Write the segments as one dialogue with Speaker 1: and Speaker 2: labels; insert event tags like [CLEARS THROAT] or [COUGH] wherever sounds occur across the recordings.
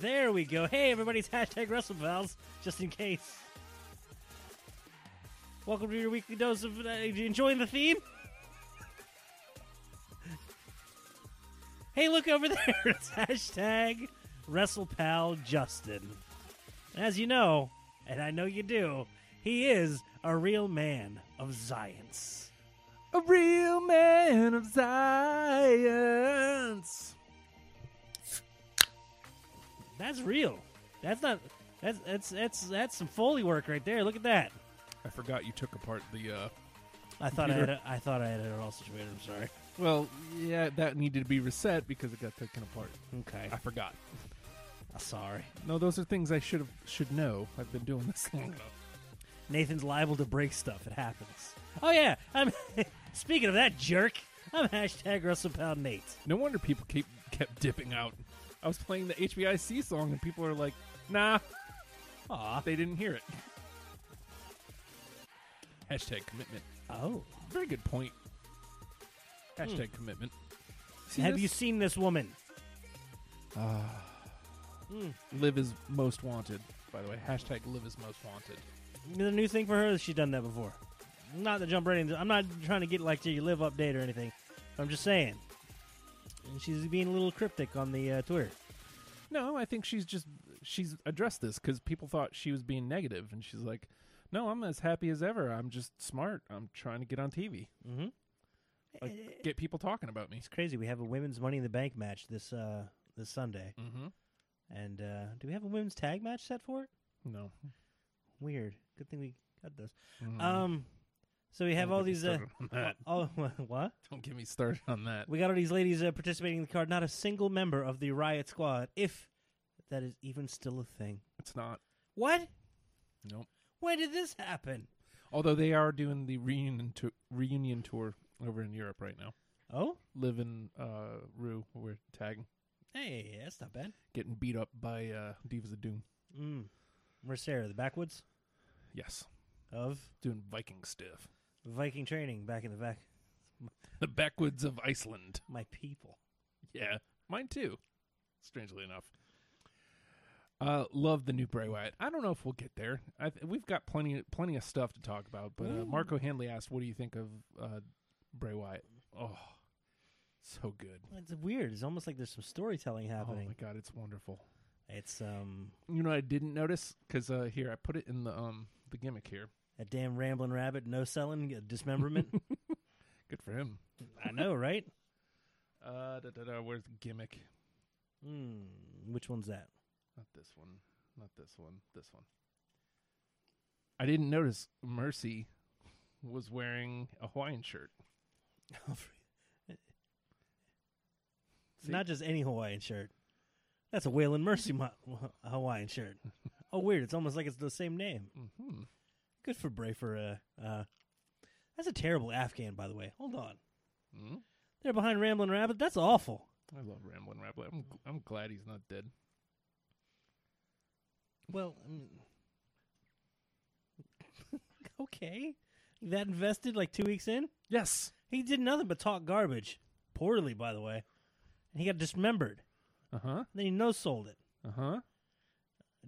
Speaker 1: There we go. Hey, everybody's hashtag WrestlePals, just in case. Welcome to your weekly dose of uh, enjoying the theme. hey, look over [LAUGHS] there. It's hashtag WrestlePalJustin. As you know, and I know you do, he is a real man of science.
Speaker 2: A real man of science.
Speaker 1: That's real. That's not. That's that's that's that's some foley work right there. Look at that.
Speaker 2: I forgot you took apart the. uh
Speaker 1: I thought I had.
Speaker 2: Computer.
Speaker 1: A, I thought I had it all situated. I'm sorry.
Speaker 2: Well, yeah, that needed to be reset because it got taken apart.
Speaker 1: Okay.
Speaker 2: I forgot.
Speaker 1: [LAUGHS] I'm sorry.
Speaker 2: No, those are things I should have should know. I've been doing this [LAUGHS] long enough.
Speaker 1: Nathan's liable to break stuff. It happens. Oh yeah. I'm. [LAUGHS] speaking of that jerk, I'm hashtag WrestlePound Nate.
Speaker 2: No wonder people keep kept dipping out. I was playing the HBIC song and people are like, "Nah,
Speaker 1: Aw.
Speaker 2: they didn't hear it." Hashtag commitment.
Speaker 1: Oh.
Speaker 2: Very good point. Hashtag commitment. See
Speaker 1: Have
Speaker 2: this?
Speaker 1: you seen this woman?
Speaker 2: Live is most wanted. By the way, hashtag live is most wanted.
Speaker 1: The new thing for her is she's done that before. Not to jump right into. I'm not trying to get like to your live update or anything. I'm just saying. And she's being a little cryptic on the uh, Twitter.
Speaker 2: No, I think she's just she's addressed this because people thought she was being negative, and she's like, "No, I'm as happy as ever. I'm just smart. I'm trying to get on TV,
Speaker 1: Mm-hmm.
Speaker 2: like get people talking about me."
Speaker 1: It's crazy. We have a women's Money in the Bank match this uh, this Sunday,
Speaker 2: Mm-hmm.
Speaker 1: and uh, do we have a women's tag match set for it?
Speaker 2: No, Mm-hmm.
Speaker 1: Weird. Good thing we got those. Um, so we have
Speaker 2: Don't
Speaker 1: all
Speaker 2: get me
Speaker 1: these. Uh,
Speaker 2: started on that. [LAUGHS]
Speaker 1: all, [LAUGHS] what?
Speaker 2: Don't get me started on that.
Speaker 1: We got all these ladies uh, participating in the card. Not a single member of the Riot Squad, if that is even still a thing.
Speaker 2: It's not.
Speaker 1: What?
Speaker 2: Nope.
Speaker 1: When did this happen?
Speaker 2: Although they are doing the reunion to- reunion tour over in Europe right now.
Speaker 1: Oh,
Speaker 2: Live in uh, Rue, we're tagging,
Speaker 1: hey, that's not bad.
Speaker 2: getting beat up by uh, Divas of Doom.
Speaker 1: Mm. Where's Sarah? The backwoods
Speaker 2: Yes,
Speaker 1: of
Speaker 2: doing Viking stuff. [LAUGHS]
Speaker 1: Viking training back in the back.
Speaker 2: The backwoods of Iceland.
Speaker 1: My people.
Speaker 2: Yeah, mine too. Strangely enough, uh, love the new Bray Wyatt. I don't know if we'll get there. I th- we've got plenty, plenty of stuff to talk about. But uh,
Speaker 1: Ooh.
Speaker 2: Marco Handley asked, "What do you think of uh, Bray Wyatt?" Oh, so good.
Speaker 1: It's weird. It's almost like there's some storytelling
Speaker 2: Oh
Speaker 1: happening.
Speaker 2: my god, it's wonderful.
Speaker 1: it's um
Speaker 2: You know, what I didn't notice because uh, here I put it in the um the gimmick here.
Speaker 1: a damn rambling rabbit, no selling, uh, dismemberment.
Speaker 2: [LAUGHS] Good for him.
Speaker 1: I know, right?
Speaker 2: Uh, da, da, da, where's the gimmick?
Speaker 1: Mm, which one's that? [LAUGHS]
Speaker 2: Not this one. Not this one. This one. I didn't notice Mercy was wearing a Hawaiian shirt. See?
Speaker 1: Not just any Hawaiian shirt. That's a Whalen Mercy mo- [LAUGHS] Hawaiian [LAUGHS] shirt. oh, weird. It's almost like it's the same name.
Speaker 2: Mm-hmm.
Speaker 1: Good for Bray for uh, uh That's a terrible Afghan, by the way. Hold on.
Speaker 2: mm
Speaker 1: They're behind Ramblin' Rabbit. That's awful.
Speaker 2: I love Ramblin' Rabbit. I'm I'm glad he's not dead.
Speaker 1: Well, I mean, [LAUGHS] okay. That invested like two weeks in?
Speaker 2: Yes.
Speaker 1: He did nothing but talk garbage. Poorly, by the way. And he got dismembered.
Speaker 2: Uh huh.
Speaker 1: And then he no sold it.
Speaker 2: Uh huh.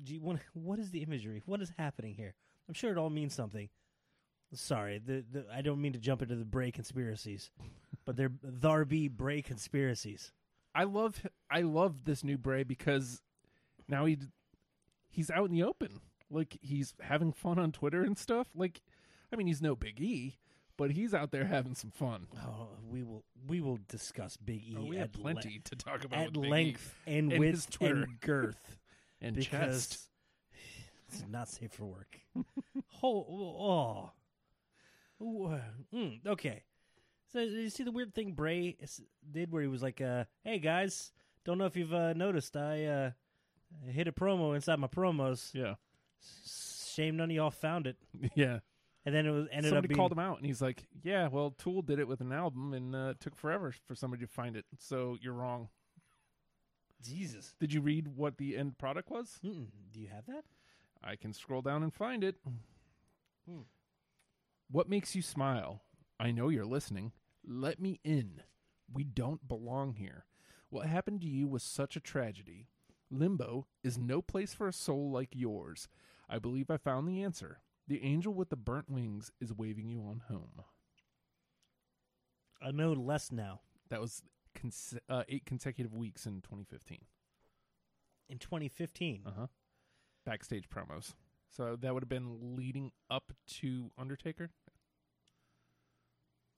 Speaker 1: Do you want, [LAUGHS] what is the imagery? What is happening here? I'm sure it all means something. Sorry, the, the, I don't mean to jump into the Bray conspiracies, but they're thar be Bray conspiracies.
Speaker 2: I love h- I love this new Bray because now he d- he's out in the open. Like he's having fun on Twitter and stuff. Like, I mean, he's no Big E, but he's out there having some fun.
Speaker 1: Oh, we will we will discuss Big E
Speaker 2: Oh, we
Speaker 1: at
Speaker 2: have
Speaker 1: le-
Speaker 2: plenty to talk about
Speaker 1: at
Speaker 2: with Big E
Speaker 1: length and,
Speaker 2: and his
Speaker 1: width
Speaker 2: Twitter.
Speaker 1: and
Speaker 2: [LAUGHS]
Speaker 1: girth
Speaker 2: and
Speaker 1: because
Speaker 2: chest.
Speaker 1: [SIGHS] it's not safe for work. oh, oh. Ooh, uh, mm, okay. So you see the weird thing Bray is- did where he was like, uh, "Hey guys, don't know if you've uh, noticed, I uh, hit a promo inside my promos.
Speaker 2: Yeah, [LAUGHS]
Speaker 1: Shame none of y'all found it."
Speaker 2: yeah.
Speaker 1: And then it was ended
Speaker 2: somebody
Speaker 1: up being,
Speaker 2: called him out, and he's like, "Yeah, well, Tool did it with an album, and uh, it took forever for somebody to find it. So you're wrong."
Speaker 1: Jesus.
Speaker 2: Did you read what the end product was?
Speaker 1: Mm-mm. Do you have that?
Speaker 2: I can scroll down and find it.
Speaker 1: Hmm.
Speaker 2: What makes you smile? I know you're listening. Let me in. We don't belong here. What happened to you was such a tragedy. Limbo is no place for a soul like yours. I believe I found the answer. The angel with the burnt wings is waving you on home.
Speaker 1: I know less now.
Speaker 2: That was cons- uh, eight consecutive weeks in 2015.
Speaker 1: In 2015,
Speaker 2: Uh huh. Backstage promos. So that would have been leading up to Undertaker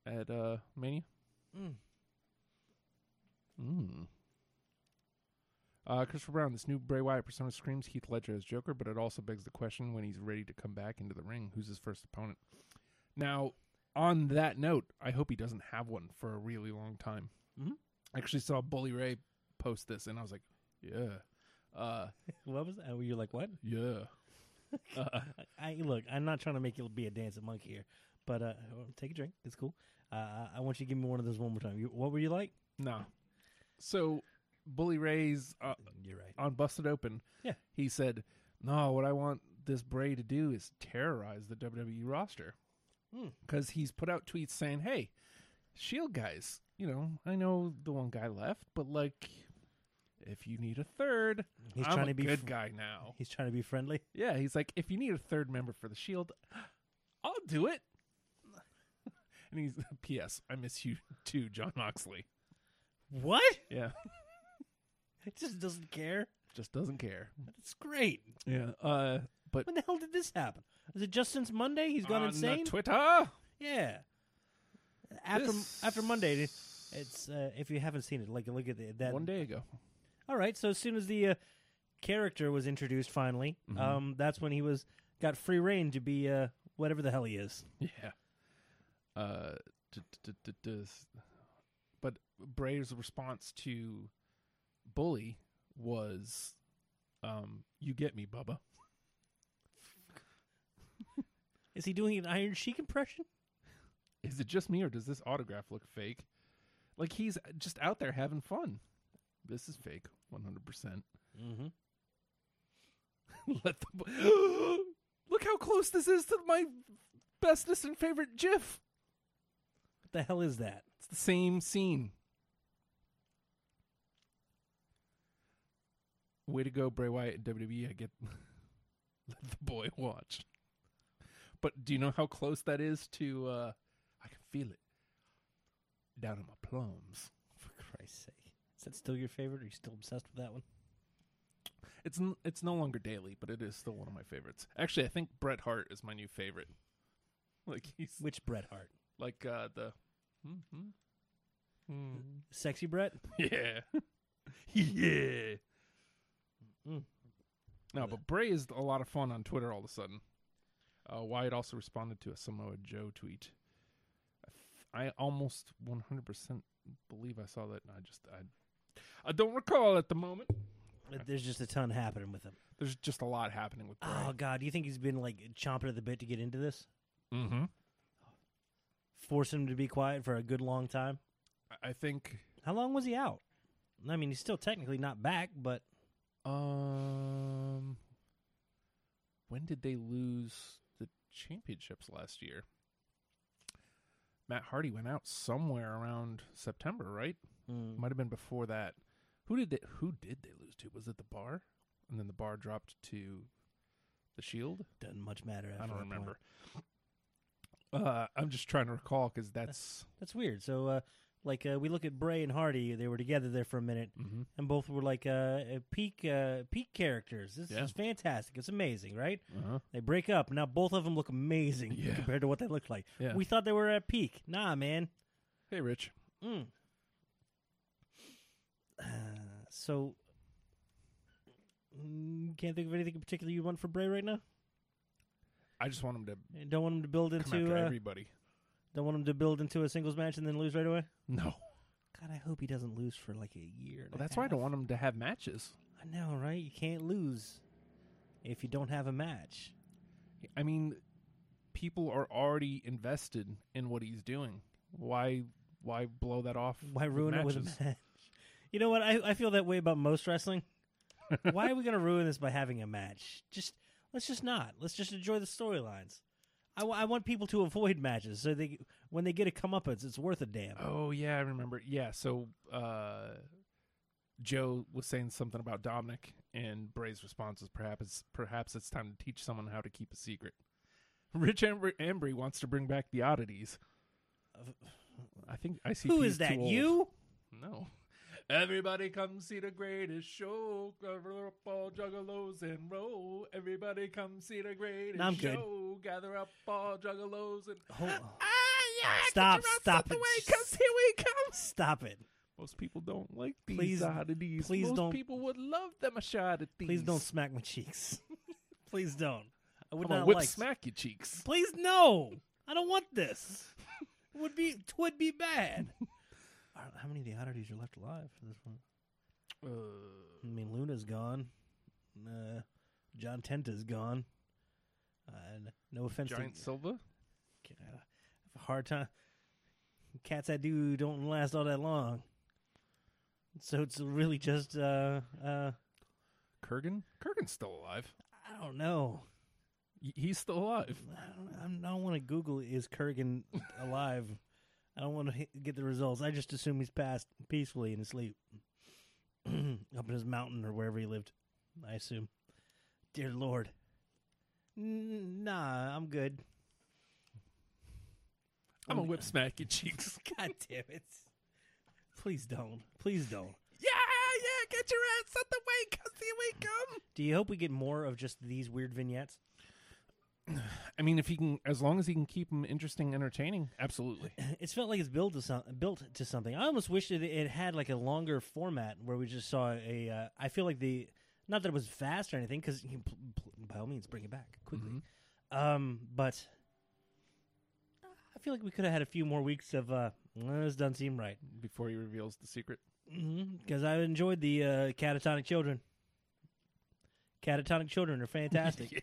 Speaker 2: at uh, Mania.
Speaker 1: Mm.
Speaker 2: Mm. Uh, Christopher Brown, this new Bray Wyatt persona screams Heath Ledger as Joker, but it also begs the question when he's ready to come back into the ring, who's his first opponent? Now, on that note, I hope he doesn't have one for a really long time.
Speaker 1: Mhm.
Speaker 2: I actually saw Bully Ray post this, and I was like, yeah, uh,
Speaker 1: what was that? Oh, you're like what?
Speaker 2: yeah. uh,
Speaker 1: I look. I'm not trying to make you be a dancing monkey here, but uh, take a drink. It's cool. Uh, I- I want you to give me one of those one more time. You, what were you like?
Speaker 2: no. So, Bully Ray's uh,
Speaker 1: You're right.
Speaker 2: on Busted Open,
Speaker 1: Yeah.
Speaker 2: he said, "No, what I want this Bray to do is terrorize the WWE roster."
Speaker 1: Hmm.
Speaker 2: Because he's put out tweets saying, "Hey, Shield E guys, you know, I know the one guy left, but like, if you need a third,
Speaker 1: He's
Speaker 2: I'm
Speaker 1: trying
Speaker 2: a
Speaker 1: to be
Speaker 2: good
Speaker 1: fr-
Speaker 2: guy now."
Speaker 1: He's trying to be [LAUGHS] friendly.
Speaker 2: Yeah, he's like, "If you need a third member for the Shield, E [GASPS] I'll do it." [LAUGHS] And he's [LAUGHS] P.S. I miss you [LAUGHS] too, John Moxley.
Speaker 1: What?
Speaker 2: Yeah,
Speaker 1: It just doesn't care.
Speaker 2: [LAUGHS] just doesn't care.
Speaker 1: That's great.
Speaker 2: Yeah, uh, but
Speaker 1: When the hell did this happen? Is it just since Monday? He's gone
Speaker 2: on uh,
Speaker 1: insane.
Speaker 2: Twitter.
Speaker 1: yeah. After
Speaker 2: This-
Speaker 1: after Monday, it- it's uh, if you haven't seen it, like look at the, that.
Speaker 2: one day ago.
Speaker 1: All right. So as soon as the uh, character was introduced, finally,
Speaker 2: Mhm.
Speaker 1: um, that's when he was got free reign to be uh, whatever the hell he is.
Speaker 2: Yeah. Uh, d- d- d- d- d- s- but Bray's response to Bully was, um, "You get me, Bubba."
Speaker 1: Is he doing an Iron Sheik impression?
Speaker 2: Is it just me or does this autograph look fake? Like he's just out there having fun. This is fake, one hundred percent. [LAUGHS]
Speaker 1: Mm-hmm.
Speaker 2: Let the bu- [GASPS] look how close this is to my bestest and favorite GIF.
Speaker 1: What the hell is that?
Speaker 2: It's the same scene. Way to go, Bray Wyatt and WWE. E. I get [LAUGHS] let the boy watch. But do you know how close that is to uh I can feel it. Down in my plums.
Speaker 1: For Christ's sake, is that still your favorite? Are you still obsessed with that one?
Speaker 2: It's n- it's no longer daily, but it is still one of my favorites. Actually, I think Bret Hart is my new favorite. [LAUGHS] Like he's
Speaker 1: Which Bret Hart?
Speaker 2: like uh the mm-hmm. Hmm.
Speaker 1: Sexy Bret?
Speaker 2: Yeah. yeah.
Speaker 1: Mm.
Speaker 2: No, but Bray is a lot of fun on Twitter all of a sudden. Uh, Wyatt also responded to a Samoa Joe tweet. I, th- I almost 100% believe I saw that. And I just, I, I don't recall at the moment.
Speaker 1: But There's just a ton happening with him.
Speaker 2: There's just a lot happening with Bray.
Speaker 1: Oh God, do you think he's been like chomping at the bit to get into this?
Speaker 2: mm-hmm.
Speaker 1: Force him to be quiet for a good long time.
Speaker 2: I think,
Speaker 1: How long was he out? I mean, he's still technically not back, but
Speaker 2: um, when did they lose the championships last year? Matt Hardy went out somewhere around September, right?
Speaker 1: mm,
Speaker 2: Might have been before that. Who did they, who did they lose to? Was it the Bar? And then the Bar dropped to the Shield.
Speaker 1: doesn't much matter. After that
Speaker 2: I don't
Speaker 1: point.
Speaker 2: remember. Uh, I'm just trying to recall
Speaker 1: [LAUGHS]
Speaker 2: because that's
Speaker 1: That's weird. So, uh, like, uh, we look at Bray and Hardy. They were together there for a minute,
Speaker 2: Mhm.
Speaker 1: and both were like uh, uh, peak uh, peak characters. This
Speaker 2: Yeah.
Speaker 1: is fantastic. It's amazing, right?
Speaker 2: uh-huh.
Speaker 1: They break up. Now both of them look amazing
Speaker 2: Yeah.
Speaker 1: compared to what they looked like.
Speaker 2: yeah.
Speaker 1: We thought they were at peak. Nah, man.
Speaker 2: hey, Rich.
Speaker 1: Mm. Uh, so, mm, can't think of anything in particular you want for Bray right now.
Speaker 2: I just want him to
Speaker 1: And don't want him to build
Speaker 2: come
Speaker 1: into.
Speaker 2: after
Speaker 1: Uh,
Speaker 2: everybody.
Speaker 1: don't want him to build into a singles match and then lose right away.
Speaker 2: No,
Speaker 1: God, I hope he doesn't lose for like a year. and a
Speaker 2: well, that's why I
Speaker 1: half.
Speaker 2: don't want him to have matches.
Speaker 1: I know, right? You can't lose if you don't have a match.
Speaker 2: I mean, people are already invested in what he's doing. Why why blow that off?
Speaker 1: Why ruin it with a match? You know what? I, I feel that way about most wrestling. Why are we going to ruin this by having a match? Just let's just not. Let's just enjoy the storylines. I, wa- I want people to avoid matches so they when they get a comeuppance, it's worth a damn.
Speaker 2: Oh yeah, I remember. Yeah, so uh Joe was saying something about Dominic, and Bray's response was perhaps perhaps it's time to teach someone how to keep a secret. Rich Ambry, Ambry wants to bring back the oddities. I think I see.
Speaker 1: Uh, Who is that? You?
Speaker 2: No. [LAUGHS] Everybody come see the greatest show. Gather up all juggalos and roll. Everybody come see the greatest
Speaker 1: I'm good.
Speaker 2: show. Gather up all juggalos and
Speaker 1: Hold on.
Speaker 2: [GASPS] Ah, yeah, get
Speaker 1: Stop,
Speaker 2: your arms
Speaker 1: stop
Speaker 2: out the
Speaker 1: it.
Speaker 2: way, 'cause here we come.
Speaker 1: Stop it.
Speaker 2: Most people don't like these
Speaker 1: Please-
Speaker 2: oddities.
Speaker 1: please
Speaker 2: Most
Speaker 1: don't-
Speaker 2: people would love them a shot at these.
Speaker 1: Please don't smack my cheeks. [LAUGHS] Please don't. I would
Speaker 2: I'm gonna
Speaker 1: not
Speaker 2: whip
Speaker 1: like.
Speaker 2: smack your cheeks.
Speaker 1: Please no. I don't want this. It would be twould be bad. I don't- How many of the oddities are left alive for this one?
Speaker 2: Uh,
Speaker 1: I mean, Luna's gone. Uh, John Tenta's gone. Uh, and no offense, to-
Speaker 2: Giant Silva.
Speaker 1: God, I have a hard time. Cats I do don't last all that long. So it's really just uh uh
Speaker 2: Kurgan. Kurgan's still alive.
Speaker 1: I don't know.
Speaker 2: Y- He's still alive.
Speaker 1: I don't, I'm- I don't want to Google is Kurgan alive. I don't want to get the results. I just assume he's passed peacefully in his sleep [CLEARS THROAT] up in his mountain or wherever he lived. I assume. Dear Lord. N- nah, I'm good. [LAUGHS] Oh,
Speaker 2: I'm gonna whip smack your cheeks.
Speaker 1: God damn it. Please don't. Please don't.
Speaker 2: Yeah, yeah. Get your ass out the way, cause here we come.
Speaker 1: Do you hope we get more of just these weird vignettes?
Speaker 2: I mean, if he can, as long as he can keep them interesting, entertaining, absolutely.
Speaker 1: [CLEARS THROAT] It's felt like it's built to some, built to something. I almost wish it, it had like a longer format where we just saw a. Uh, I feel like the not that it was fast or anything because you pl- pl- by all means bring it back quickly. Um, but I feel like we could have had a few more weeks of. Uh, "Well, this doesn't seem right
Speaker 2: Before he reveals the secret.
Speaker 1: because Mm-hmm. I enjoyed the uh, catatonic children. Catatonic children are fantastic.
Speaker 2: Yeah.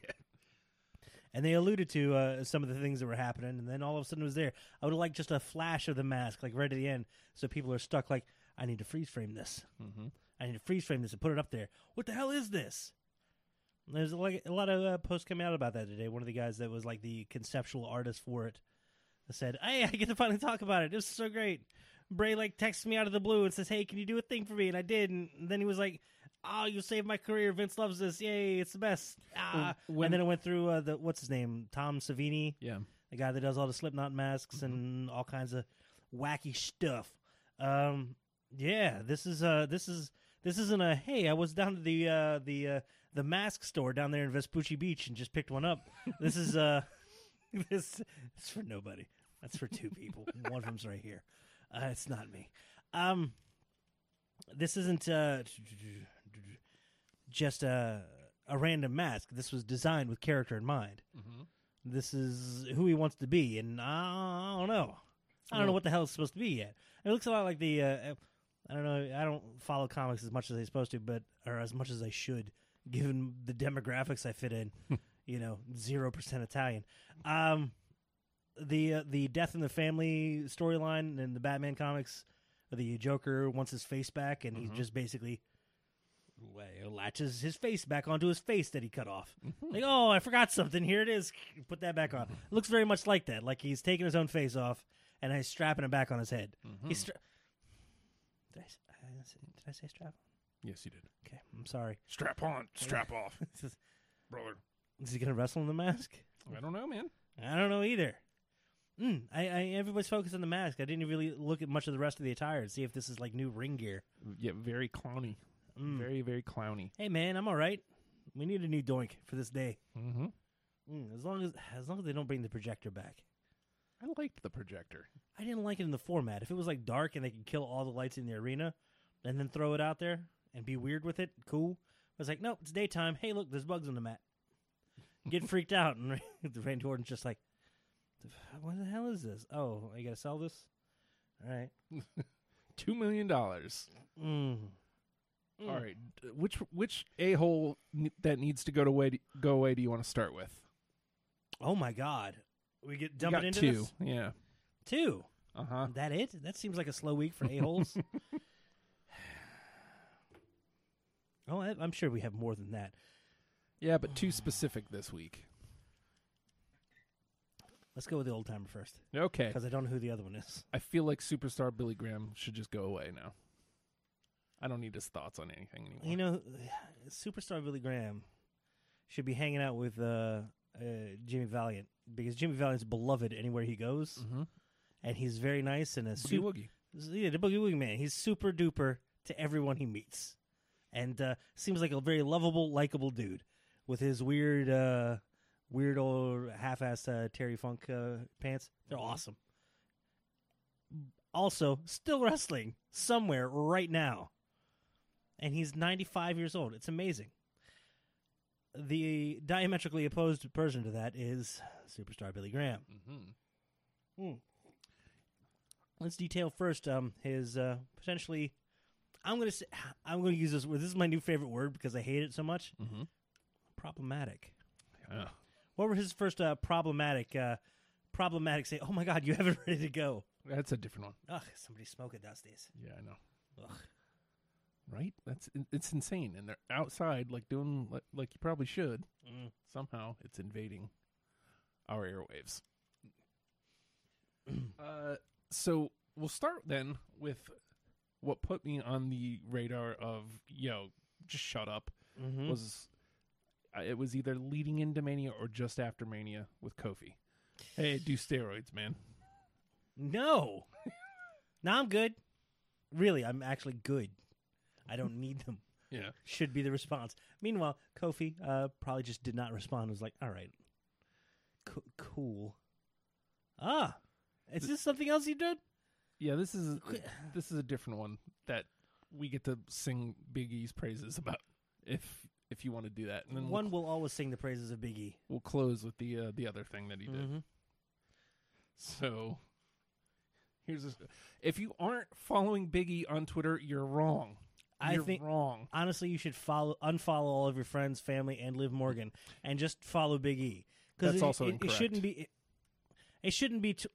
Speaker 1: and they alluded to uh, some of the things that were happening, and then all of a sudden it was there. I would have liked just a flash of the mask, like right at the end, so people are stuck. Like, I need to freeze frame this.
Speaker 2: Mm-hmm.
Speaker 1: I need to freeze frame this and put it up there. What the hell is this? And There's like a lot of uh, posts coming out about that today. One of the guys that was like the conceptual artist for it said, "Hey, I get to finally talk about it. This is so great." Bray like texts me out of the blue and says, "Hey, can you do a thing for me?" And I did, and then he was like. Oh, you saved my career! Vince loves this. Yay, it's the best. Ah.
Speaker 2: when-
Speaker 1: and then it went through uh, the what's his name, Tom Savini,
Speaker 2: Yeah.
Speaker 1: the guy that does all the Slipknot masks and all kinds of wacky stuff. Um, yeah, this is uh, this is this isn't a hey. I was down to the uh, the uh, the mask store down there in Vespucci Beach and just picked one up. This is uh, [LAUGHS] this it's for nobody. That's for two people. one of them's right here. Uh, it's not me. Um, this isn't uh, just a a random mask. This was designed with character in mind
Speaker 2: Mm-hmm.
Speaker 1: this is who he wants to be, and I don't know. I don't know
Speaker 2: Well-
Speaker 1: what the hell it's supposed to be yet. It looks a lot like the. Uh, I don't know. I don't follow comics as much as I'm supposed to, but or as much as I should, given the demographics I fit in.
Speaker 2: [LAUGHS]
Speaker 1: you know, zero percent Italian. Um, the uh, the death in the family storyline in the Batman comics, the Joker wants his face back, and
Speaker 2: Mhm.
Speaker 1: he just basically well, latches his face back onto his face that he cut off. Like, oh, I forgot something. Here it is. Put that back on. Looks very much like that. Like he's taking his own face off and he's strapping it back on his head.
Speaker 2: Mm-hmm. Hmm.
Speaker 1: He's stra- did, I, s- I s- did I say strap?
Speaker 2: Yes, you did.
Speaker 1: Okay, I'm sorry. [LAUGHS]
Speaker 2: Strap on, strap [LAUGHS] off,
Speaker 1: This is,
Speaker 2: brother.
Speaker 1: is he gonna wrestle in the mask?
Speaker 2: I don't know, man.
Speaker 1: I don't know either. Mm, I, I everybody's focused on the mask. I didn't really look at much of the rest of the attire and see if this is like new ring gear.
Speaker 2: Yeah, very clowny.
Speaker 1: Mm.
Speaker 2: Very, very clowny.
Speaker 1: Hey man, I'm all right. We need a new doink for this day.
Speaker 2: Mm-hmm.
Speaker 1: Mm, as long as as long as they don't bring the projector back.
Speaker 2: I liked the projector.
Speaker 1: I didn't like it in the format. If it was like dark and they could kill all the lights in the arena and then throw it out there and be weird with it, cool. I was like, nope, it's daytime. Hey, look, there's bugs on the mat. Get freaked out. And [LAUGHS] Randy Orton's just like, "The f- what the hell is this? Oh, you got to sell this? All right.
Speaker 2: Two million dollars.
Speaker 1: Mm. Mm.
Speaker 2: All right. d- Which which a hole n- that needs to go to way go away? Do you want to start with?
Speaker 1: Oh, my God. We get
Speaker 2: We
Speaker 1: dump
Speaker 2: got
Speaker 1: it into
Speaker 2: two.
Speaker 1: this?
Speaker 2: Yeah.
Speaker 1: Two.
Speaker 2: Uh huh.
Speaker 1: That it? That seems like a slow week for
Speaker 2: [LAUGHS]
Speaker 1: a-holes. oh, I, I'm sure we have more than that.
Speaker 2: Yeah, but two specific this week.
Speaker 1: Let's go with the old timer first.
Speaker 2: Okay.
Speaker 1: because I don't know who the other one is.
Speaker 2: I feel like superstar Billy Graham should just go away now. I don't need his thoughts on anything anymore.
Speaker 1: You know, [SIGHS] superstar Billy Graham should be hanging out with uh, uh, Jimmy Valiant because Jimmy Valiant's beloved anywhere he goes,
Speaker 2: Mhm.
Speaker 1: and he's very nice and a
Speaker 2: Boogie
Speaker 1: super,
Speaker 2: Woogie.
Speaker 1: yeah, the boogie woogie man. He's super duper to everyone he meets, and uh, seems like a very lovable, likable dude with his weird, uh, weird old half-assed uh, Terry Funk uh, pants. They're awesome. Also, still wrestling somewhere right now, and he's 95 years old. It's amazing. The diametrically opposed person to that is superstar Billy Graham.
Speaker 2: Mhm.
Speaker 1: Let's detail first um, his uh, potentially. I'm gonna say, I'm gonna use this word. This is my new favorite word because I hate it so much.
Speaker 2: Mhm.
Speaker 1: Problematic.
Speaker 2: Yeah.
Speaker 1: What were his first uh, problematic? Uh, problematic. Say, oh my God, you have it [LAUGHS] ready to go.
Speaker 2: That's a different one.
Speaker 1: Ugh, somebody smoking those days.
Speaker 2: Yeah, I know.
Speaker 1: Ugh.
Speaker 2: Right? That's in- it's insane, and they're outside, like doing li- like you probably should.
Speaker 1: Mm.
Speaker 2: Somehow, it's invading our airwaves. uh, so we'll start then with what put me on the radar of yo, just shut up.
Speaker 1: Mhm.
Speaker 2: was uh, it was either leading into Mania or just after Mania with Kofi. Hey, do steroids, man.
Speaker 1: No. [LAUGHS] now I'm good. Really, I'm actually good. I don't need them.
Speaker 2: Yeah.
Speaker 1: should be the response. Meanwhile, Kofi uh, probably just did not respond. Was like, all right, Co- cool. Ah, is this something else you did?
Speaker 2: Yeah, this is uh, this is a different one that we get to sing Big E's praises about if if you want to do that. And then
Speaker 1: One
Speaker 2: we'll,
Speaker 1: will always sing the praises of Biggie.
Speaker 2: we'll close with the uh, the other thing that he did.
Speaker 1: Mm-hmm.
Speaker 2: So here's a, if you aren't following Biggie on Twitter, you're wrong.
Speaker 1: I
Speaker 2: You're
Speaker 1: think-
Speaker 2: wrong.
Speaker 1: Honestly, you should follow, unfollow all of your friends, family, and Liv Morgan, and just follow Big E.
Speaker 2: That's
Speaker 1: it,
Speaker 2: also
Speaker 1: it, it
Speaker 2: incorrect.
Speaker 1: shouldn't be. It, it shouldn't be. Tw-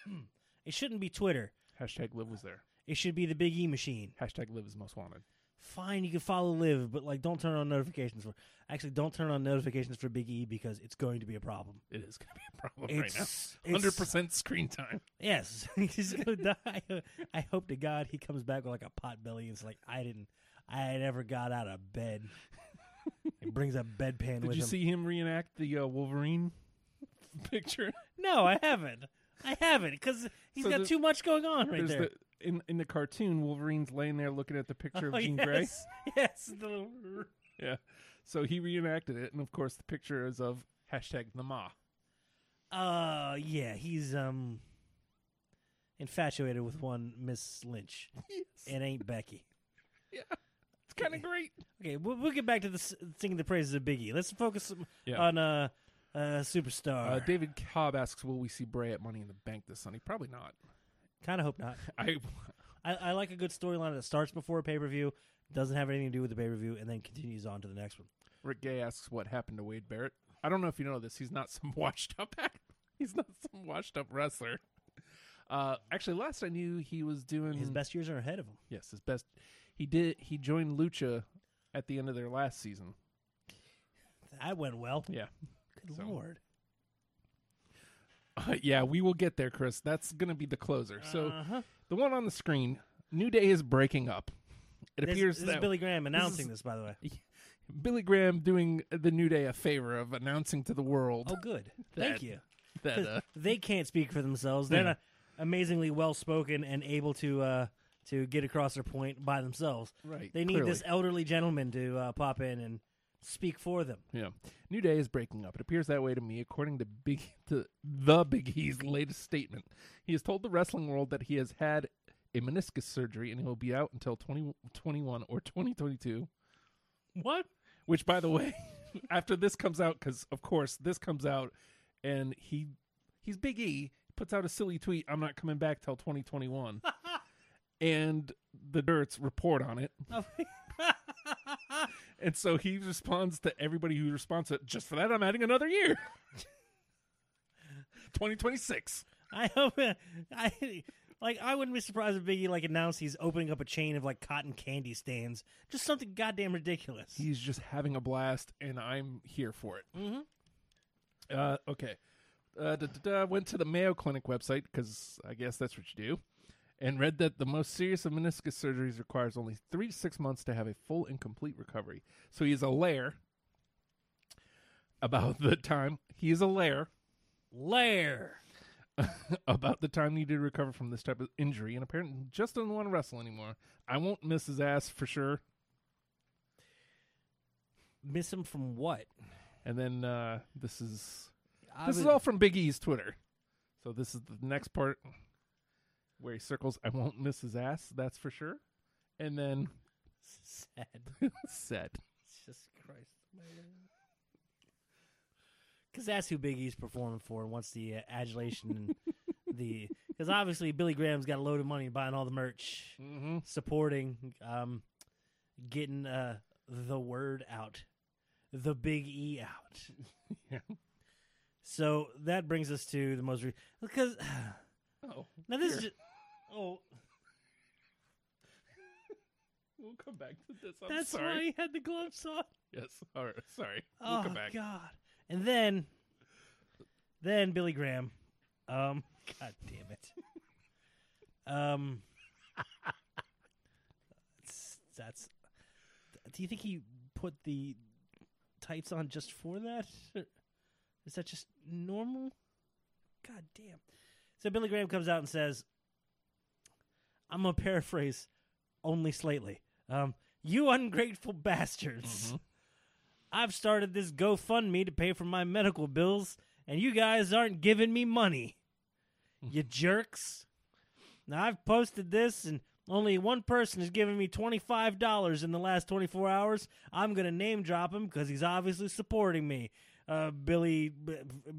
Speaker 1: [CLEARS THROAT] it shouldn't be Twitter.
Speaker 2: Hashtag Liv was there.
Speaker 1: It should be the Big E machine.
Speaker 2: Hashtag Liv is most wanted.
Speaker 1: fine, you can follow Liv, but like don't turn on notifications for actually don't turn on notifications for Big E because it's going to be a problem.
Speaker 2: It is going to be a problem right now.
Speaker 1: It's
Speaker 2: hundred
Speaker 1: it's-
Speaker 2: percent screen time.
Speaker 1: Yes, [LAUGHS] he's gonna die. I hope to God he comes back with like a pot belly. It's like I didn't, I never got out of bed.
Speaker 2: [LAUGHS]
Speaker 1: he brings a bedpan
Speaker 2: Did
Speaker 1: with
Speaker 2: you
Speaker 1: him.
Speaker 2: see him reenact the uh, Wolverine [LAUGHS] picture?
Speaker 1: no, I haven't. I haven't because he's
Speaker 2: So
Speaker 1: got
Speaker 2: the-
Speaker 1: too much going on right
Speaker 2: There's
Speaker 1: there.
Speaker 2: the in in the cartoon, Wolverine's laying there looking at the picture
Speaker 1: [LAUGHS] Oh,
Speaker 2: of Jean
Speaker 1: yes.
Speaker 2: Grey.
Speaker 1: [LAUGHS] Yes, the little-
Speaker 2: [LAUGHS] Yeah, so he reenacted it, and of course, the picture is of hashtag
Speaker 1: [LAUGHS]
Speaker 2: the Ma.
Speaker 1: Uh, yeah, he's um infatuated with one Miss Lynch. It ain't Becky.
Speaker 2: It's kind of great.
Speaker 1: Okay, we'll, we'll get back to the s- singing the praises of Biggie. Let's focus m-
Speaker 2: Yeah.
Speaker 1: on uh, uh superstar.
Speaker 2: Uh, David Cobb asks, "Will we see Bray at Money in the Bank this Sunday?" Probably not. [LAUGHS]
Speaker 1: kind of hope not.
Speaker 2: I
Speaker 1: I, I like a good storyline that starts before a pay per view, doesn't have anything to do with the pay per view, and then continues on to the next one.
Speaker 2: Rick Gay asks, "What happened to Wade Barrett?" I don't know if you know this. He's not some [LAUGHS] washed up act. He's not some washed up wrestler. Uh, actually, last I knew, he was doing
Speaker 1: His best years are ahead of him.
Speaker 2: Yes, his best. He did. He joined Lucha at the end of their last season.
Speaker 1: That went well.
Speaker 2: Yeah,
Speaker 1: Good
Speaker 2: So-
Speaker 1: lord.
Speaker 2: [LAUGHS] uh, yeah. We will get there, Chris. That's gonna be the closer. So
Speaker 1: Uh-huh.
Speaker 2: the one on the screen, New Day is breaking up. It
Speaker 1: This,
Speaker 2: appears
Speaker 1: this is
Speaker 2: that
Speaker 1: Billy Graham announcing
Speaker 2: [LAUGHS] is-
Speaker 1: this, by the way.
Speaker 2: Billy Graham doing the New Day a favor of announcing to the world
Speaker 1: Oh, good. Thank
Speaker 2: That-
Speaker 1: you.
Speaker 2: that
Speaker 1: 'Cause
Speaker 2: uh,
Speaker 1: they can't speak for themselves. They're
Speaker 2: Yeah.
Speaker 1: not amazingly well spoken and able to uh, to get across their point by themselves.
Speaker 2: right
Speaker 1: They need
Speaker 2: clearly.
Speaker 1: this elderly gentleman to uh, pop in and speak for [LAUGHS] them.
Speaker 2: Yeah, New Day is breaking up. It appears that way to me, according to Big [LAUGHS] to the Big E's latest statement. He has told the wrestling world that he has had a meniscus surgery and he will be out until 2021 or 2022. What? Which, by the way, [LAUGHS] after this comes out, because of course this comes out, and he he's Big E puts out a silly tweet. I'm not coming back till 2021, and the Dirts report on it. And so he responds to everybody who responds to it. Just for that, I'm adding another [LAUGHS] year. 2026.
Speaker 1: I hope I like. I wouldn't be surprised if Biggie like announced he's opening up a chain of like cotton candy stands. Just something goddamn ridiculous.
Speaker 2: He's just having a blast, and I'm here for it.
Speaker 1: mm-hmm.
Speaker 2: Uh, okay. Uh, da, da, da, went to the Mayo Clinic website because I guess that's what you do. and read that the most serious of meniscus surgeries requires only three to six months to have a full and complete recovery. So he is a lair about [LAUGHS] the time he is a lair
Speaker 1: Lair.
Speaker 2: about the time needed to recover from this type of injury, and apparently just doesn't want to wrestle anymore. I won't miss his ass for sure.
Speaker 1: Miss him from what?
Speaker 2: And then uh, this is
Speaker 1: I
Speaker 2: this is
Speaker 1: would-
Speaker 2: all from Big E's Twitter. So this is the next part where he circles. I won't miss his ass. That's for sure. And then [LAUGHS]
Speaker 1: [LAUGHS] sad.
Speaker 2: set.
Speaker 1: Jesus Christ. Because that's who Big E's performing for and wants the uh, [LAUGHS] adulation. and the Because obviously Billy Graham's got a load of money buying all the merch,
Speaker 2: Mm-hmm.
Speaker 1: supporting, um, getting uh, the word out, the Big E out.
Speaker 2: [LAUGHS] Yeah.
Speaker 1: So that brings us to the most. Re- because
Speaker 2: Oh,
Speaker 1: [SIGHS] now this is
Speaker 2: Here.
Speaker 1: just, oh
Speaker 2: we'll come back to this. I'm
Speaker 1: that's
Speaker 2: sorry.
Speaker 1: why he had the gloves on.
Speaker 2: Yes. All right. Sorry. We'll
Speaker 1: oh
Speaker 2: come back.
Speaker 1: God! And then, then Billy Graham. Um, God damn it. um, that's, that's. Do you think he put the tights on just for that? Or Is that just normal? God damn. So Billy Graham comes out and says, "I'm gonna paraphrase only slightly. Um, you ungrateful bastards."
Speaker 2: Mhm.
Speaker 1: I've started this GoFundMe to pay for my medical bills, and you guys aren't giving me money. You jerks. Now, I've posted this, and only one person has given me $25 in the last 24 hours. I'm going to name drop him because he's obviously supporting me. Uh, Billy B-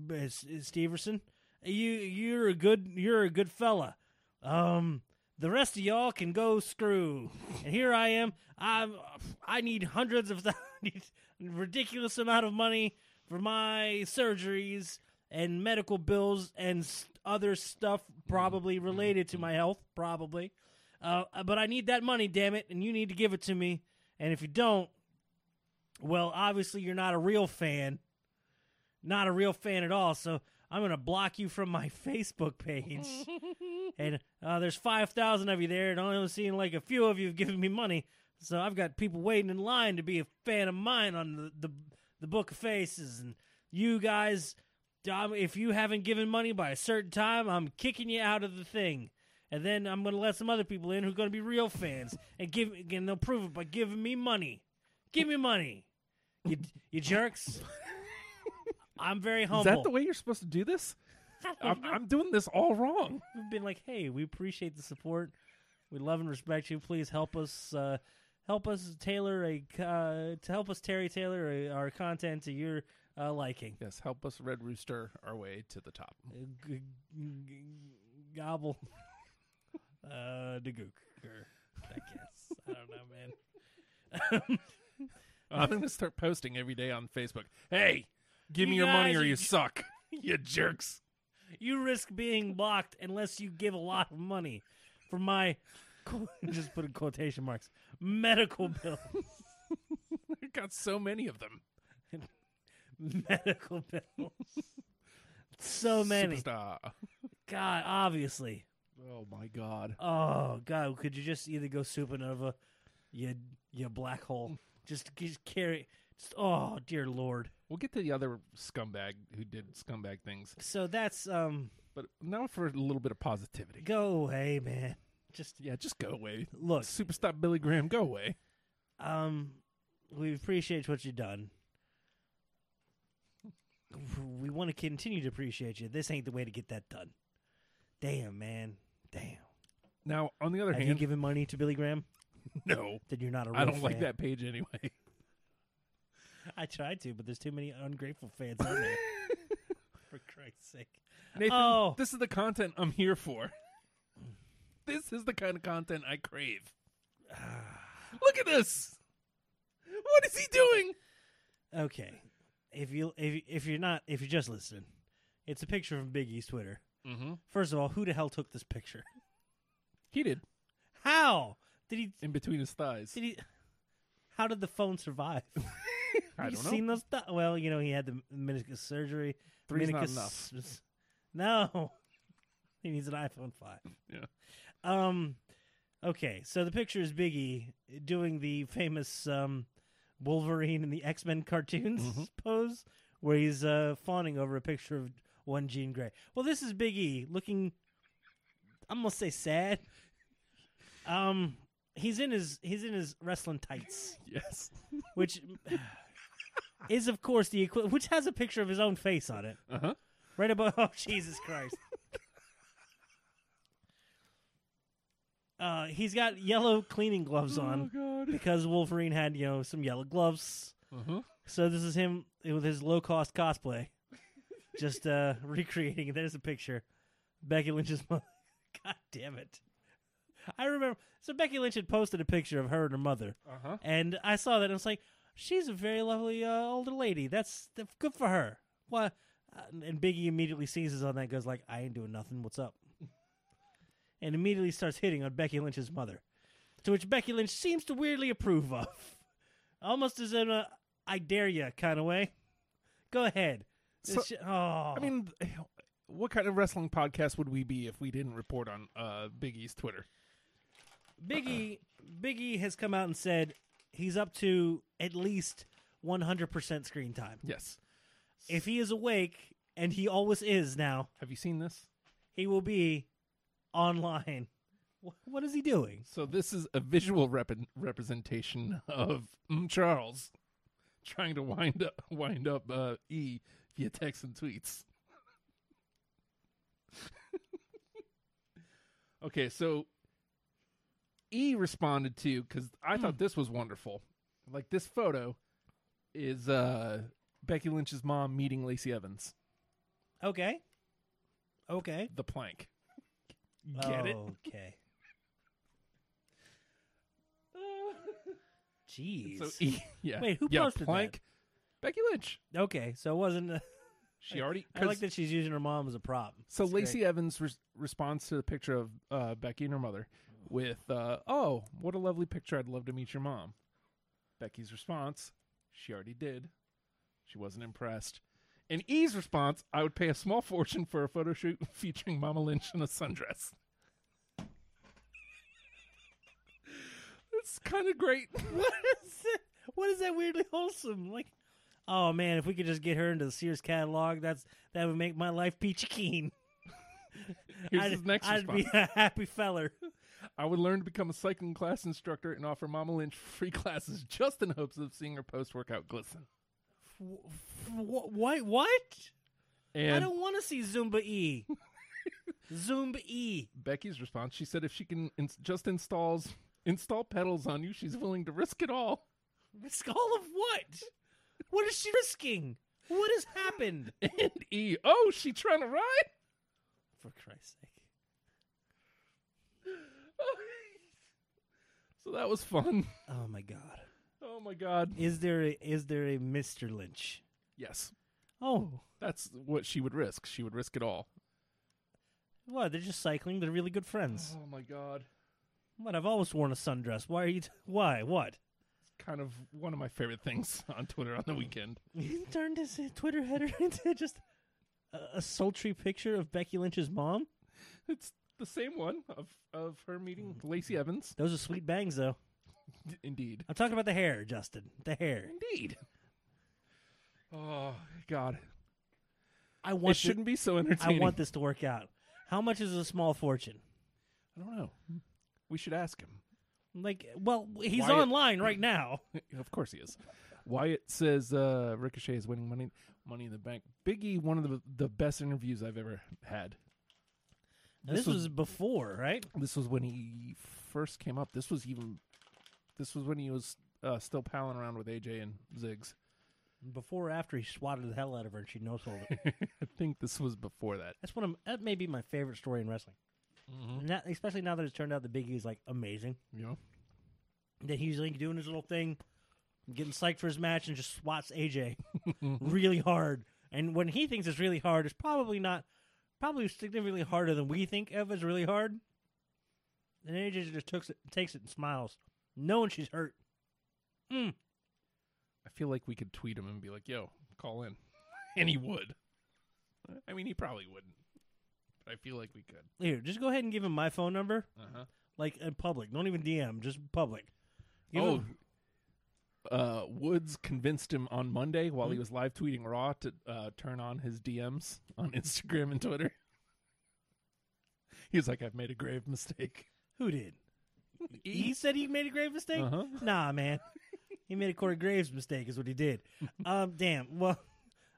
Speaker 1: B- S- Steverson, you you're a good you're a good fella. Um, the rest of y'all can go screw. And here I am. I [LAUGHS] I need hundreds of thousands, ridiculous amount of money for my surgeries and medical bills and s other stuff probably related to my health, probably. Uh, but I need that money, damn it, and you need to give it to me. And if you don't, well, obviously you're not a real fan, not a real fan at all. So I'm gonna block you from my [LAUGHS] Facebook page. and uh, there's five thousand of you there, and only seeing like a few of you have given me money. So I've got people waiting in line to be a fan of mine on the the, the Book of Faces, and you guys, um, if you haven't given money by a certain time, I'm kicking you out of the thing. And then I'm gonna let some other people in who are gonna be real fans, and give and they'll prove it by giving me money. Give me money, you you
Speaker 2: [LAUGHS]
Speaker 1: jerks. I'm very humble.
Speaker 2: Is that the way you're supposed to do [LAUGHS] this? I'm, I'm doing this all wrong.
Speaker 1: we've been like, hey, we appreciate the support. We love and respect you. Please help us. Uh, help us tailor a uh, to help us Terry tailor a, our content to your uh, liking.
Speaker 2: Yes. Help us, Red Rooster, our way to the top.
Speaker 1: Uh, g- g- gobble. [LAUGHS] uh, the gook. er, I guess I don't know, man.
Speaker 2: I'm going to start posting every day on Facebook. Hey, give me
Speaker 1: You
Speaker 2: your money
Speaker 1: guys
Speaker 2: or
Speaker 1: are
Speaker 2: you
Speaker 1: j-
Speaker 2: suck. [LAUGHS] you jerks. [LAUGHS]
Speaker 1: You risk being blocked unless you give a lot of money for my [LAUGHS] qu- just put in quotation marks medical bill. [LAUGHS]
Speaker 2: I got so many of them.
Speaker 1: medical bills. so many.
Speaker 2: Superstar.
Speaker 1: God, obviously.
Speaker 2: Oh my god.
Speaker 1: Oh God, could you just either go supernova, you you black hole, just just carry. Just, oh dear lord.
Speaker 2: We'll get to the other scumbag who did scumbag things,
Speaker 1: So that's um.
Speaker 2: but now for a little bit of positivity.
Speaker 1: Go away, man. Just
Speaker 2: Yeah, just go away.
Speaker 1: look.
Speaker 2: Superstar Billy Graham, go away.
Speaker 1: Um, we appreciate what you've done. We want to continue to appreciate you. This ain't the way to get that done. Damn, man. Damn.
Speaker 2: Now, on the other
Speaker 1: Have you
Speaker 2: hand,
Speaker 1: given money to Billy Graham?
Speaker 2: no,
Speaker 1: Then you're not a real
Speaker 2: I don't like
Speaker 1: fan.
Speaker 2: that
Speaker 1: [LAUGHS]
Speaker 2: page anyway.
Speaker 1: I tried to, but there's too many ungrateful fans on there. [LAUGHS] For Christ's sake.
Speaker 2: Nathan,
Speaker 1: Oh. Mm.
Speaker 2: this is the content I'm here for. This is the kind of content I crave. Look at this. What is he doing?
Speaker 1: [SIGHS] Okay. If you if if you're not if you're just listening, it's a picture from Biggie's Twitter.
Speaker 2: Mm-hmm.
Speaker 1: First of all, who the hell took this picture? [LAUGHS]
Speaker 2: He did
Speaker 1: How did he?
Speaker 2: in between his thighs.
Speaker 1: Did he? How did the phone survive? [LAUGHS]
Speaker 2: I
Speaker 1: Have you
Speaker 2: don't know.
Speaker 1: seen those? Th- well, you know he had the meniscus surgery.
Speaker 2: Three's
Speaker 1: [LAUGHS]
Speaker 2: not
Speaker 1: Menicus- No, he needs an iPhone five.
Speaker 2: Yeah.
Speaker 1: Um, okay, so the picture is Biggie doing the famous um, Wolverine in the X Men cartoons
Speaker 2: Mhm.
Speaker 1: [LAUGHS] pose, where he's uh, fawning over a picture of one Jean Grey. Well, this is Biggie looking. I'm gonna say sad. [LAUGHS] Um, he's in his he's in his wrestling tights,
Speaker 2: Yes.
Speaker 1: which is of course the equi- which has a picture of his own face on it.
Speaker 2: Uh huh.
Speaker 1: Right above. [LAUGHS] Oh, Jesus Christ. uh, he's got yellow cleaning gloves on
Speaker 2: Oh god.
Speaker 1: because Wolverine had, you know, some yellow gloves.
Speaker 2: Uh huh.
Speaker 1: So this is him with his low cost cosplay. Just uh [LAUGHS] recreating it. There's a picture. Becky Lynch's mother. [LAUGHS] God damn it. I remember so Becky Lynch had posted a picture of her and her mother.
Speaker 2: Uh huh.
Speaker 1: And I saw that and I was like, she's a very lovely uh, older lady. That's, that's good for her. Why? uh, And Biggie immediately seizes on that and goes like, I ain't doing nothing. What's up? [LAUGHS] and immediately starts hitting on Becky Lynch's mother, to which Becky Lynch seems to weirdly approve of. [LAUGHS] Almost as in a I dare you kind of way. Go ahead.
Speaker 2: So-
Speaker 1: It's- oh.
Speaker 2: I mean, what kind of wrestling podcast would we be if we didn't report on uh, Big E's Twitter?
Speaker 1: Biggie
Speaker 2: uh,
Speaker 1: Biggie has come out and said he's up to at least 100% screen time.
Speaker 2: Yes.
Speaker 1: if he is awake, and he always is now,
Speaker 2: Have you seen this?
Speaker 1: he will be online. Wh- What is he doing?
Speaker 2: So this is a visual rep- representation of mm, Charles trying to wind up wind up uh, E via text and tweets. [LAUGHS] okay, so E responded to because I
Speaker 1: Hmm.
Speaker 2: thought this was wonderful. Like this photo is uh, Becky Lynch's mom meeting Lacey Evans,
Speaker 1: Okay. Okay.
Speaker 2: the plank. Get
Speaker 1: Oh,
Speaker 2: it?
Speaker 1: Okay. Jeez.
Speaker 2: So E, [LAUGHS] yeah.
Speaker 1: Wait, who
Speaker 2: yeah,
Speaker 1: posted that?
Speaker 2: plank? Becky Lynch.
Speaker 1: okay, so it wasn't. uh,
Speaker 2: She already.
Speaker 1: I
Speaker 2: 'cause-
Speaker 1: like that she's using her mom as a prop.
Speaker 2: [LAUGHS] So
Speaker 1: It's great.
Speaker 2: Lacey Evans res- responds to the picture of uh, Becky and her mother with, uh, "Oh, what a lovely picture! I'd love to meet your mom." Becky's response: She already did. She wasn't impressed. And E's response: I would pay a small fortune for a photo shoot [LAUGHS] featuring Mama Lynch in a sundress. [LAUGHS] It's kind of
Speaker 1: [LAUGHS]
Speaker 2: great.
Speaker 1: What is that? What is that weirdly wholesome? Like, oh man, if we could just get her into the Sears catalog, that's that would make my life peachy keen.
Speaker 2: Here's
Speaker 1: I'd,
Speaker 2: his next
Speaker 1: I'd
Speaker 2: response:
Speaker 1: be [LAUGHS] a happy feller.
Speaker 2: I would learn to become a cycling class instructor and offer Mama Lynch free [LAUGHS] classes just in hopes of seeing her post-workout glisten.
Speaker 1: What? What? I
Speaker 2: And
Speaker 1: don't want to see Zumba E. Zumba E.
Speaker 2: Becky's response. She said if she can ins- just installs install pedals on you, she's willing to risk it all. [LAUGHS]
Speaker 1: Risk all of what? What is she risking? What has happened?
Speaker 2: And E, oh, she trying to ride. [LAUGHS]
Speaker 1: For Christ's sake.
Speaker 2: so that was fun. [LAUGHS]
Speaker 1: Oh my God.
Speaker 2: Oh my god.
Speaker 1: Is there a, is there a Mr. Lynch?
Speaker 2: Yes,
Speaker 1: Oh,
Speaker 2: that's what she would risk. She would risk it all.
Speaker 1: what? They're just cycling. They're really good friends.
Speaker 2: Oh my god.
Speaker 1: What? I've always worn a sundress. Why are you? T- why? What?
Speaker 2: It's kind of one of my favorite things [LAUGHS] on Twitter on the weekend.
Speaker 1: He turned his Twitter header [LAUGHS] into just a, a sultry picture of Becky Lynch's mom.
Speaker 2: It's the same one of of her meeting Lacey Evans.
Speaker 1: Those are sweet bangs, though.
Speaker 2: D- indeed.
Speaker 1: I'm talking about the hair, Justin. The hair.
Speaker 2: Indeed. Oh god.
Speaker 1: I
Speaker 2: It
Speaker 1: want. thi-
Speaker 2: shouldn't be so
Speaker 1: I
Speaker 2: entertaining.
Speaker 1: want this to work out. How much is a small fortune?
Speaker 2: I don't know. We should ask him. [LAUGHS]
Speaker 1: Like, well, he's
Speaker 2: Wyatt-
Speaker 1: online right
Speaker 2: [LAUGHS]
Speaker 1: now.
Speaker 2: of course he is. Wyatt says uh, Ricochet is winning money Money in the Bank. Biggie, one of the the best interviews I've ever had.
Speaker 1: This,
Speaker 2: was-
Speaker 1: was, before, right?
Speaker 2: This was when he first came up. This was even. This was when he was uh, still palling around with AJ and Ziggs. [LAUGHS]
Speaker 1: Before or after he swatted the hell out of her and she no sold
Speaker 2: [LAUGHS]
Speaker 1: it.
Speaker 2: I think this was before that.
Speaker 1: That's one of that may be my favorite story in wrestling.
Speaker 2: Mm-hmm.
Speaker 1: Not, especially now that it's turned out that Big E is like amazing.
Speaker 2: You know,
Speaker 1: That he's like doing his little thing, getting psyched for his match, and just swats
Speaker 2: [LAUGHS]
Speaker 1: AJ really hard. And when he thinks it's really hard, it's probably not, probably significantly harder than we think of as really hard. And AJ just takes it, takes it and smiles, knowing she's hurt. Mm.
Speaker 2: I feel like we could tweet him and [LAUGHS] be like, "Yo, call in," and he would. I mean, he probably wouldn't. but I feel like we could.
Speaker 1: Here, just go ahead and give him my phone number,
Speaker 2: Uh-huh.
Speaker 1: like in public. Don't even DM, just public. Give
Speaker 2: oh,
Speaker 1: him-
Speaker 2: uh, Woods convinced him on Monday while he was live tweeting Raw to uh, turn on his DMs on [LAUGHS] Instagram and Twitter. He was like, "I've made a grave mistake."
Speaker 1: who did?
Speaker 2: [LAUGHS]
Speaker 1: He said he made a grave mistake.
Speaker 2: Uh-huh.
Speaker 1: Nah, man, he made a Corey Graves mistake. Is what he did. um, damn. Well,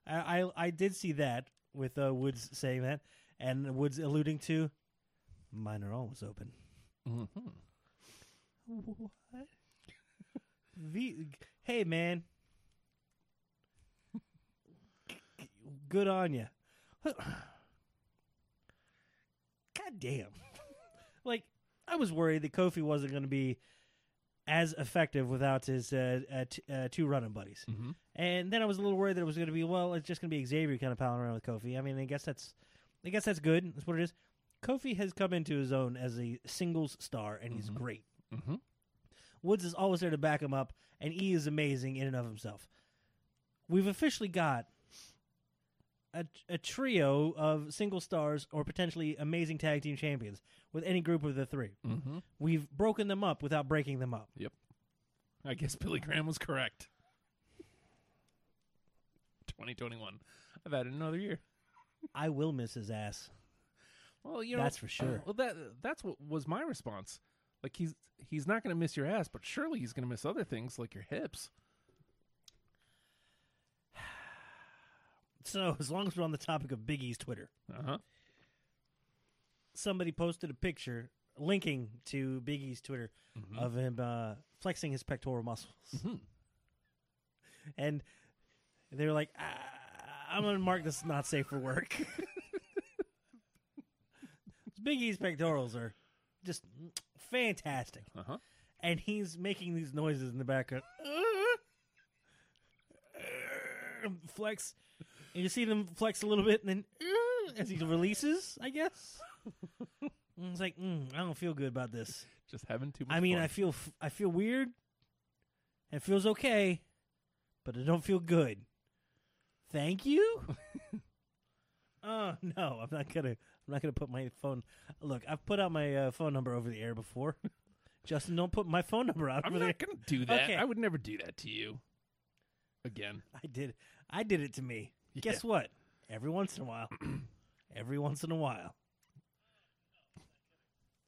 Speaker 1: I, I I did see that with uh, Woods saying that, and Woods alluding to mine are always open.
Speaker 2: Mhm.
Speaker 1: What? v- hey, man. Good on [SIGHS] you. God damn. [LAUGHS] like, I was worried that Kofi wasn't going to be as effective without his uh, uh, t- uh, two running buddies.
Speaker 2: Mhm.
Speaker 1: And then I was a little worried that it was going to be, well, it's just going to be Xavier kind of palling around with Kofi. I mean, I guess that's, I guess that's good. That's what it is. Kofi has come into his own as a singles star, and he's
Speaker 2: Mhm.
Speaker 1: great.
Speaker 2: Mhm.
Speaker 1: Woods is always there to back him up, and E is amazing in and of himself. We've officially got a, a trio of single stars or potentially amazing tag team champions with any group of the three.
Speaker 2: Mhm.
Speaker 1: We've broken them up without breaking them up.
Speaker 2: I guess Billy Graham was correct. 2021. I've had another year.
Speaker 1: I will miss his ass.
Speaker 2: Well, you know
Speaker 1: That's for sure.
Speaker 2: Well, that that's what was my response. Like he's he's not going to miss your ass, but surely he's going to miss other things like your hips.
Speaker 1: So, [LAUGHS] as long as we're on the topic of Biggie's Twitter,
Speaker 2: Uh huh.
Speaker 1: somebody posted a picture linking to Biggie's Twitter
Speaker 2: Mm-hmm.
Speaker 1: of him uh, flexing his pectoral muscles.
Speaker 2: Mhm.
Speaker 1: And they were like, ah, I'm going to mark this not safe for work. [LAUGHS] Biggie's pectorals are just fantastic.
Speaker 2: Uh huh.
Speaker 1: And he's making these noises in the background. [LAUGHS] flex. And you see them flex a little bit and then as he releases, I guess. And it's like, mm, I don't feel good about this.
Speaker 2: Just having too much.
Speaker 1: I mean,
Speaker 2: fun.
Speaker 1: I feel f- I feel weird. It feels okay, but I don't feel good. Thank
Speaker 2: [LAUGHS]
Speaker 1: you. uh no, I'm not gonna. I'm not gonna put my phone. Look, I've put out my uh, phone number over the air before. [LAUGHS] Justin, don't put my phone number out
Speaker 2: I'm
Speaker 1: over the air.
Speaker 2: not going to do that.
Speaker 1: Okay.
Speaker 2: I would never do that to you. Again.
Speaker 1: I did. I did it to me. Guess what? Every once in a while. [CLEARS THROAT] Every once in a
Speaker 2: [LAUGHS]
Speaker 1: while.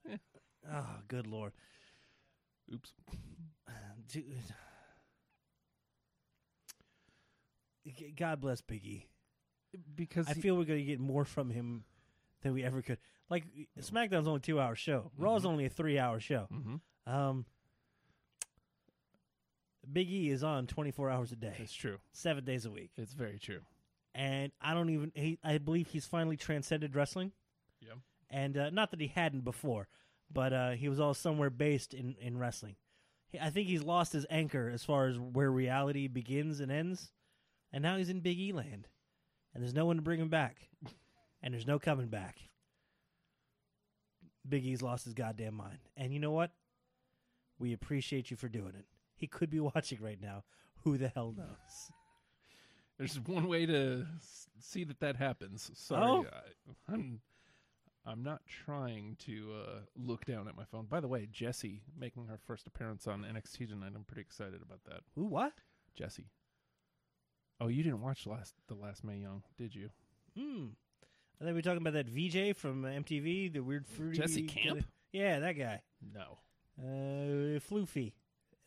Speaker 2: Yeah.
Speaker 1: oh, good lord.
Speaker 2: Oops.
Speaker 1: Dude. G- [SIGHS] God bless Biggie.
Speaker 2: Because
Speaker 1: I
Speaker 2: he-
Speaker 1: feel we're going to get more from him than we ever could. Like SmackDown's only a two-hour show. Raw's only a three-hour show.
Speaker 2: Mhm.
Speaker 1: Um, Big E is on twenty-four hours a day,
Speaker 2: it's true.
Speaker 1: seven days a week,
Speaker 2: It's very true.
Speaker 1: and I don't even. He, I believe he's finally transcended wrestling.
Speaker 2: Yeah.
Speaker 1: and uh, not that he hadn't before, but uh, he was all somewhere based in in wrestling. He, I think he's lost his anchor as far as where reality begins and ends, and now he's in Big E land, and there's no one to bring him back, and there's no coming back. Big E's lost his goddamn mind, and you know what? We appreciate you for doing it. He could be [LAUGHS] watching right now. Who the hell knows?
Speaker 2: There's one way to s- see that that happens. Sorry. I, I'm I'm not trying to uh, look down at my phone. By the way, Jesse making her first appearance on NXT tonight. I'm pretty excited about that.
Speaker 1: Who what?
Speaker 2: Jesse. Oh, you didn't watch last the last May Young, did you?
Speaker 1: Hmm. I think we were talking about that VJ from uh, MTV, the weird fruity
Speaker 2: Jesse Camp?
Speaker 1: yeah, that guy.
Speaker 2: No.
Speaker 1: Uh, floofy,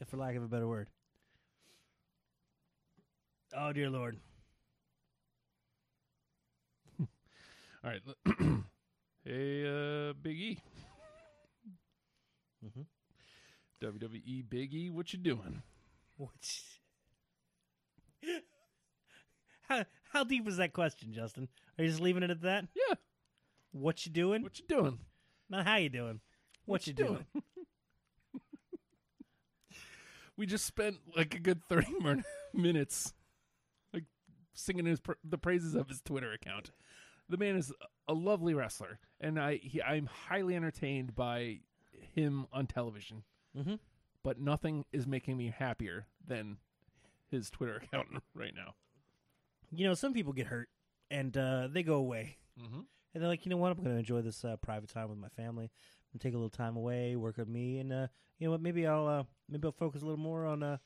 Speaker 1: for lack of a better word. Oh dear lord!
Speaker 2: All right. l- [CLEARS THROAT] hey, uh, Big E.
Speaker 1: Mhm.
Speaker 2: WWE Big E, what you doing?
Speaker 1: Which [LAUGHS] how how deep is that question, Justin? Are you just leaving it at that?
Speaker 2: Yeah,
Speaker 1: What you doing?
Speaker 2: what you doing?
Speaker 1: Not how you doing. What, you doing?
Speaker 2: we just spent like a good thirty [LAUGHS] min- minutes, like singing his pr- the praises of his Twitter account. The man is a lovely wrestler, and I he, I'm highly entertained by him on television.
Speaker 1: Mhm.
Speaker 2: But nothing is making me happier than his Twitter account [LAUGHS] right now.
Speaker 1: You know, some people get hurt and uh, they go away,
Speaker 2: Mm-hmm.
Speaker 1: and they're like, you know what, I'm going to enjoy this uh, private time with my family. I'm gonna take a little time away, work with me, and uh, you know what, maybe I'll uh, maybe I'll focus a little more on uh,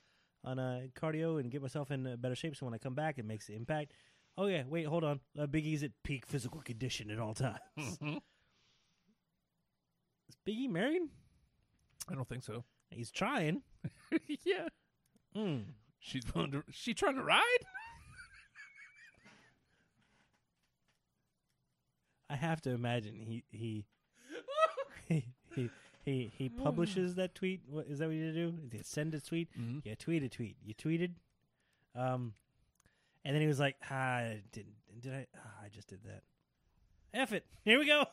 Speaker 1: on uh, cardio and get myself in uh, better shape. So when I come back, it makes the impact. Oh yeah, wait, hold on. Uh, Big E's at peak physical condition at all times. [LAUGHS]
Speaker 2: Hmm.
Speaker 1: Is
Speaker 2: Mm-hmm.
Speaker 1: Big E married?
Speaker 2: I don't think so. [LAUGHS]
Speaker 1: He's trying.
Speaker 2: yeah,
Speaker 1: Mm.
Speaker 2: she's willing to. She trying to ride.
Speaker 1: I have to imagine he he [LAUGHS] he he he, he publishes that tweet. What is that? What you do? You send a tweet.
Speaker 2: Mhm.
Speaker 1: Yeah, tweet a tweet. You tweeted, um, and then he was like, ah, "I didn't. Did I? ah, I just did that. F it. Here we go."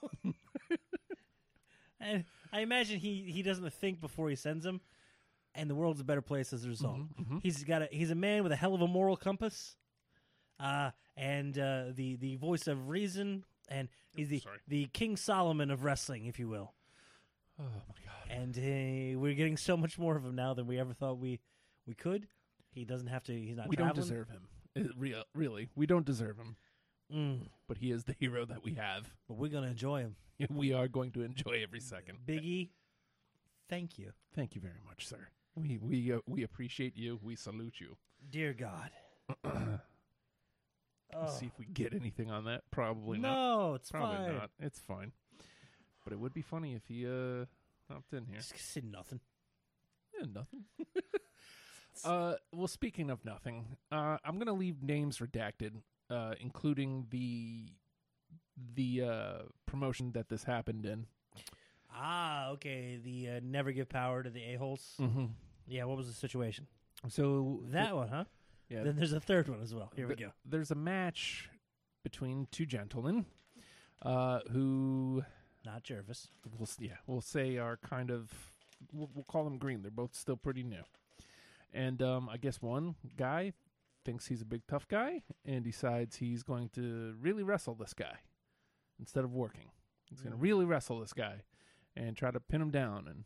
Speaker 1: and I imagine he he doesn't think before he sends them, and the world's a better place as a result. He's got a he's a man with a hell of a moral compass, uh, and uh, the the voice of reason, and he's the
Speaker 2: sorry.
Speaker 1: the King Solomon of wrestling, if you will
Speaker 2: Oh my god.
Speaker 1: and uh, we're getting so much more of him now than we ever thought we we could. He doesn't have to. He's not.
Speaker 2: We don't
Speaker 1: traveling.
Speaker 2: deserve him. It- real, really, we don't deserve him.
Speaker 1: Mm,
Speaker 2: But he is the hero that we have.
Speaker 1: but we're gonna enjoy him,
Speaker 2: [LAUGHS] We are going to enjoy every second.
Speaker 1: Biggie. Thank you,
Speaker 2: Thank you very much, sir. We we uh, we appreciate you. We salute you. [CLEARS THROAT]
Speaker 1: dear God.
Speaker 2: Let's
Speaker 1: Oh,
Speaker 2: see if we get anything on that. Probably not.
Speaker 1: no, it's
Speaker 2: Probably
Speaker 1: fine.
Speaker 2: not. It's fine. But it would be funny if he uh hopped in here.
Speaker 1: Just said nothing.
Speaker 2: Yeah, nothing. [LAUGHS] uh well speaking of nothing, uh I'm gonna leave names redacted, uh, including the the uh promotion that this happened in.
Speaker 1: Ah, okay. The uh, never give power to the a holes.
Speaker 2: Mm-hmm.
Speaker 1: Yeah, what was the situation?
Speaker 2: So
Speaker 1: That one, huh?
Speaker 2: yeah,
Speaker 1: Then there's a third one as well. Here we
Speaker 2: Th-
Speaker 1: go.
Speaker 2: There's a match between two gentlemen uh who
Speaker 1: Not Jervis.
Speaker 2: we'll, s- yeah, we'll say are kind of we'll, we'll call them green. They're both still pretty new, and um, I guess one guy thinks he's a big tough guy and decides he's going to really wrestle this guy instead of working. He's going to really wrestle this guy and try to pin him down. And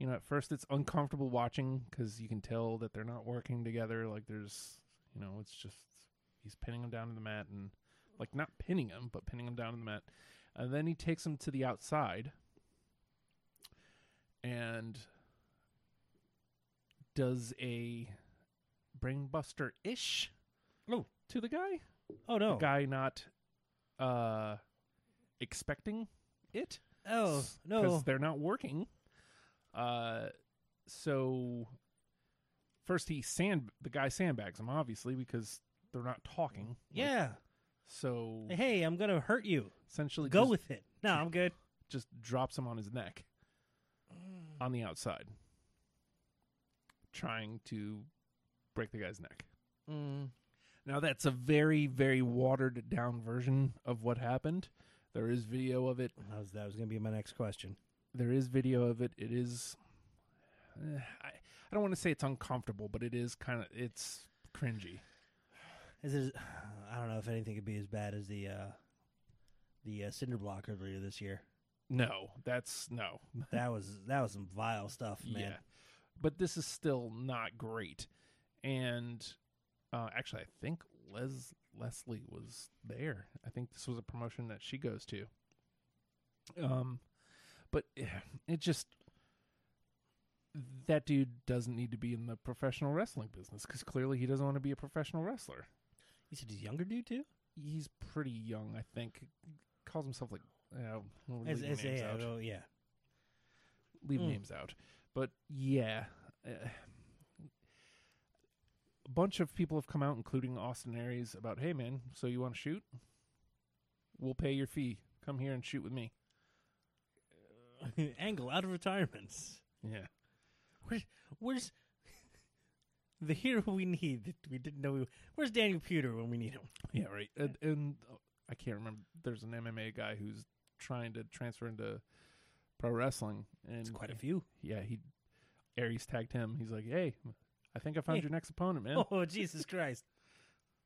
Speaker 2: you know, at first it's uncomfortable watching because you can tell that they're not working together. Like there's, you know, it's just he's pinning him down to the mat and like not pinning him, but pinning him down to the mat. And then he takes him to the outside and does a brainbuster ish
Speaker 1: Oh.
Speaker 2: to the guy.
Speaker 1: Oh no.
Speaker 2: The guy not uh expecting it
Speaker 1: Oh no.
Speaker 2: because they're not working. Uh, so first he sand the guy sandbags him obviously because they're not talking. Like,
Speaker 1: Yeah.
Speaker 2: so
Speaker 1: Hey, I'm gonna hurt you.
Speaker 2: essentially,
Speaker 1: Go
Speaker 2: just,
Speaker 1: with it. No, I'm
Speaker 2: [LAUGHS]
Speaker 1: good.
Speaker 2: just drops him on his neck on the outside, trying to break the guy's neck.
Speaker 1: Mm.
Speaker 2: Now that's a very very watered down version of what happened. There is video of it.
Speaker 1: That was, that was going to be my next question.
Speaker 2: there is video of it. It is, eh, I, I don't want to say it's uncomfortable, but it is kind of it's cringy.
Speaker 1: Is it, [SIGHS] I don't know if anything could be as bad as the uh, the uh, cinder block earlier this
Speaker 2: [LAUGHS]
Speaker 1: year.
Speaker 2: No, that's no,
Speaker 1: That was that was some vile stuff, man.
Speaker 2: yeah, but this is still not great. And uh, actually, I think Les Leslie was there. I think this was a promotion that she goes to. Um, but eh, it just that dude doesn't need to be in the professional wrestling business because clearly he doesn't want to be a professional wrestler.
Speaker 1: You said he's a younger dude too.
Speaker 2: he's pretty young, I think. Calls himself like uh, we'll
Speaker 1: As-
Speaker 2: leave
Speaker 1: as-
Speaker 2: names
Speaker 1: yeah,
Speaker 2: out.
Speaker 1: oh, yeah. [LAUGHS]
Speaker 2: Leave
Speaker 1: Mm.
Speaker 2: names out, but yeah, uh, a bunch of people have come out, including Austin Aries, about hey man, so you want to shoot? We'll pay your fee. Come here and shoot with me.
Speaker 1: Angle out of retirement.
Speaker 2: Yeah,
Speaker 1: Where's [LAUGHS] the hero we need that we didn't know? We, where's Daniel Pewter when we need him?
Speaker 2: yeah, right. And, and uh, I can't remember. There's an MMA guy who's trying to transfer into pro wrestling, and
Speaker 1: It's quite a few.
Speaker 2: yeah, he Aries tagged him. He's like, "Hey, I think I found
Speaker 1: Hey.
Speaker 2: your next opponent, man."
Speaker 1: [LAUGHS] Oh Jesus Christ!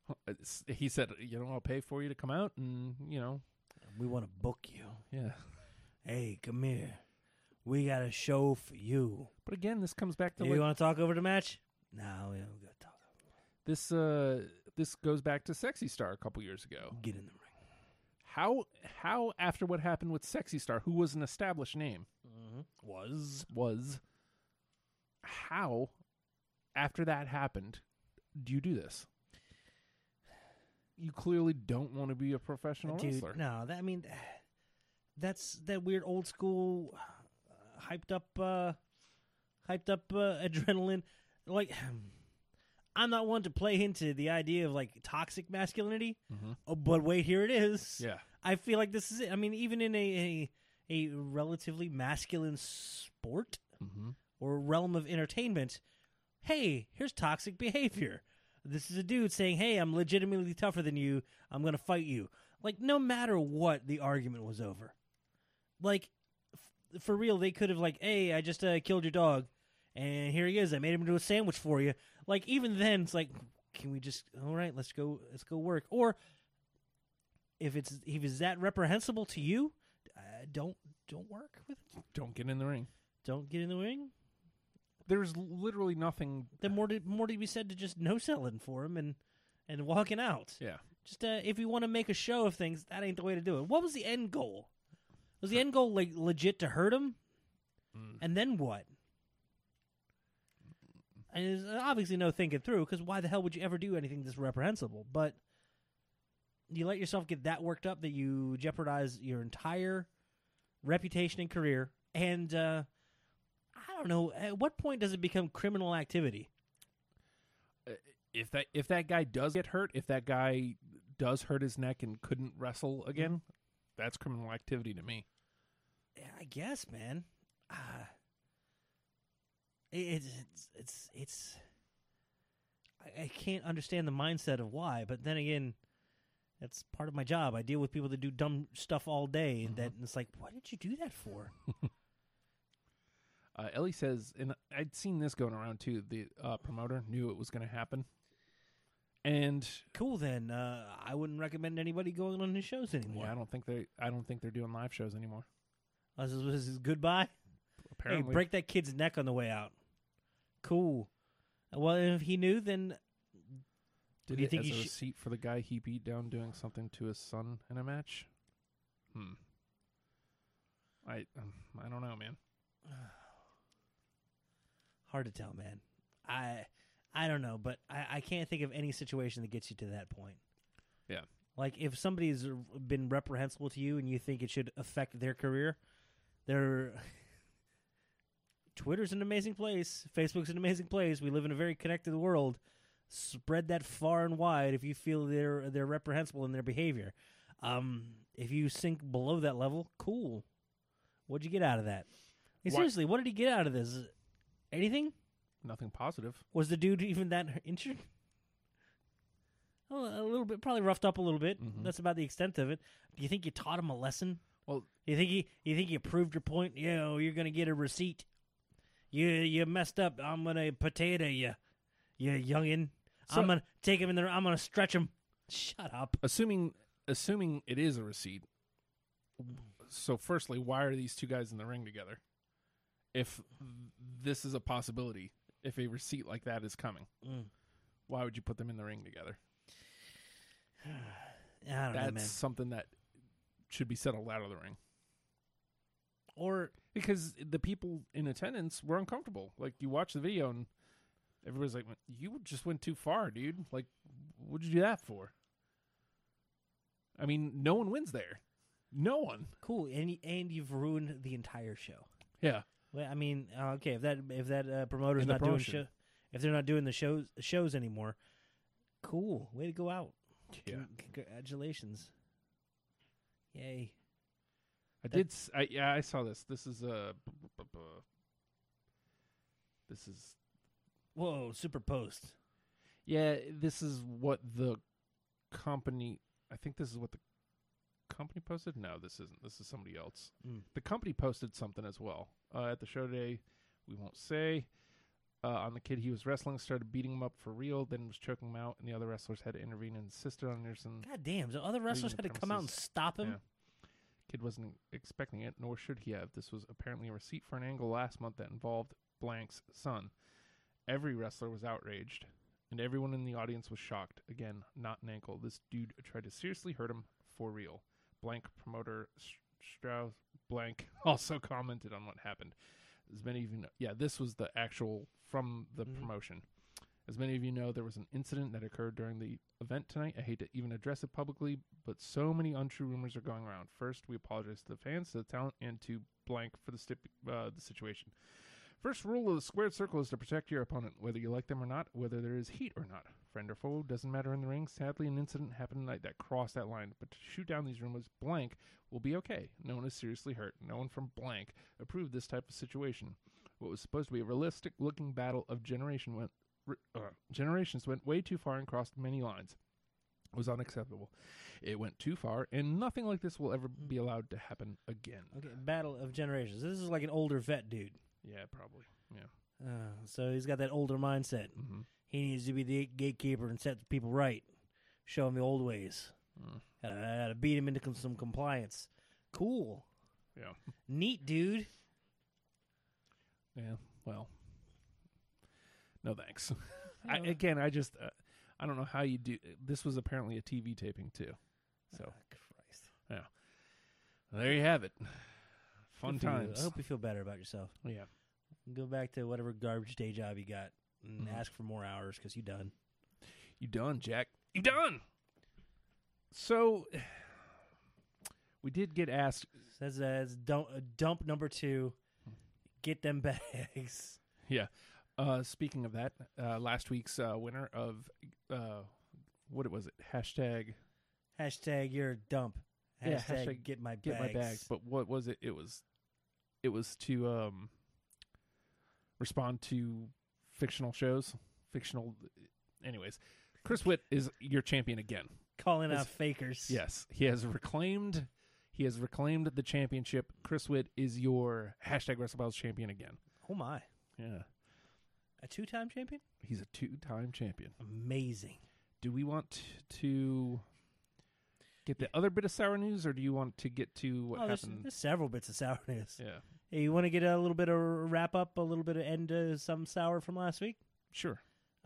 Speaker 2: [LAUGHS] It's- He said, "You know, I'll pay for you to come out, and you know,
Speaker 1: We want to book you.
Speaker 2: yeah."
Speaker 1: Hey, come here. We got a show for you.
Speaker 2: But again, this comes back to
Speaker 1: you
Speaker 2: like,
Speaker 1: want to talk over the match? No, we don't got to talk.
Speaker 2: this. Uh, this goes back to Sexy Star a couple years ago.
Speaker 1: Get in the ring.
Speaker 2: How how after what happened with Sexy Star, who was an established name,
Speaker 1: Mm-hmm. Was
Speaker 2: was how after that happened, do you do this? You clearly don't want to be a professional
Speaker 1: dude?
Speaker 2: wrestler.
Speaker 1: No, that I mean, [SIGHS] that's that weird old school, uh, hyped up, uh, hyped up uh, [LAUGHS] adrenaline. Like, [SIGHS] I'm not one to play into the idea of like toxic masculinity,
Speaker 2: Mhm.
Speaker 1: oh, but wait, here it is.
Speaker 2: Yeah.
Speaker 1: I feel like this is it. I mean, even in a a, a relatively masculine sport
Speaker 2: Mm-hmm.
Speaker 1: or realm of entertainment, hey, here's toxic behavior. This is a dude saying, "Hey, I'm legitimately tougher than you. I'm going to fight you." Like no matter what the argument was over. Like f- for real, they could have like, "Hey, I just uh, killed your dog." And here he is. I made him into a sandwich for you. Like even then it's like, "Can we just all right, let's go let's go work." Or if it's if it's that reprehensible to you, uh, don't don't work with it.
Speaker 2: Don't get in the ring.
Speaker 1: Don't get in the ring
Speaker 2: There's literally nothing.
Speaker 1: then more to, more to be said to just no selling for him and and walking out.
Speaker 2: Yeah.
Speaker 1: Just uh, if you want to make a show of things, that ain't the way to do it. What was the end goal? Was the end goal like legit to hurt him?
Speaker 2: Mm.
Speaker 1: And then what? And there's obviously no thinking through because why the hell would you ever do anything this reprehensible? But you let yourself get that worked up that you jeopardize your entire reputation and career. And uh, I don't know at what point does it become criminal activity?
Speaker 2: If that if that guy does get hurt, if that guy does hurt his neck and couldn't wrestle again, that's criminal activity to me.
Speaker 1: Yeah, I guess, man. Uh, it, it's it's it's. I, I can't understand the mindset of why, but then again, that's part of my job. I deal with people that do dumb stuff all day, and that and it's like, what did you do that for?
Speaker 2: Uh, Ellie says, and I'd seen this going around too. The uh, promoter knew it was going to happen, and
Speaker 1: cool, then. Uh, I wouldn't recommend anybody going on his shows anymore.
Speaker 2: yeah, I don't think they I don't think they're doing live shows anymore.
Speaker 1: Uh, this is- this is goodbye.
Speaker 2: Apparently,
Speaker 1: Hey, break that kid's neck on the way out. Cool. Well, if he knew, then
Speaker 2: did
Speaker 1: do you
Speaker 2: it
Speaker 1: think
Speaker 2: as
Speaker 1: he
Speaker 2: a
Speaker 1: sh-
Speaker 2: receipt for the guy he beat down doing something to his son in a match. Hmm. I um, I don't know, man.
Speaker 1: hard to tell, man. I I don't know, but I, I can't think of any situation that gets you to that point.
Speaker 2: Yeah.
Speaker 1: Like if somebody's r- been reprehensible to you and you think it should affect their career, their [LAUGHS] Twitter's an amazing place. Facebook's an amazing place. We live in a very connected world. Spread that far and wide if you feel they're they're reprehensible in their behavior. Um, if you sink below that level, cool. What'd you get out of that? Hey,
Speaker 2: Why-
Speaker 1: seriously, what did he get out of this? Anything?
Speaker 2: Nothing positive.
Speaker 1: Was the dude even that injured? Well, A little bit, probably roughed up a little bit.
Speaker 2: Mhm.
Speaker 1: That's about the extent of it. Do you think you taught him a lesson?
Speaker 2: Well-
Speaker 1: you think he, you think you proved your point? You know, you're gonna get a receipt. You, you messed up. I'm gonna potato you, you youngin.
Speaker 2: So-
Speaker 1: I'm gonna take him in there. I'm gonna stretch him. Shut up.
Speaker 2: assuming assuming it is a receipt so firstly why are these two guys in the ring together if this is a possibility if a receipt like that is coming
Speaker 1: Mm.
Speaker 2: why would you put them in the ring together
Speaker 1: I don't know,
Speaker 2: that's
Speaker 1: man.
Speaker 2: something that should be settled out of the ring
Speaker 1: Or
Speaker 2: because the people in attendance were uncomfortable like you watch the video and everybody's like you just went too far dude like what'd you do that for i mean no one wins there no one
Speaker 1: cool, and y- and you've ruined the entire show.
Speaker 2: yeah
Speaker 1: Well, I mean, uh, okay, if that if that uh, promoter's
Speaker 2: And the
Speaker 1: not doing
Speaker 2: promotion.
Speaker 1: show, if they're not doing the shows shows anymore, cool, way to go out.
Speaker 2: yeah
Speaker 1: Con- congratulations. Yay.
Speaker 2: I
Speaker 1: That-
Speaker 2: did. s- I yeah, I saw this. This is uh, b- b- b- b- this is
Speaker 1: Whoa, super post.
Speaker 2: yeah. This is what the company. I think this is what the company posted. No, this isn't. This is somebody else.
Speaker 1: Mm.
Speaker 2: The company posted something as well uh, at the show today. We won't say. Uh, on the kid he was wrestling, started beating him up for real, then was choking him out, and the other wrestlers had to intervene and insisted on Anderson.
Speaker 1: God damn, so other wrestlers
Speaker 2: the
Speaker 1: had to come out and
Speaker 2: premises.
Speaker 1: stop him.
Speaker 2: Yeah. Kid wasn't expecting it, nor should he have. This was apparently a receipt for an angle last month that involved Blank's son. Every wrestler was outraged, and everyone in the audience was shocked. Again, not an ankle. This dude tried to seriously hurt him for real. blank promoter S- Strauss blank [LAUGHS] also commented on what happened. As many of you know, yeah, this was the actual from the
Speaker 1: Mhm.
Speaker 2: promotion. As many of you know, there was an incident that occurred during the event tonight. I hate to even address it publicly, but so many untrue rumors are going around. First, we apologize to the fans, to the talent, and to blank for the stip- uh, the situation. First rule of the squared circle is to protect your opponent, whether you like them or not, whether there is heat or not. Friend or foe, doesn't matter in the ring. Sadly, an incident happened tonight that crossed that line, but to shoot down these rumors blank will be okay. No one is seriously hurt. No one from blank approved this type of situation. What was supposed to be a realistic looking battle of generation went, re- uh, generations went way too far and crossed many lines. It was unacceptable. It went too far, and nothing like this will ever be allowed to happen again.
Speaker 1: Okay, Battle of Generations. This is like an older vet dude.
Speaker 2: Yeah, probably. Yeah.
Speaker 1: Uh, so he's got that older mindset.
Speaker 2: hmm
Speaker 1: He needs to be the gatekeeper and set the people right, show him the old ways.
Speaker 2: Mm.
Speaker 1: Gotta, gotta beat him into com- some compliance. Cool.
Speaker 2: Yeah.
Speaker 1: Neat, dude.
Speaker 2: Yeah. Well, no thanks. [LAUGHS]
Speaker 1: I
Speaker 2: I,
Speaker 1: know.
Speaker 2: again, I just uh, I don't know how you do. This was apparently a TV taping too. So
Speaker 1: Ah, Christ.
Speaker 2: there you have it. Fun
Speaker 1: Uh, Good for you. Oh, I
Speaker 2: times.
Speaker 1: hope you feel better about yourself.
Speaker 2: Yeah.
Speaker 1: Go back to whatever garbage day job you got and
Speaker 2: Mhm.
Speaker 1: ask for more hours because you done.
Speaker 2: You done, Jack? You done? So we did get asked.
Speaker 1: So that's, that's dump, uh, dump number two. Get them [LAUGHS] bags.
Speaker 2: Uh, speaking of that, uh, last week's uh, winner of uh, what it was it hashtag
Speaker 1: Hashtag you're a dump. Hashtag,
Speaker 2: Yeah, hashtag
Speaker 1: get my bags.
Speaker 2: get my bags. But what was it? It was, it was to um, respond to fictional shows, fictional. Anyways, Chris Witt is your champion again.
Speaker 1: Calling
Speaker 2: It's-
Speaker 1: out fakers.
Speaker 2: Yes, he has reclaimed. He has reclaimed the championship. Chris Witt is your hashtag WrestleBiles champion again.
Speaker 1: Oh my.
Speaker 2: Yeah,
Speaker 1: A two time champion?
Speaker 2: he's a two-time champion.
Speaker 1: Amazing.
Speaker 2: Do we want to get the other bit of sour news, or do you want to get to what
Speaker 1: oh, there's,
Speaker 2: happened?
Speaker 1: there's several bits of sourness.
Speaker 2: yeah,
Speaker 1: Hey, you want to get a little bit of wrap up, a little bit of end to some sour from last week?
Speaker 2: sure.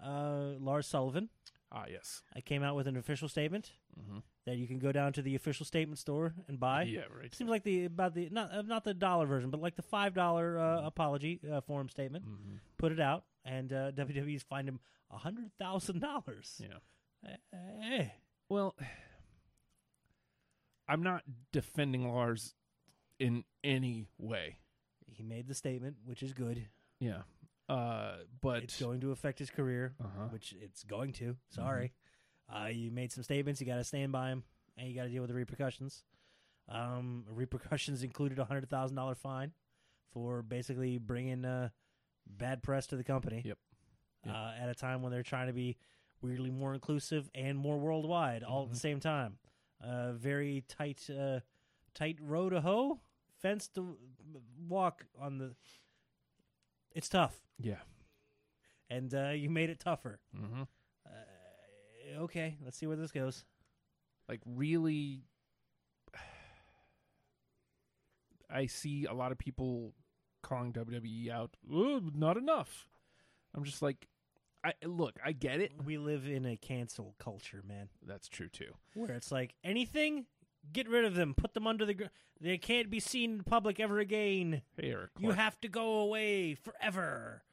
Speaker 1: Uh, Lars Sullivan
Speaker 2: Ah, yes.
Speaker 1: I came out with an official statement
Speaker 2: Mm-hmm.
Speaker 1: that you can go down to the official statement store and buy.
Speaker 2: yeah, right.
Speaker 1: Seems like the about the not uh, not the dollar version, but like the five dollar uh, apology uh, form statement.
Speaker 2: Mm-hmm.
Speaker 1: Put it out, and uh, WWE's fined him a hundred thousand dollars. Eh,
Speaker 2: Yeah.
Speaker 1: Hey,
Speaker 2: Well, I'm not defending Lars in any way.
Speaker 1: he made the statement, which is good.
Speaker 2: Yeah. Uh, but
Speaker 1: it's going to affect his career.
Speaker 2: uh-huh.
Speaker 1: which it's going to.
Speaker 2: Mm-hmm.
Speaker 1: Sorry, uh, you made some statements. You got to stand by them, and you got to deal with the repercussions. Um, repercussions [LAUGHS] included a hundred thousand dollar fine for basically bringing uh, bad press to the company.
Speaker 2: Yep. Yep.
Speaker 1: Uh, at a time when they're trying to be weirdly more inclusive and more worldwide, all at the
Speaker 2: Mhm.
Speaker 1: same time. Uh, very tight, uh, tight road to hoe, fence to walk on the. It's tough,
Speaker 2: yeah.
Speaker 1: and uh, you made it tougher
Speaker 2: Mm-hmm.
Speaker 1: uh, okay, let's see where this goes.
Speaker 2: Like really, [SIGHS] I see a lot of people calling WWE out. Ooh, not enough. I'm just like, I look. I get it.
Speaker 1: We live in a cancel culture, man,
Speaker 2: That's true too.
Speaker 1: where it's like anything, get rid of them, put them under the ground. They can't be seen in public ever again.
Speaker 2: Hey, Eric.
Speaker 1: You
Speaker 2: Clark.
Speaker 1: have to go away forever.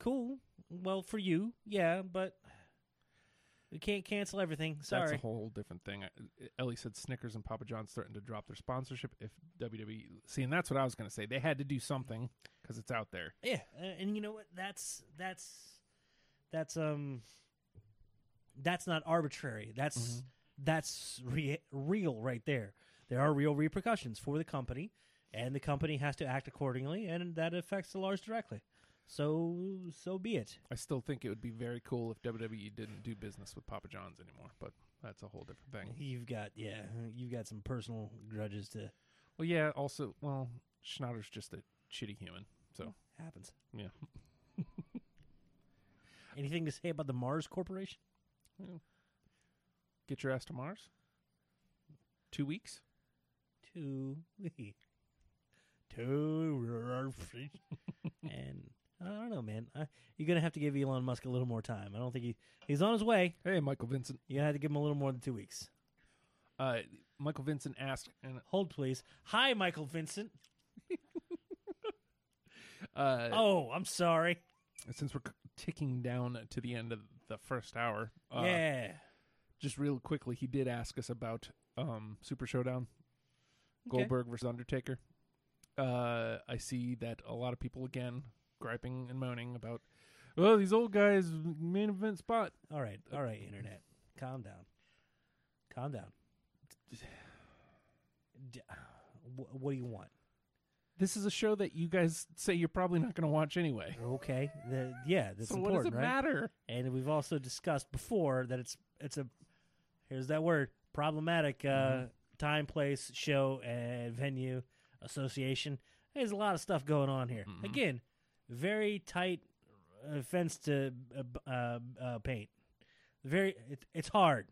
Speaker 1: Cool. Well, for you, yeah, but we can't cancel everything.
Speaker 2: That's a
Speaker 1: Sorry.
Speaker 2: whole different thing. I- Ellie said Snickers and Papa John's threatened to drop their sponsorship if WWE. See, and that's what I was going to say. They had to do something because it's out there.
Speaker 1: Yeah, uh, and you know what? That's that's that's um that's not arbitrary. That's
Speaker 2: Mhm.
Speaker 1: that's re- real right there. There are real repercussions for the company, and the company has to act accordingly, and that affects the large directly. So so be it.
Speaker 2: I still think it would be very cool if WWE didn't do business with Papa John's anymore, but that's a whole different thing.
Speaker 1: You've got yeah, you've got some personal grudges to
Speaker 2: Well, yeah. Also, well, Schnatter's just a shitty human. So
Speaker 1: happens.
Speaker 2: yeah,
Speaker 1: Anything to say about the Mars Corporation?
Speaker 2: get your ass to Mars. Two weeks.
Speaker 1: Two two and I don't know, man. I, you're gonna have to give Elon Musk a little more time. I don't think he he's on his way.
Speaker 2: Hey, Michael Vincent.
Speaker 1: You're gonna have to give him a little more than two weeks.
Speaker 2: Uh, Michael Vincent asked, and
Speaker 1: Hold, please. Hi, Michael Vincent.
Speaker 2: uh,
Speaker 1: Oh, I'm sorry.
Speaker 2: since we're c- ticking down to the end of the first hour, uh,
Speaker 1: yeah.
Speaker 2: just real quickly, he did ask us about um, Super Showdown,
Speaker 1: Okay.
Speaker 2: Goldberg versus Undertaker. Uh, I see that a lot of people again griping and moaning about, oh, these old guys main event spot.
Speaker 1: All right. All right,
Speaker 2: uh,
Speaker 1: internet. Calm down. Calm down. D- wh- what do you want?
Speaker 2: This is a show that you guys say you're probably not going to watch anyway.
Speaker 1: Okay. The, yeah, that's
Speaker 2: so what
Speaker 1: important,
Speaker 2: does it
Speaker 1: right?
Speaker 2: matter?
Speaker 1: And we've also discussed before that it's it's a here's that word problematic uh,
Speaker 2: Mm-hmm.
Speaker 1: time, place, show, and venue association. There's a lot of stuff going on here.
Speaker 2: Mhm.
Speaker 1: Again, very tight uh, fence to uh, b- uh, uh, paint. Very, it, it's hard,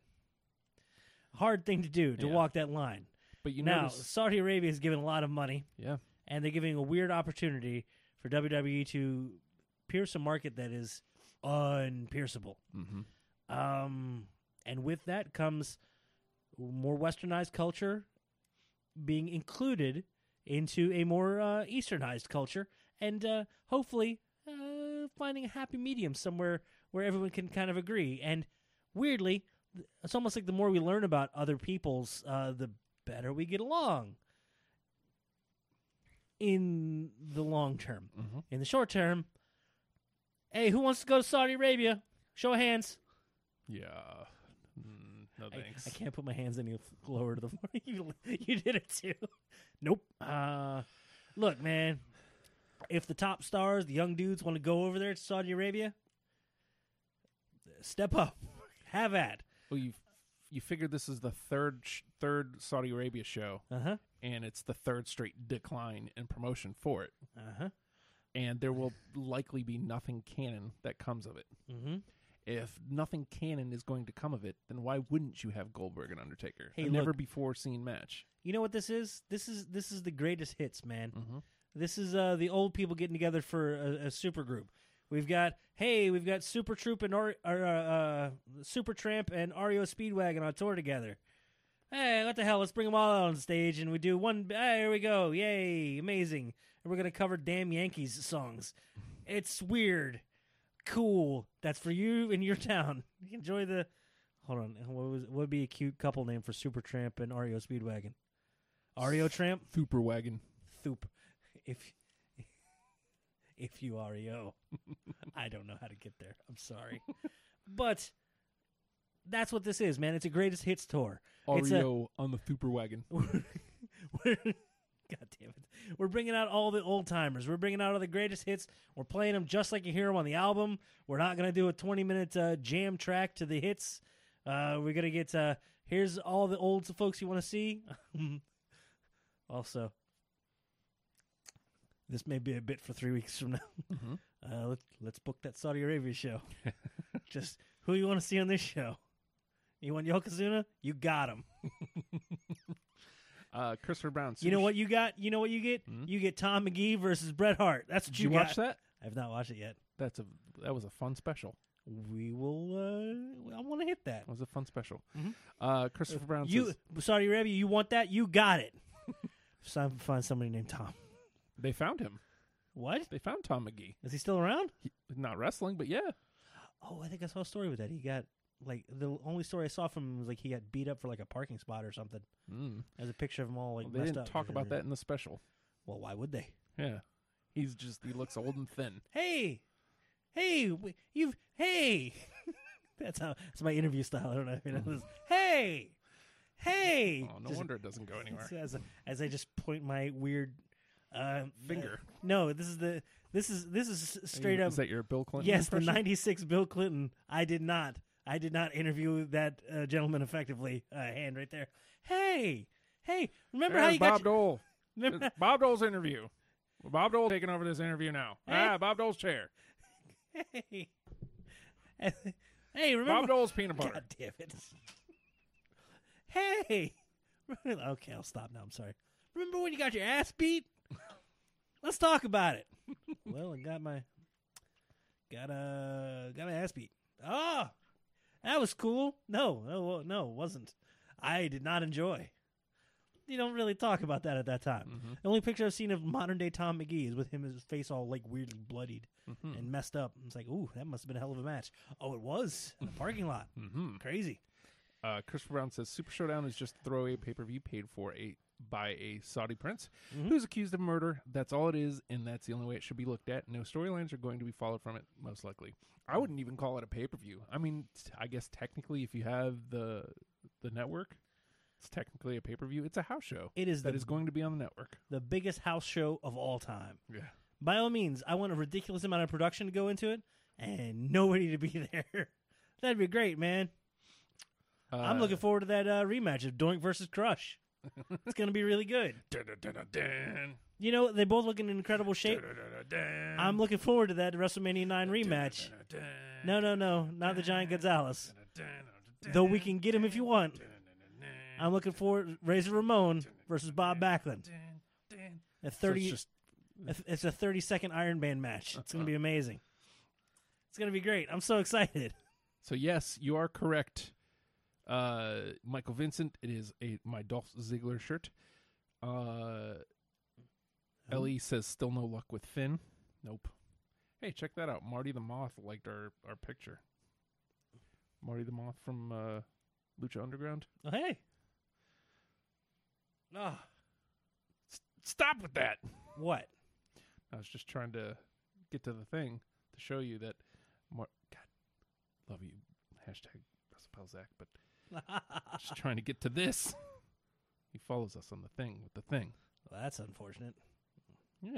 Speaker 1: hard thing to do to
Speaker 2: Yeah.
Speaker 1: walk that line.
Speaker 2: But you
Speaker 1: now,
Speaker 2: notice,
Speaker 1: Saudi Arabia is giving a lot of money
Speaker 2: yeah,
Speaker 1: and they're giving a weird opportunity for WWE to pierce a market that is unpierceable.
Speaker 2: mm-hmm.
Speaker 1: Um, and with that comes more westernized culture being included into a more uh, easternized culture, and uh, hopefully uh, finding a happy medium somewhere where everyone can kind of agree. And weirdly, th- it's almost like the more we learn about other peoples, uh, the better we get along in the long term.
Speaker 2: Mm-hmm.
Speaker 1: In the short term, hey, who wants to go to Saudi Arabia? Show of hands.
Speaker 2: yeah. Mm, no
Speaker 1: I-
Speaker 2: thanks.
Speaker 1: I, can't put my hands any f- lower to the [LAUGHS] floor. you, you did it too. [LAUGHS] Nope. Uh, look, man. If the top stars, the young dudes, want to go over there to Saudi Arabia, step up. [LAUGHS] Have at.
Speaker 2: Well, you you figured this is the third sh- third Saudi Arabia show,
Speaker 1: Uh huh.
Speaker 2: and it's the third straight decline in promotion for it,
Speaker 1: Uh huh.
Speaker 2: and there will likely be nothing canon that comes of it.
Speaker 1: Mm-hmm.
Speaker 2: If nothing canon is going to come of it, then why wouldn't you have Goldberg and Undertaker?
Speaker 1: Hey,
Speaker 2: a
Speaker 1: look.
Speaker 2: never before seen match.
Speaker 1: You know what this is? This is this is the greatest hits, man.
Speaker 2: Mm-hmm.
Speaker 1: This is uh, the old people getting together for a, a super group. We've got hey, we've got Super Troop and Ar- or, uh, uh, Super Tramp and REO Speedwagon on tour together. Hey, what the hell? Let's bring them all out on stage and we do one. Hey, here we go! Yay, amazing! And we're gonna cover damn Yankees songs. It's weird, cool. That's for you in your town. [LAUGHS] Enjoy the. Hold on, what was what would be a cute couple name for Super Tramp and REO Speedwagon? REO Tramp.
Speaker 2: Super wagon.
Speaker 1: Thoop. [LAUGHS] If if you are yo, [LAUGHS] I don't know how to get there. I'm sorry, but that's what this is, man. It's a greatest hits tour. It's a-
Speaker 2: REO E on the super wagon.
Speaker 1: [LAUGHS] We're, God damn it. We're bringing out all the old timers. We're bringing out all the greatest hits. We're playing them just like you hear them on the album. We're not going to do a 20 minute uh, jam track to the hits. Uh, we're going to get uh, here's all the old folks you want to see. [LAUGHS] also, this may be a bit for three weeks from now.
Speaker 2: Mhm.
Speaker 1: [LAUGHS] Uh, let, let's book that Saudi Arabia show. [LAUGHS] Just who you want to see on this show? You want Yokozuna? You got him.
Speaker 2: Uh, Christopher Brown.
Speaker 1: You know
Speaker 2: Super-
Speaker 1: what you got? You know what you get?
Speaker 2: Hmm?
Speaker 1: You get Tom McGee versus Bret Hart. That's what
Speaker 2: Did you
Speaker 1: got.
Speaker 2: watch that?
Speaker 1: I have not watched it yet.
Speaker 2: That's a that was a fun special.
Speaker 1: We will. Uh, I want to hit that.
Speaker 2: That was a fun special.
Speaker 1: Mhm.
Speaker 2: Uh, Christopher Brown.
Speaker 1: You
Speaker 2: says,
Speaker 1: Saudi Arabia? You want that? You got it. [LAUGHS] Some, find somebody named Tom.
Speaker 2: they found him.
Speaker 1: What?
Speaker 2: They found Tom McGee.
Speaker 1: Is he still around?
Speaker 2: Not wrestling, but yeah.
Speaker 1: Oh, I think I saw a story with that. He got like the only story I saw from him was like he got beat up for like a parking spot or something.
Speaker 2: Mm.
Speaker 1: There's a picture of him all like
Speaker 2: Well, they
Speaker 1: messed
Speaker 2: didn't
Speaker 1: up.
Speaker 2: talk about that in the special.
Speaker 1: Well, why would they?
Speaker 2: Yeah, he's just he looks old and thin.
Speaker 1: Hey, hey, w- you've hey. [LAUGHS] that's how. That's my interview style. I don't know if you know this. Hey, hey.
Speaker 2: Oh, no
Speaker 1: Just-
Speaker 2: wonder it doesn't go anywhere.
Speaker 1: [LAUGHS] As, as I just point my weird uh,
Speaker 2: Finger.
Speaker 1: uh, no, this is the this is this is s- straight up.
Speaker 2: Is that your Bill Clinton?
Speaker 1: yes, the
Speaker 2: impression?
Speaker 1: '96 Bill Clinton. I did not. I did not interview that uh, gentleman effectively. Uh, hand right there. Hey, hey. Remember how
Speaker 2: There's
Speaker 1: you
Speaker 2: Bob
Speaker 1: got? your-
Speaker 2: Dole.
Speaker 1: [LAUGHS] remember,
Speaker 2: It's Bob Dole's interview. Bob Dole taking over this interview now.
Speaker 1: Eh?
Speaker 2: Ah, Bob Dole's chair.
Speaker 1: hey, [LAUGHS] hey. Remember
Speaker 2: Bob Dole's peanut
Speaker 1: God
Speaker 2: butter.
Speaker 1: damn it. [LAUGHS] hey! okay, I'll stop now. I'm sorry. Remember when you got your ass beat? Let's talk about it. [LAUGHS] well, I got my got uh got my ass beat. Ah, that was cool. No, no, no, it wasn't. I did not enjoy. you don't really talk about that at that time.
Speaker 2: Mhm.
Speaker 1: The only picture I've seen of modern day Tom McGee is with him his face all like weirdly bloodied
Speaker 2: Mhm.
Speaker 1: and messed up. It's like, ooh, that must have been a hell of a match. Oh, it was in a parking lot.
Speaker 2: Mhm.
Speaker 1: Crazy.
Speaker 2: Uh, Christopher Brown says Super Showdown is just throwaway pay per view paid for a by a Saudi prince
Speaker 1: Mhm.
Speaker 2: who's accused of murder. That's all it is, and that's the only way it should be looked at. No storylines are going to be followed from it, most likely. I wouldn't even call it a pay per view. I mean, t- I guess technically, if you have the the network, it's technically a pay per view. It's a house show
Speaker 1: It is the,
Speaker 2: that is going to be on the network.
Speaker 1: the biggest house show of all time.
Speaker 2: Yeah.
Speaker 1: By all means, I want a ridiculous amount of production to go into it and [LAUGHS] nobody to be there. [LAUGHS] That'd be great, man.
Speaker 2: Uh,
Speaker 1: I'm looking forward to that uh, rematch of Doink versus Crush. it's going to be really good.
Speaker 2: Dun, dun, dun, dun, dun.
Speaker 1: You know, they both look in incredible shape.
Speaker 2: Dun, dun, dun, dun.
Speaker 1: I'm looking forward to that WrestleMania 9 rematch.
Speaker 2: Dun, dun, dun,
Speaker 1: No, no, no, not the Giant Gonzalez.
Speaker 2: dun, dun, dun, dun,
Speaker 1: Though we can get him if you want.
Speaker 2: dun, dun, dun, dun.
Speaker 1: I'm looking forward Razor Ramon versus Bob Backlund. A
Speaker 2: So it's
Speaker 1: 30
Speaker 2: just-
Speaker 1: it's- it's a 30 second Iron Man match. It's going to be amazing. It's going to be great. I'm so [LAUGHS] excited.
Speaker 2: so yes, you are correct. Uh, Michael Vincent, it is a my Dolph Ziggler shirt. Uh, Ellie says still no luck with Finn. Nope. Hey, check that out. Marty the Moth liked our our picture. Marty the Moth from uh, Lucha Underground.
Speaker 1: Oh, hey. Oh,
Speaker 2: Ah. Stop with that.
Speaker 1: what? [LAUGHS]
Speaker 2: I was just trying to get to the thing to show you that. Mar- God, love you. Hashtag Russell Zach, but
Speaker 1: [LAUGHS]
Speaker 2: just trying to get to this. He follows us on the thing with the thing.
Speaker 1: Well, that's unfortunate.
Speaker 2: Yeah,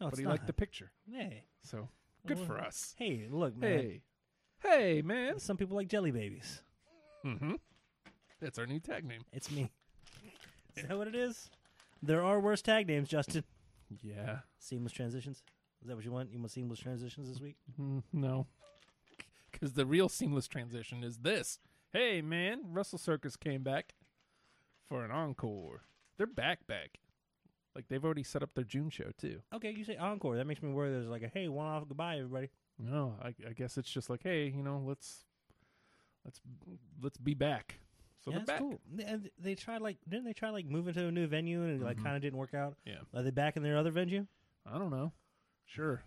Speaker 1: No,
Speaker 2: but
Speaker 1: it's
Speaker 2: he
Speaker 1: not.
Speaker 2: liked the picture,
Speaker 1: hey.
Speaker 2: so good
Speaker 1: Well,
Speaker 2: for us.
Speaker 1: Hey, look, man.
Speaker 2: Hey, hey, man.
Speaker 1: Some people like jelly babies.
Speaker 2: Mm-hmm. That's our new tag name.
Speaker 1: It's me. [LAUGHS] Is that what it is? There are worse tag names, Justin.
Speaker 2: Yeah.
Speaker 1: Seamless transitions. Is that what you want? You want seamless transitions this week?
Speaker 2: Mm, no, because the real seamless transition is this. Hey, man, Russell Circus came back for an encore. They're back, back. Like they've already set up their June show too.
Speaker 1: Okay, you say encore. That makes me worry. There's like a hey, one off, goodbye, everybody.
Speaker 2: No, I, I guess it's just like, hey, you know, let's let's let's be back. So
Speaker 1: yeah,
Speaker 2: they're
Speaker 1: that's
Speaker 2: back.
Speaker 1: cool. They- And they tried like didn't they try like moving to a new venue and it like kind of didn't work out?
Speaker 2: Yeah.
Speaker 1: Are they back in their other venue?
Speaker 2: I don't know. Sure.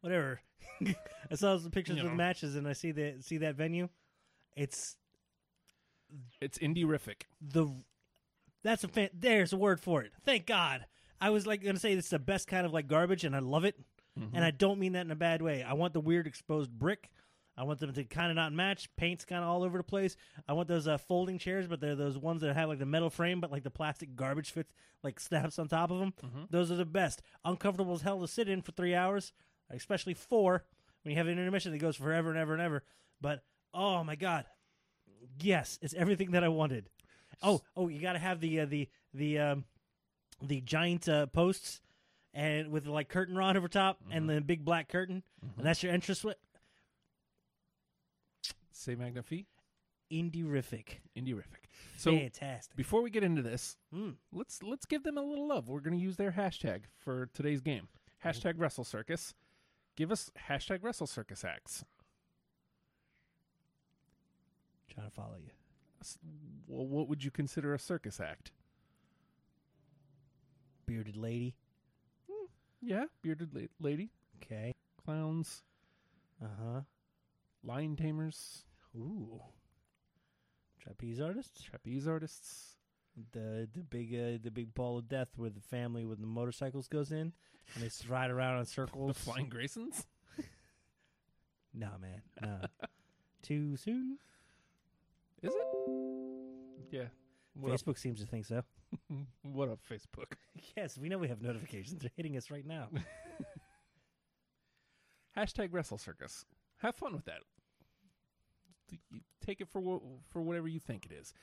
Speaker 1: Whatever. [LAUGHS] I saw some pictures
Speaker 2: You
Speaker 1: of the
Speaker 2: know.
Speaker 1: matches and I see that see that venue. It's
Speaker 2: It's indie rific.
Speaker 1: the that's a fan, there's a word for it. Thank God. I was like gonna say it's the best kind of like garbage, and I love it. And I don't mean that in a bad way. I want the weird exposed brick. I want them to kind of not match. Paint's kind of all over the place. I want those uh, folding chairs, but they're those ones that have like the metal frame, but like the plastic garbage fits like snaps on top of them. Those are the best. Uncomfortable as hell to sit in for three hours, especially four when you have an intermission that goes forever and ever and ever. But oh my god, yes, it's everything that I wanted. Oh, oh, you got to have the uh, the the um, the giant uh, posts and with like curtain rod over top and
Speaker 2: Mm-hmm.
Speaker 1: the big black curtain, and that's your entrance. Wi-
Speaker 2: Say Magnifi.
Speaker 1: Indie rific,
Speaker 2: Indie rific. So
Speaker 1: fantastic.
Speaker 2: before we get into this,
Speaker 1: Mm.
Speaker 2: let's let's give them a little love. We're gonna use their hashtag for today's game. Hashtag Wrestle Circus. Give us hashtag Wrestle Circus acts.
Speaker 1: Trying to follow you.
Speaker 2: S- Well, what would you consider a circus act?
Speaker 1: Bearded lady.
Speaker 2: Yeah, bearded la- lady,
Speaker 1: Okay.
Speaker 2: clowns,
Speaker 1: Uh huh.
Speaker 2: lion tamers,
Speaker 1: Ooh. Trapeze artist.
Speaker 2: trapeze artists.
Speaker 1: The the big uh, the big ball of death where the family with the motorcycles goes in and they s- ride around in
Speaker 2: The
Speaker 1: circles.
Speaker 2: [LAUGHS] Flying Graysons?
Speaker 1: No man, no. Too soon.
Speaker 2: Is it? Yeah. What
Speaker 1: Facebook seems to think so. [LAUGHS]
Speaker 2: up, what up, Facebook?
Speaker 1: Yes, we know we have notifications. They're hitting us right now.
Speaker 2: Hashtag Wrestle Circus. Have fun with that. Th- you Take it for wh- for whatever you think it is.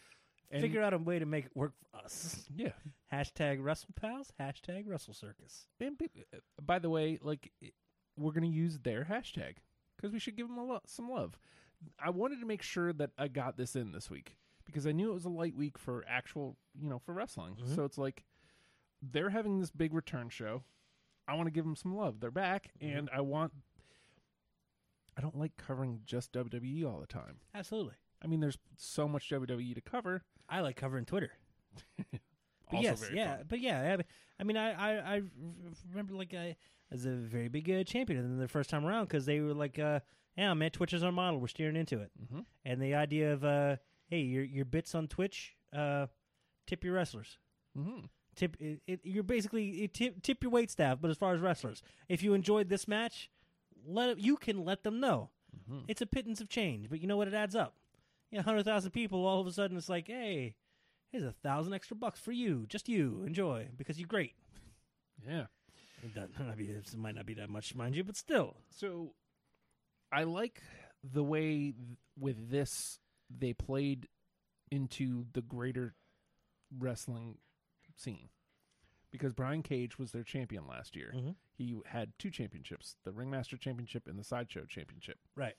Speaker 2: And-
Speaker 1: Figure out a way to make it work for us. [LAUGHS]
Speaker 2: yeah.
Speaker 1: Hashtag WrestlePals. Hashtag WrestleCircus.
Speaker 2: And be- uh, by the way, like i- we're gonna use their hashtag because we should give them a lo- some love. I wanted to make sure that I got this in this week because I knew it was a light week for actual, you know, for wrestling.
Speaker 1: Mhm.
Speaker 2: So it's like they're having this big return show. I want to give them some love. They're back,
Speaker 1: Mhm.
Speaker 2: and I want. I don't like covering just WWE all the time.
Speaker 1: Absolutely.
Speaker 2: I mean, there's so much WWE to cover.
Speaker 1: I like covering Twitter. But
Speaker 2: also
Speaker 1: yes,
Speaker 2: very
Speaker 1: yeah,
Speaker 2: fun.
Speaker 1: but yeah, I, I mean, I, I, I r- remember like I was a very big uh, champion, and then the first time around because they were like, uh, "Yeah, man, Twitch is our model. We're steering into it."
Speaker 2: Mhm.
Speaker 1: And the idea of, uh, "Hey, your your bits on Twitch, uh, tip your wrestlers.
Speaker 2: Mhm.
Speaker 1: Tip it, it, you're basically it tip tip your wait staff, but as far as wrestlers, if you enjoyed this match, let you can let them know.
Speaker 2: Mhm.
Speaker 1: It's a pittance of change, but you know what? It adds up. You know, hundred thousand people, all of a sudden, it's like, hey, here's a thousand extra bucks for you, just you, enjoy because you're great.
Speaker 2: Yeah.
Speaker 1: It, doesn't, [LAUGHS] I mean, it might not be that much, mind you, but still,
Speaker 2: So I like the way th- with this they played into the greater wrestling scene because Brian Cage was their champion last year.
Speaker 1: Mhm.
Speaker 2: He had two championships, the Ringmaster Championship and the Sideshow Championship.
Speaker 1: right?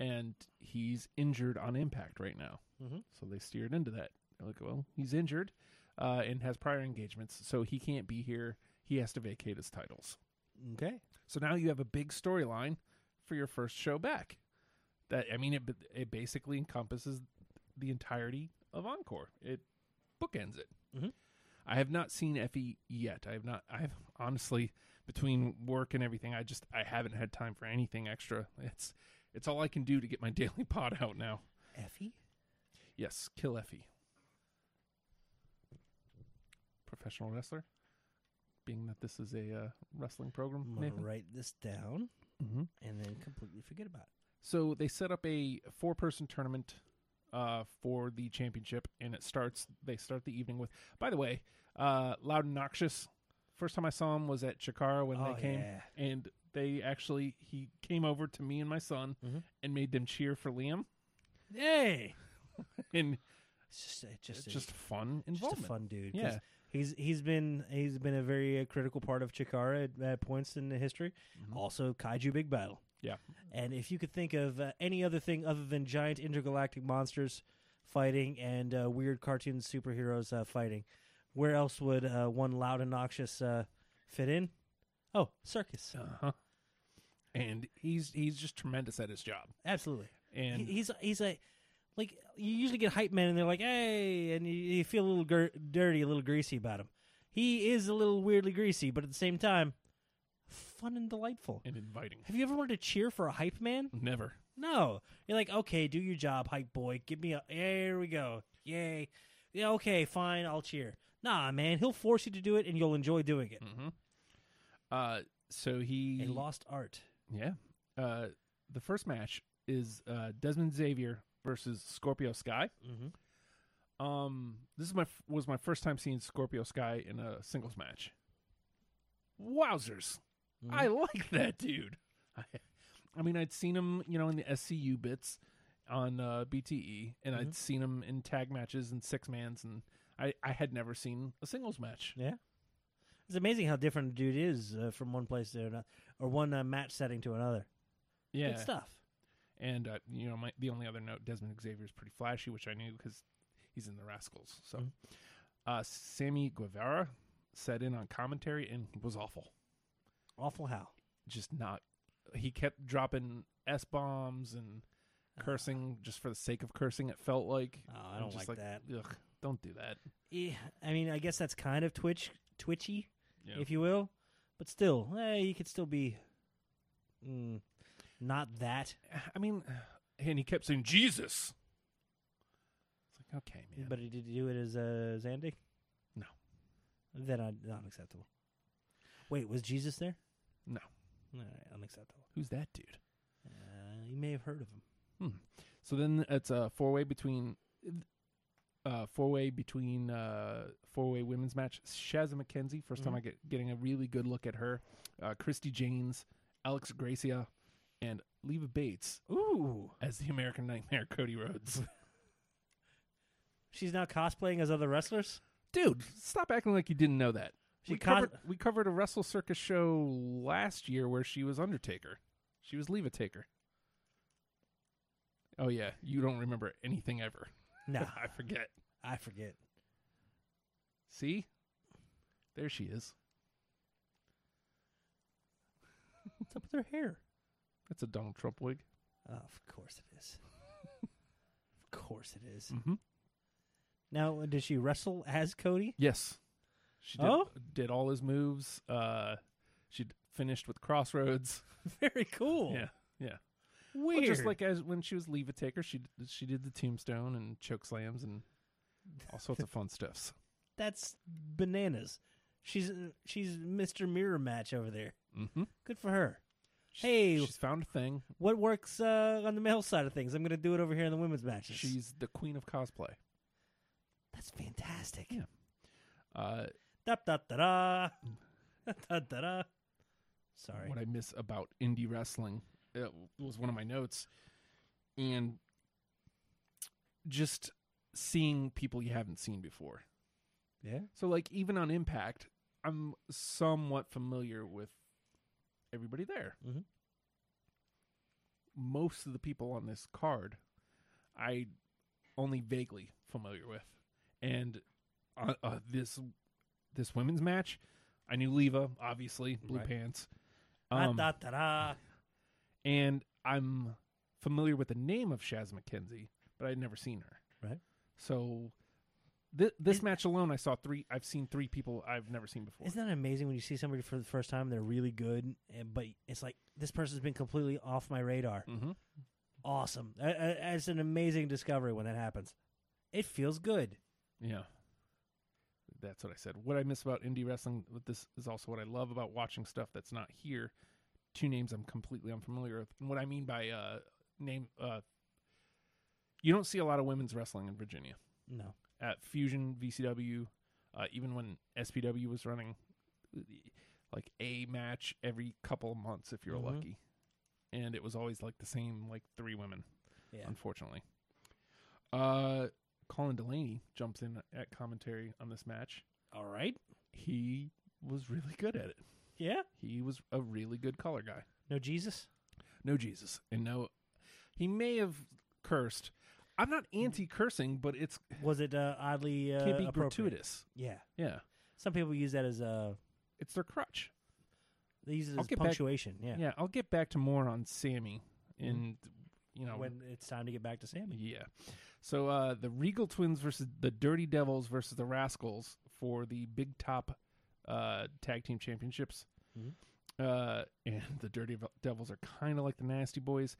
Speaker 2: And he's injured on Impact right now.
Speaker 1: Mhm.
Speaker 2: So they steered into that. They're like, well, he's injured uh, and has prior engagements, so he can't be here. He has to vacate his titles.
Speaker 1: Okay,
Speaker 2: So now you have a big storyline for your first show back. That I mean, it b- it basically encompasses the entirety of Encore. It bookends it.
Speaker 1: Mhm.
Speaker 2: I have not seen Effie yet. I have not. I have honestly, between work and everything, I just I haven't had time for anything extra. It's it's all I can do to get my [LAUGHS] daily pod out now.
Speaker 1: Effie.
Speaker 2: Yes, kill Effie. Professional wrestler. Being that this is a uh, wrestling program,
Speaker 1: I'm gonna
Speaker 2: Nathan?
Speaker 1: write this down
Speaker 2: Mm-hmm.
Speaker 1: and then completely forget about it.
Speaker 2: So they set up a four person tournament uh, for the championship, and it starts. They start the evening with. By the way, uh, Loud and Noxious. First time I saw him was at Chikara when
Speaker 1: oh
Speaker 2: they came,
Speaker 1: yeah,
Speaker 2: and they actually he came over to me and my son
Speaker 1: Mhm.
Speaker 2: and made them cheer for Liam, [LAUGHS]
Speaker 1: hey,
Speaker 2: and
Speaker 1: it's just it's
Speaker 2: it's
Speaker 1: just
Speaker 2: just fun
Speaker 1: just a
Speaker 2: involvement.
Speaker 1: fun dude. 'cause
Speaker 2: Yeah.
Speaker 1: he's he's been he's been a very uh, critical part of Chikara at, at points in the history.
Speaker 2: Mhm.
Speaker 1: Also, Kaiju Big Battle.
Speaker 2: Yeah.
Speaker 1: and if you could think of uh, any other thing other than giant intergalactic monsters fighting and uh, weird cartoon superheroes uh, fighting, where else would uh, one loud and noxious uh, fit in? Oh, circus!
Speaker 2: Uh-huh. And he's he's just tremendous at his job,
Speaker 1: Absolutely.
Speaker 2: and
Speaker 1: He- he's he's a like you usually get hype men and they're like hey and you, you feel a little gir- dirty a little greasy about him he is a little weirdly greasy but at the same time fun and delightful
Speaker 2: and inviting.
Speaker 1: have you ever wanted to cheer for a hype man
Speaker 2: Never.
Speaker 1: no you're like okay do your job hype boy give me a here we go yay yeah okay fine i'll cheer nah man he'll force you to do it and you'll enjoy doing it
Speaker 2: hmm Uh, so he
Speaker 1: a lost art
Speaker 2: Yeah. Uh, the first match is uh, Desmond Xavier versus Scorpio Sky.
Speaker 1: mm-hmm.
Speaker 2: Um, this is my f- was my first time seeing Scorpio Sky in a singles match. Wowzers!
Speaker 1: Mm-hmm.
Speaker 2: I [LAUGHS] like that dude. I, I mean, I'd seen him, you know, in the SCU bits on uh, BTE, and I'd seen him in tag matches and six mans, and I I had never seen a singles match.
Speaker 1: Yeah. It's amazing how different a dude is uh, from one place to another, or one uh, match setting to another.
Speaker 2: Yeah,
Speaker 1: Good stuff.
Speaker 2: And uh, you know, my the only other note, Desmond Xavier is pretty flashy, which I knew because he's in the Rascals. So,
Speaker 1: Mhm.
Speaker 2: uh, Sammy Guevara sat in on commentary and was awful.
Speaker 1: Awful how.
Speaker 2: Just not. He kept dropping s bombs and
Speaker 1: Uh-huh.
Speaker 2: cursing just for the sake of cursing. It felt like.
Speaker 1: Oh, I
Speaker 2: I'm
Speaker 1: don't
Speaker 2: just
Speaker 1: like that.
Speaker 2: Ugh, don't do that.
Speaker 1: Eh, I mean, I guess that's kind of twitch, twitchy,
Speaker 2: Yeah.
Speaker 1: if you will. But still, eh, you could still be mm, not that.
Speaker 2: I mean, and he kept saying Jesus. It's like okay, man.
Speaker 1: But did you do it as uh, Zandy?
Speaker 2: No.
Speaker 1: Then I, not acceptable. Wait, was Jesus there?
Speaker 2: No.
Speaker 1: All right, unacceptable.
Speaker 2: Who's that dude?
Speaker 1: Uh, you may have heard of him.
Speaker 2: So then it's a four way between uh four way between uh four way women's match. Shazza McKenzie, 1st time
Speaker 1: Mhm.
Speaker 2: I get getting a really good look at her. Uh Christy Janes, Alex Gracia, and Leva Bates
Speaker 1: Ooh.
Speaker 2: as the American Nightmare Cody Rhodes. [LAUGHS]
Speaker 1: She's now cosplaying as other wrestlers?
Speaker 2: Dude, stop acting like you didn't know that.
Speaker 1: She
Speaker 2: we,
Speaker 1: cos-
Speaker 2: covered, we covered a Wrestle Circus show last year where she was Undertaker. She was Leva Taker. Oh yeah, you don't remember anything ever.
Speaker 1: No,
Speaker 2: [LAUGHS] I forget.
Speaker 1: I forget.
Speaker 2: See? There she is.
Speaker 1: What's up with her hair?
Speaker 2: That's a Donald Trump wig.
Speaker 1: Oh, [LAUGHS] of course it is. of course it is.
Speaker 2: Mm-hmm.
Speaker 1: Now, did she wrestle as Cody? [LAUGHS]
Speaker 2: Yes. She did,
Speaker 1: Oh?
Speaker 2: did all his moves. Uh, she finished with Crossroads.
Speaker 1: Very cool.
Speaker 2: Yeah. Yeah.
Speaker 1: Oh, Weird.
Speaker 2: Well, just like as when she was Leva Taker, she d- she did the Tombstone and choke slams and all sorts of fun stuffs.
Speaker 1: that's bananas. She's she's Mr. Mirror match over there.
Speaker 2: Mm-hmm.
Speaker 1: Good for her. Hey,
Speaker 2: she's found a thing.
Speaker 1: what works uh, on the male side of things? I'm going to do it over here in the women's matches.
Speaker 2: She's the queen of cosplay.
Speaker 1: that's fantastic.
Speaker 2: Yeah. Uh,
Speaker 1: Da da da da. [LAUGHS] Da da da. Sorry.
Speaker 2: What I miss about indie wrestling uh, was one of my notes, and just seeing people you haven't seen before.
Speaker 1: yeah.
Speaker 2: So like even on Impact, I'm somewhat familiar with everybody there.
Speaker 1: Mhm.
Speaker 2: Most of the people on this card, I only vaguely familiar with, and uh, uh, this this women's match, I knew Leva obviously, blue
Speaker 1: Right.
Speaker 2: pants,
Speaker 1: Da
Speaker 2: um,
Speaker 1: da da da.
Speaker 2: and I'm familiar with the name of Shaz McKenzie, but I'd never seen her.
Speaker 1: Right.
Speaker 2: So. Th- this
Speaker 1: Is-
Speaker 2: match alone, I saw three. I've seen three people I've never seen before.
Speaker 1: Isn't that amazing when you see somebody for the first time? They're really good, and, but it's like this person's been completely off my radar.
Speaker 2: Mm-hmm.
Speaker 1: Awesome! Uh, uh, It's an amazing discovery when that happens. It feels good.
Speaker 2: Yeah. That's what I said. What I miss about indie wrestling, but this is also what I love about watching stuff that's not here. Two names I'm completely unfamiliar with. And what I mean by uh, name, uh, you don't see a lot of women's wrestling in Virginia.
Speaker 1: No,
Speaker 2: At Fusion, VCW, uh, even when SPW was running, like a match every couple of months if you're
Speaker 1: Mhm.
Speaker 2: lucky. And it was always like the same, like three women
Speaker 1: yeah,
Speaker 2: unfortunately. Uh, Colin Delaney jumps in at commentary on this match.
Speaker 1: all right,
Speaker 2: He was really good at it.
Speaker 1: yeah.
Speaker 2: He was a really good color guy.
Speaker 1: No Jesus.
Speaker 2: No Jesus, and no, he may have cursed. I'm not anti cursing, but it's
Speaker 1: Was it uh, oddly uh,
Speaker 2: can't be
Speaker 1: appropriate?
Speaker 2: gratuitous.
Speaker 1: Yeah,
Speaker 2: Yeah,
Speaker 1: some people use that as a
Speaker 2: it's their crutch.
Speaker 1: they use it
Speaker 2: I'll
Speaker 1: as
Speaker 2: get back-
Speaker 1: punctuation.
Speaker 2: Yeah.
Speaker 1: Yeah,
Speaker 2: I'll get back to more on Sammy, and you know
Speaker 1: when it's time to get back to Sammy.
Speaker 2: Yeah. So uh, the Regal Twins versus the Dirty Devils versus the Rascals for the Big Top uh, Tag Team Championships.
Speaker 1: Mhm.
Speaker 2: Uh, and [LAUGHS] the Dirty Vo- Devils are kind of like the Nasty Boys.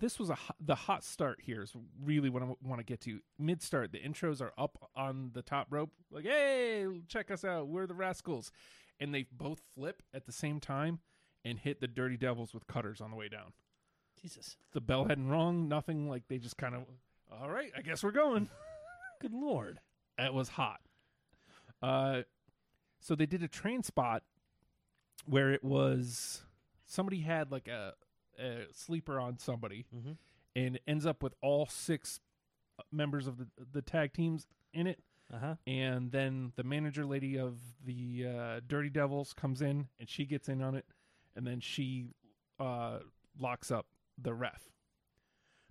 Speaker 2: This was a hot, the hot start here is really what I want to get to. Mid start, the intros are up on the top rope, like "Hey, check us out, we're the Rascals," and they both flip at the same time and hit the Dirty Devils with cutters on the way down
Speaker 1: Jesus,
Speaker 2: the bell hadn't rung, nothing. Like they just kind of, all right, I guess we're [LAUGHS] going.
Speaker 1: good lord.
Speaker 2: It was hot. Uh, so they did a train spot where it was somebody had like a, a sleeper on somebody
Speaker 1: Mhm.
Speaker 2: and it ends up with all six members of the, the tag teams in it.
Speaker 1: Uh huh.
Speaker 2: And then the manager lady of the uh, Dirty Devils comes in and she gets in on it. And then she uh, locks up the ref.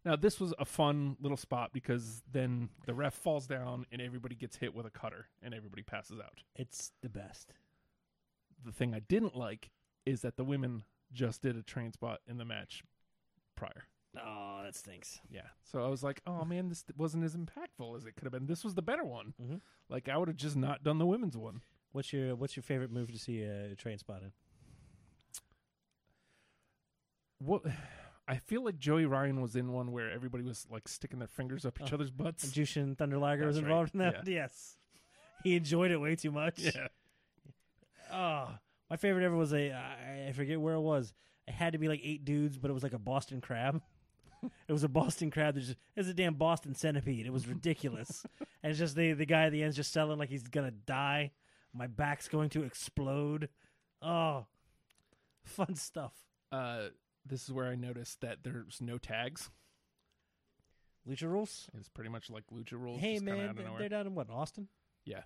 Speaker 2: Now, this was a fun little spot because then the ref falls down and everybody gets hit with a cutter and everybody passes out.
Speaker 1: It's the best.
Speaker 2: The thing I didn't like is that the women just did a train spot in the match prior.
Speaker 1: Oh, that stinks.
Speaker 2: Yeah. So I was like, oh man, this wasn't as impactful as it could have been. This was the better one.
Speaker 1: Mhm.
Speaker 2: Like, I would have just not done the women's one.
Speaker 1: What's your What's your favorite move to see a train spot in?
Speaker 2: What [SIGHS] I feel like Joey Ryan was in one where everybody was like sticking their fingers up each
Speaker 1: Oh.
Speaker 2: other's butts. [LAUGHS]
Speaker 1: And Jushin Thunder Liger was
Speaker 2: That's right,
Speaker 1: involved in that. Yes, he enjoyed it way too much.
Speaker 2: yeah.
Speaker 1: Oh, my favorite ever was a I I forget where it was. It had to be like eight dudes, but it was like a Boston crab. [LAUGHS] it was a Boston crab. That just, it was a damn Boston centipede. It was
Speaker 2: [LAUGHS]
Speaker 1: ridiculous. and it's just the the guy at the end's just selling like he's gonna die. My back's going to explode. Oh, fun stuff.
Speaker 2: Uh, this is where I noticed that there's no tags.
Speaker 1: Lucha rules.
Speaker 2: It's pretty much like lucha rules.
Speaker 1: hey
Speaker 2: just kinda
Speaker 1: man,
Speaker 2: out of
Speaker 1: they're-
Speaker 2: nowhere.
Speaker 1: they're down in what Austin?
Speaker 2: Yeah.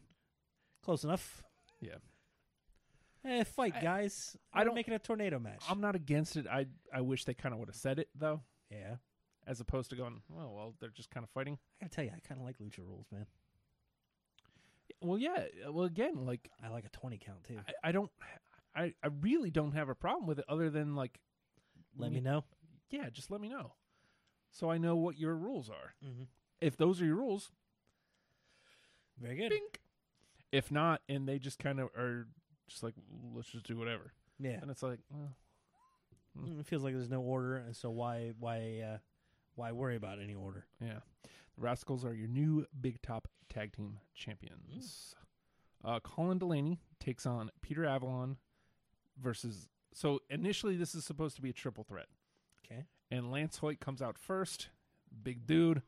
Speaker 1: close enough.
Speaker 2: Yeah.
Speaker 1: Eh, fight,
Speaker 2: I-
Speaker 1: guys.
Speaker 2: I
Speaker 1: We're
Speaker 2: don't-
Speaker 1: making a tornado match.
Speaker 2: I'm not against it. I I wish they kind of would have said it though,
Speaker 1: yeah, I
Speaker 2: as opposed to going, well, well, they're just kind of fighting.
Speaker 1: gotta tell you, I kind of like lucha rules, man.
Speaker 2: Well, yeah. uh, Well, again, like
Speaker 1: I like a twenty count too.
Speaker 2: I, I don't, I I really don't have a problem with it, other than like,
Speaker 1: Let me know.
Speaker 2: yeah, just let me know, so I know what your rules are.
Speaker 1: Mm-hmm.
Speaker 2: If those are your rules,
Speaker 1: Very [LAUGHS] good.
Speaker 2: Bink. If not, and they just kind of are just like, let's just do whatever.
Speaker 1: Yeah.
Speaker 2: And it's like, well,
Speaker 1: Mm, It feels like there's no order, and so why why uh, why worry about any order?
Speaker 2: yeah. The Rascals are your new Big Top Tag Team Champions. Uh, Colin Delaney takes on Peter Avalon versus. So initially, this is supposed to be a triple threat.
Speaker 1: Okay.
Speaker 2: and Lance Hoyt comes out first, big dude,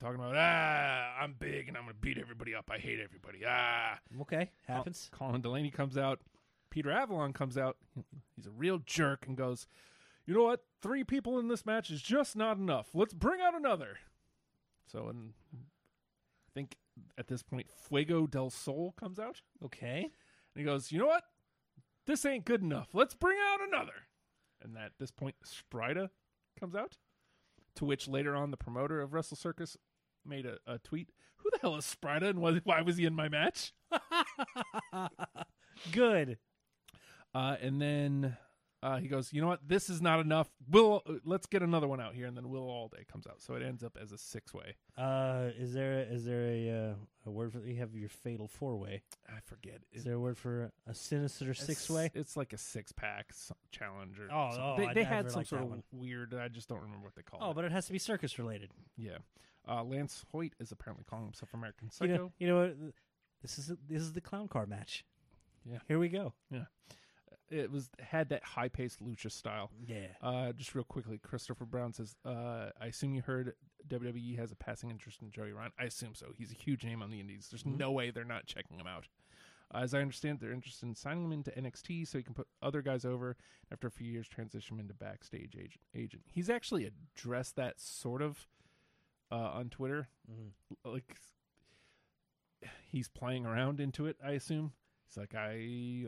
Speaker 2: talking about ah, I'm big and I'm gonna beat everybody up. I hate everybody. Ah,
Speaker 1: Okay. Happens.
Speaker 2: Colin Delaney comes out, Peter Avalon comes out. He's a real jerk and goes, you know what? Three people in this match is just not enough. Let's bring out another. So and I think at this point Fuego del Sol comes out
Speaker 1: Oh. Okay.
Speaker 2: and he goes, you know what? This ain't good enough. Let's bring out another. And at this point, Strida comes out, to which later on the promoter of Wrestle Circus made a, a tweet. Who the hell is Strida and why, why was he in my match?
Speaker 1: Good.
Speaker 2: Uh, and then uh, he goes, you know what? This is not enough. We'll uh, let's get another one out here. And then Will Allday comes out. So it ends up as a six way.
Speaker 1: Uh, is there is there a uh, a word for you have your fatal four way?
Speaker 2: I forget.
Speaker 1: Is there a word for a sinister six way?
Speaker 2: It's like a six pack challenge or
Speaker 1: Oh,
Speaker 2: something.
Speaker 1: oh,
Speaker 2: they,
Speaker 1: I-
Speaker 2: they
Speaker 1: I
Speaker 2: had
Speaker 1: really
Speaker 2: some
Speaker 1: like
Speaker 2: sort
Speaker 1: that
Speaker 2: of
Speaker 1: one.
Speaker 2: weird. I just don't remember what they call it.
Speaker 1: Oh, but it has to be circus related.
Speaker 2: Yeah. Uh, Lance Hoyt is apparently calling himself American
Speaker 1: You
Speaker 2: Psycho.
Speaker 1: know, you know what? This is this is the clown car match.
Speaker 2: Yeah.
Speaker 1: Here we go.
Speaker 2: it was had that high paced lucha style.
Speaker 1: Yeah.
Speaker 2: Uh, just real quickly, Christopher Brown says, uh, "I assume you heard WWE has a passing interest in Joey Ryan. I assume so. He's a huge name on the Indies. There's no way they're not checking him out. Uh, as I understand, they're interested in signing him into NXT so he can put other guys over. After a few years, transition him into backstage agent. Agent. He's actually addressed that sort of uh, on Twitter.
Speaker 1: Mhm.
Speaker 2: Like he's playing around into it. I assume." He's like, I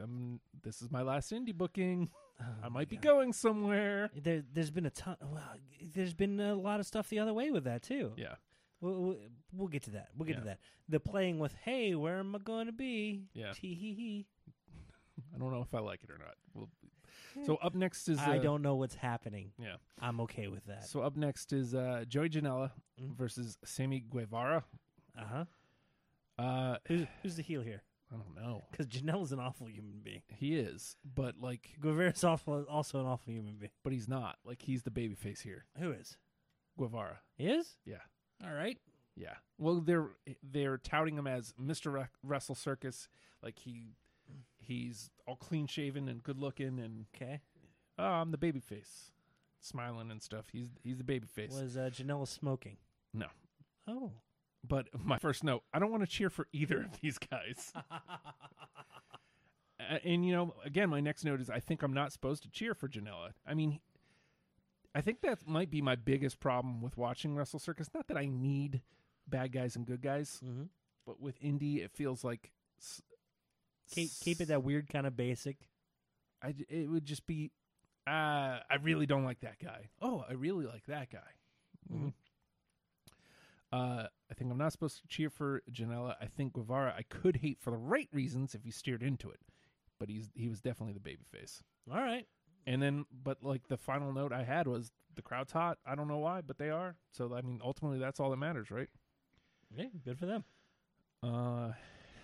Speaker 2: am. This is my last indie booking.
Speaker 1: Oh
Speaker 2: I might be going somewhere.
Speaker 1: There, there's been a ton. Well, there's been a lot of stuff the other way with that too.
Speaker 2: Yeah.
Speaker 1: We'll, we'll- we'll get to that. We'll get to
Speaker 2: Yeah.
Speaker 1: that. The playing with, hey, where am I going to be?
Speaker 2: Yeah.
Speaker 1: Tee hee hee.
Speaker 2: [LAUGHS] I don't know if I like it or not. We'll, so up next is uh,
Speaker 1: I don't know what's happening.
Speaker 2: Yeah.
Speaker 1: I'm okay with that.
Speaker 2: So up next is uh, Joey Janela
Speaker 1: Mhm.
Speaker 2: versus Sammy Guevara.
Speaker 1: Uh huh.
Speaker 2: Uh,
Speaker 1: Who's, who's the heel here?
Speaker 2: I don't know.
Speaker 1: Because Janelle's an awful human being.
Speaker 2: He is, but like,
Speaker 1: Guevara's awful, also an awful human being.
Speaker 2: but he's not. Like he's the baby face here.
Speaker 1: Who is?
Speaker 2: Guevara.
Speaker 1: Is?
Speaker 2: Yeah.
Speaker 1: All right.
Speaker 2: Yeah. Well, they're they're touting him as Mister Re- Wrestle Circus. Like he he's all clean shaven and good looking, and
Speaker 1: Okay.
Speaker 2: oh, I'm the baby face, smiling and stuff. He's he's the baby face.
Speaker 1: Was uh, Janelle smoking?
Speaker 2: No.
Speaker 1: Oh.
Speaker 2: But [LAUGHS] my first note, I don't want to cheer for either of these
Speaker 1: [LAUGHS]
Speaker 2: guys. A- and you know, again, my next note is I think I'm not supposed to cheer for Janela. I mean, I think that might be my biggest problem with watching Wrestle Circus. Not that I need bad guys and good guys,
Speaker 1: Mm-hmm.
Speaker 2: but with indie, it feels like s-
Speaker 1: Keep, keep it that weird kind of basic.
Speaker 2: I j- it would just be, uh, I really don't like that guy. Oh, I really like that guy. Mm.
Speaker 1: Mhm.
Speaker 2: Uh, I think I'm not supposed to cheer for Janela. I think Guevara. I could hate for the right reasons if you steered into it, but he's he was definitely the baby face.
Speaker 1: All right.
Speaker 2: And then, but like the final note I had was the crowd's hot. I don't know why, but they are. So I mean, ultimately, that's all that matters, right?
Speaker 1: Yeah, good for them.
Speaker 2: Uh,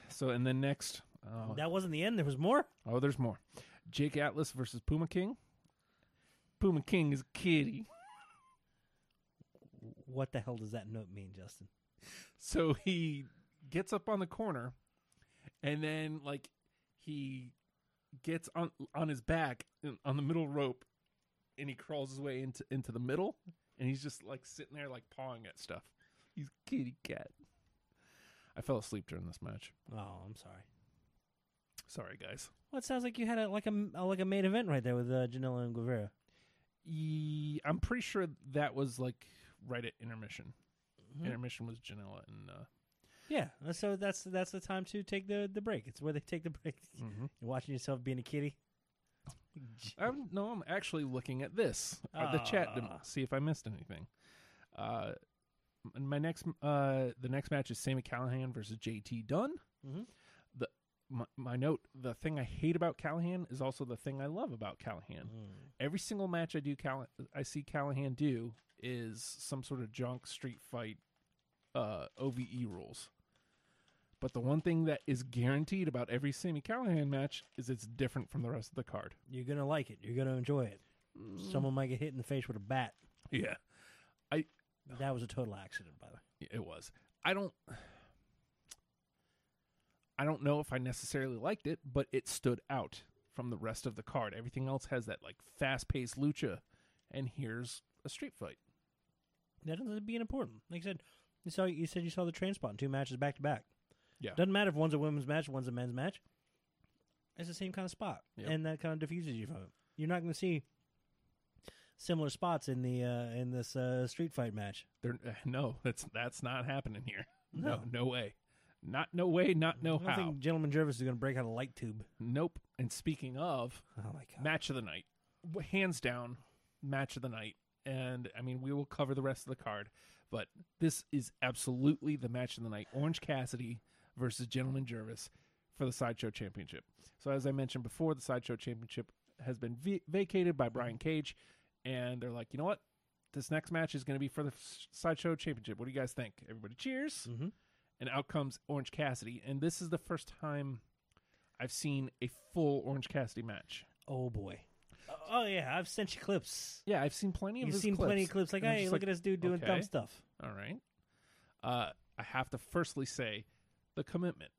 Speaker 2: so and then next, uh,
Speaker 1: That wasn't the end. There was more.
Speaker 2: oh, there's more. Jake Atlas versus Puma King. Puma King is a kitty.
Speaker 1: What the hell does that note mean, Justin?
Speaker 2: So he gets up on the corner and then like he gets on on his back in- on the middle rope and he crawls his way into into the middle and he's just like sitting there like pawing at stuff. He's a kitty cat. I fell asleep during this match.
Speaker 1: Oh, I'm sorry.
Speaker 2: Sorry guys.
Speaker 1: Well, it sounds like you had a, like a, a like a main event right there with uh, Janela and Guevara.
Speaker 2: Ye- I'm pretty sure that was like right at intermission.
Speaker 1: Mhm.
Speaker 2: Intermission was Janela and uh
Speaker 1: Yeah, so that's that's the time to take the the break. It's where they take the [LAUGHS] break. You're watching yourself being a kitty.
Speaker 2: I'm no, I'm actually looking at this uh, the chat to
Speaker 1: Ah.
Speaker 2: see if I missed anything. Uh, and my next, uh, the next match is Sammy Callahan versus JT Dunn.
Speaker 1: Mhm.
Speaker 2: The my, my note, the thing I hate about Callahan is also the thing I love about Callahan.
Speaker 1: Mm-hmm.
Speaker 2: Every single match I do, Call- I see Callahan do is some sort of junk street fight, uh, OVE rules. E But the one thing that is guaranteed about every Sammy Callahan match is it's different from the rest of the card.
Speaker 1: You're gonna like it. You're gonna enjoy it.
Speaker 2: Mm.
Speaker 1: Someone might get hit in the face with a bat.
Speaker 2: Yeah,
Speaker 1: That was a total accident, by the way.
Speaker 2: it was. I don't. [SIGHS] I don't know if I necessarily liked it, but it stood out from the rest of the card. Everything else has that like fast-paced lucha, and here's a street fight.
Speaker 1: That doesn't end up being important. Like I said, you saw you said you saw the train spot in two matches back to back.
Speaker 2: Yeah.
Speaker 1: Doesn't matter if one's a women's match, one's a men's match. It's the same kind of spot.
Speaker 2: Yep.
Speaker 1: And that kind of diffuses you from it. You're not gonna see similar spots in the uh, in this uh, street fight match.
Speaker 2: There, [LAUGHS] uh, no, that's that's not happening here. No,
Speaker 1: No.
Speaker 2: no way. Not no way. Not no
Speaker 1: I don't
Speaker 2: how.
Speaker 1: think Gentleman Jervis is gonna break out a light tube. [LAUGHS]
Speaker 2: Nope. And speaking of
Speaker 1: Oh my god.
Speaker 2: match of the night, W- hands down, match of the night. And I mean, we will cover the rest of the card, but this is absolutely the match of the night: Orange Cassidy versus Gentleman Jervis for the Sideshow Championship. So, as I mentioned before, the Sideshow Championship has been v- vacated by Brian Cage, and they're like, you know what? This next match is going to be for the s- Sideshow Championship. What do you guys think? Everybody cheers
Speaker 1: Mhm.
Speaker 2: and out comes Orange Cassidy. And this is the first time I've seen a full Orange Cassidy match.
Speaker 1: Oh boy. Oh yeah, I've sent you clips.
Speaker 2: Yeah, I've seen plenty of
Speaker 1: You've
Speaker 2: his
Speaker 1: seen
Speaker 2: clips.
Speaker 1: plenty of clips like,
Speaker 2: And I'm
Speaker 1: hey,
Speaker 2: just
Speaker 1: look at this dude doing
Speaker 2: okay.
Speaker 1: dumb stuff.
Speaker 2: All right. Uh, I have to firstly say the commitment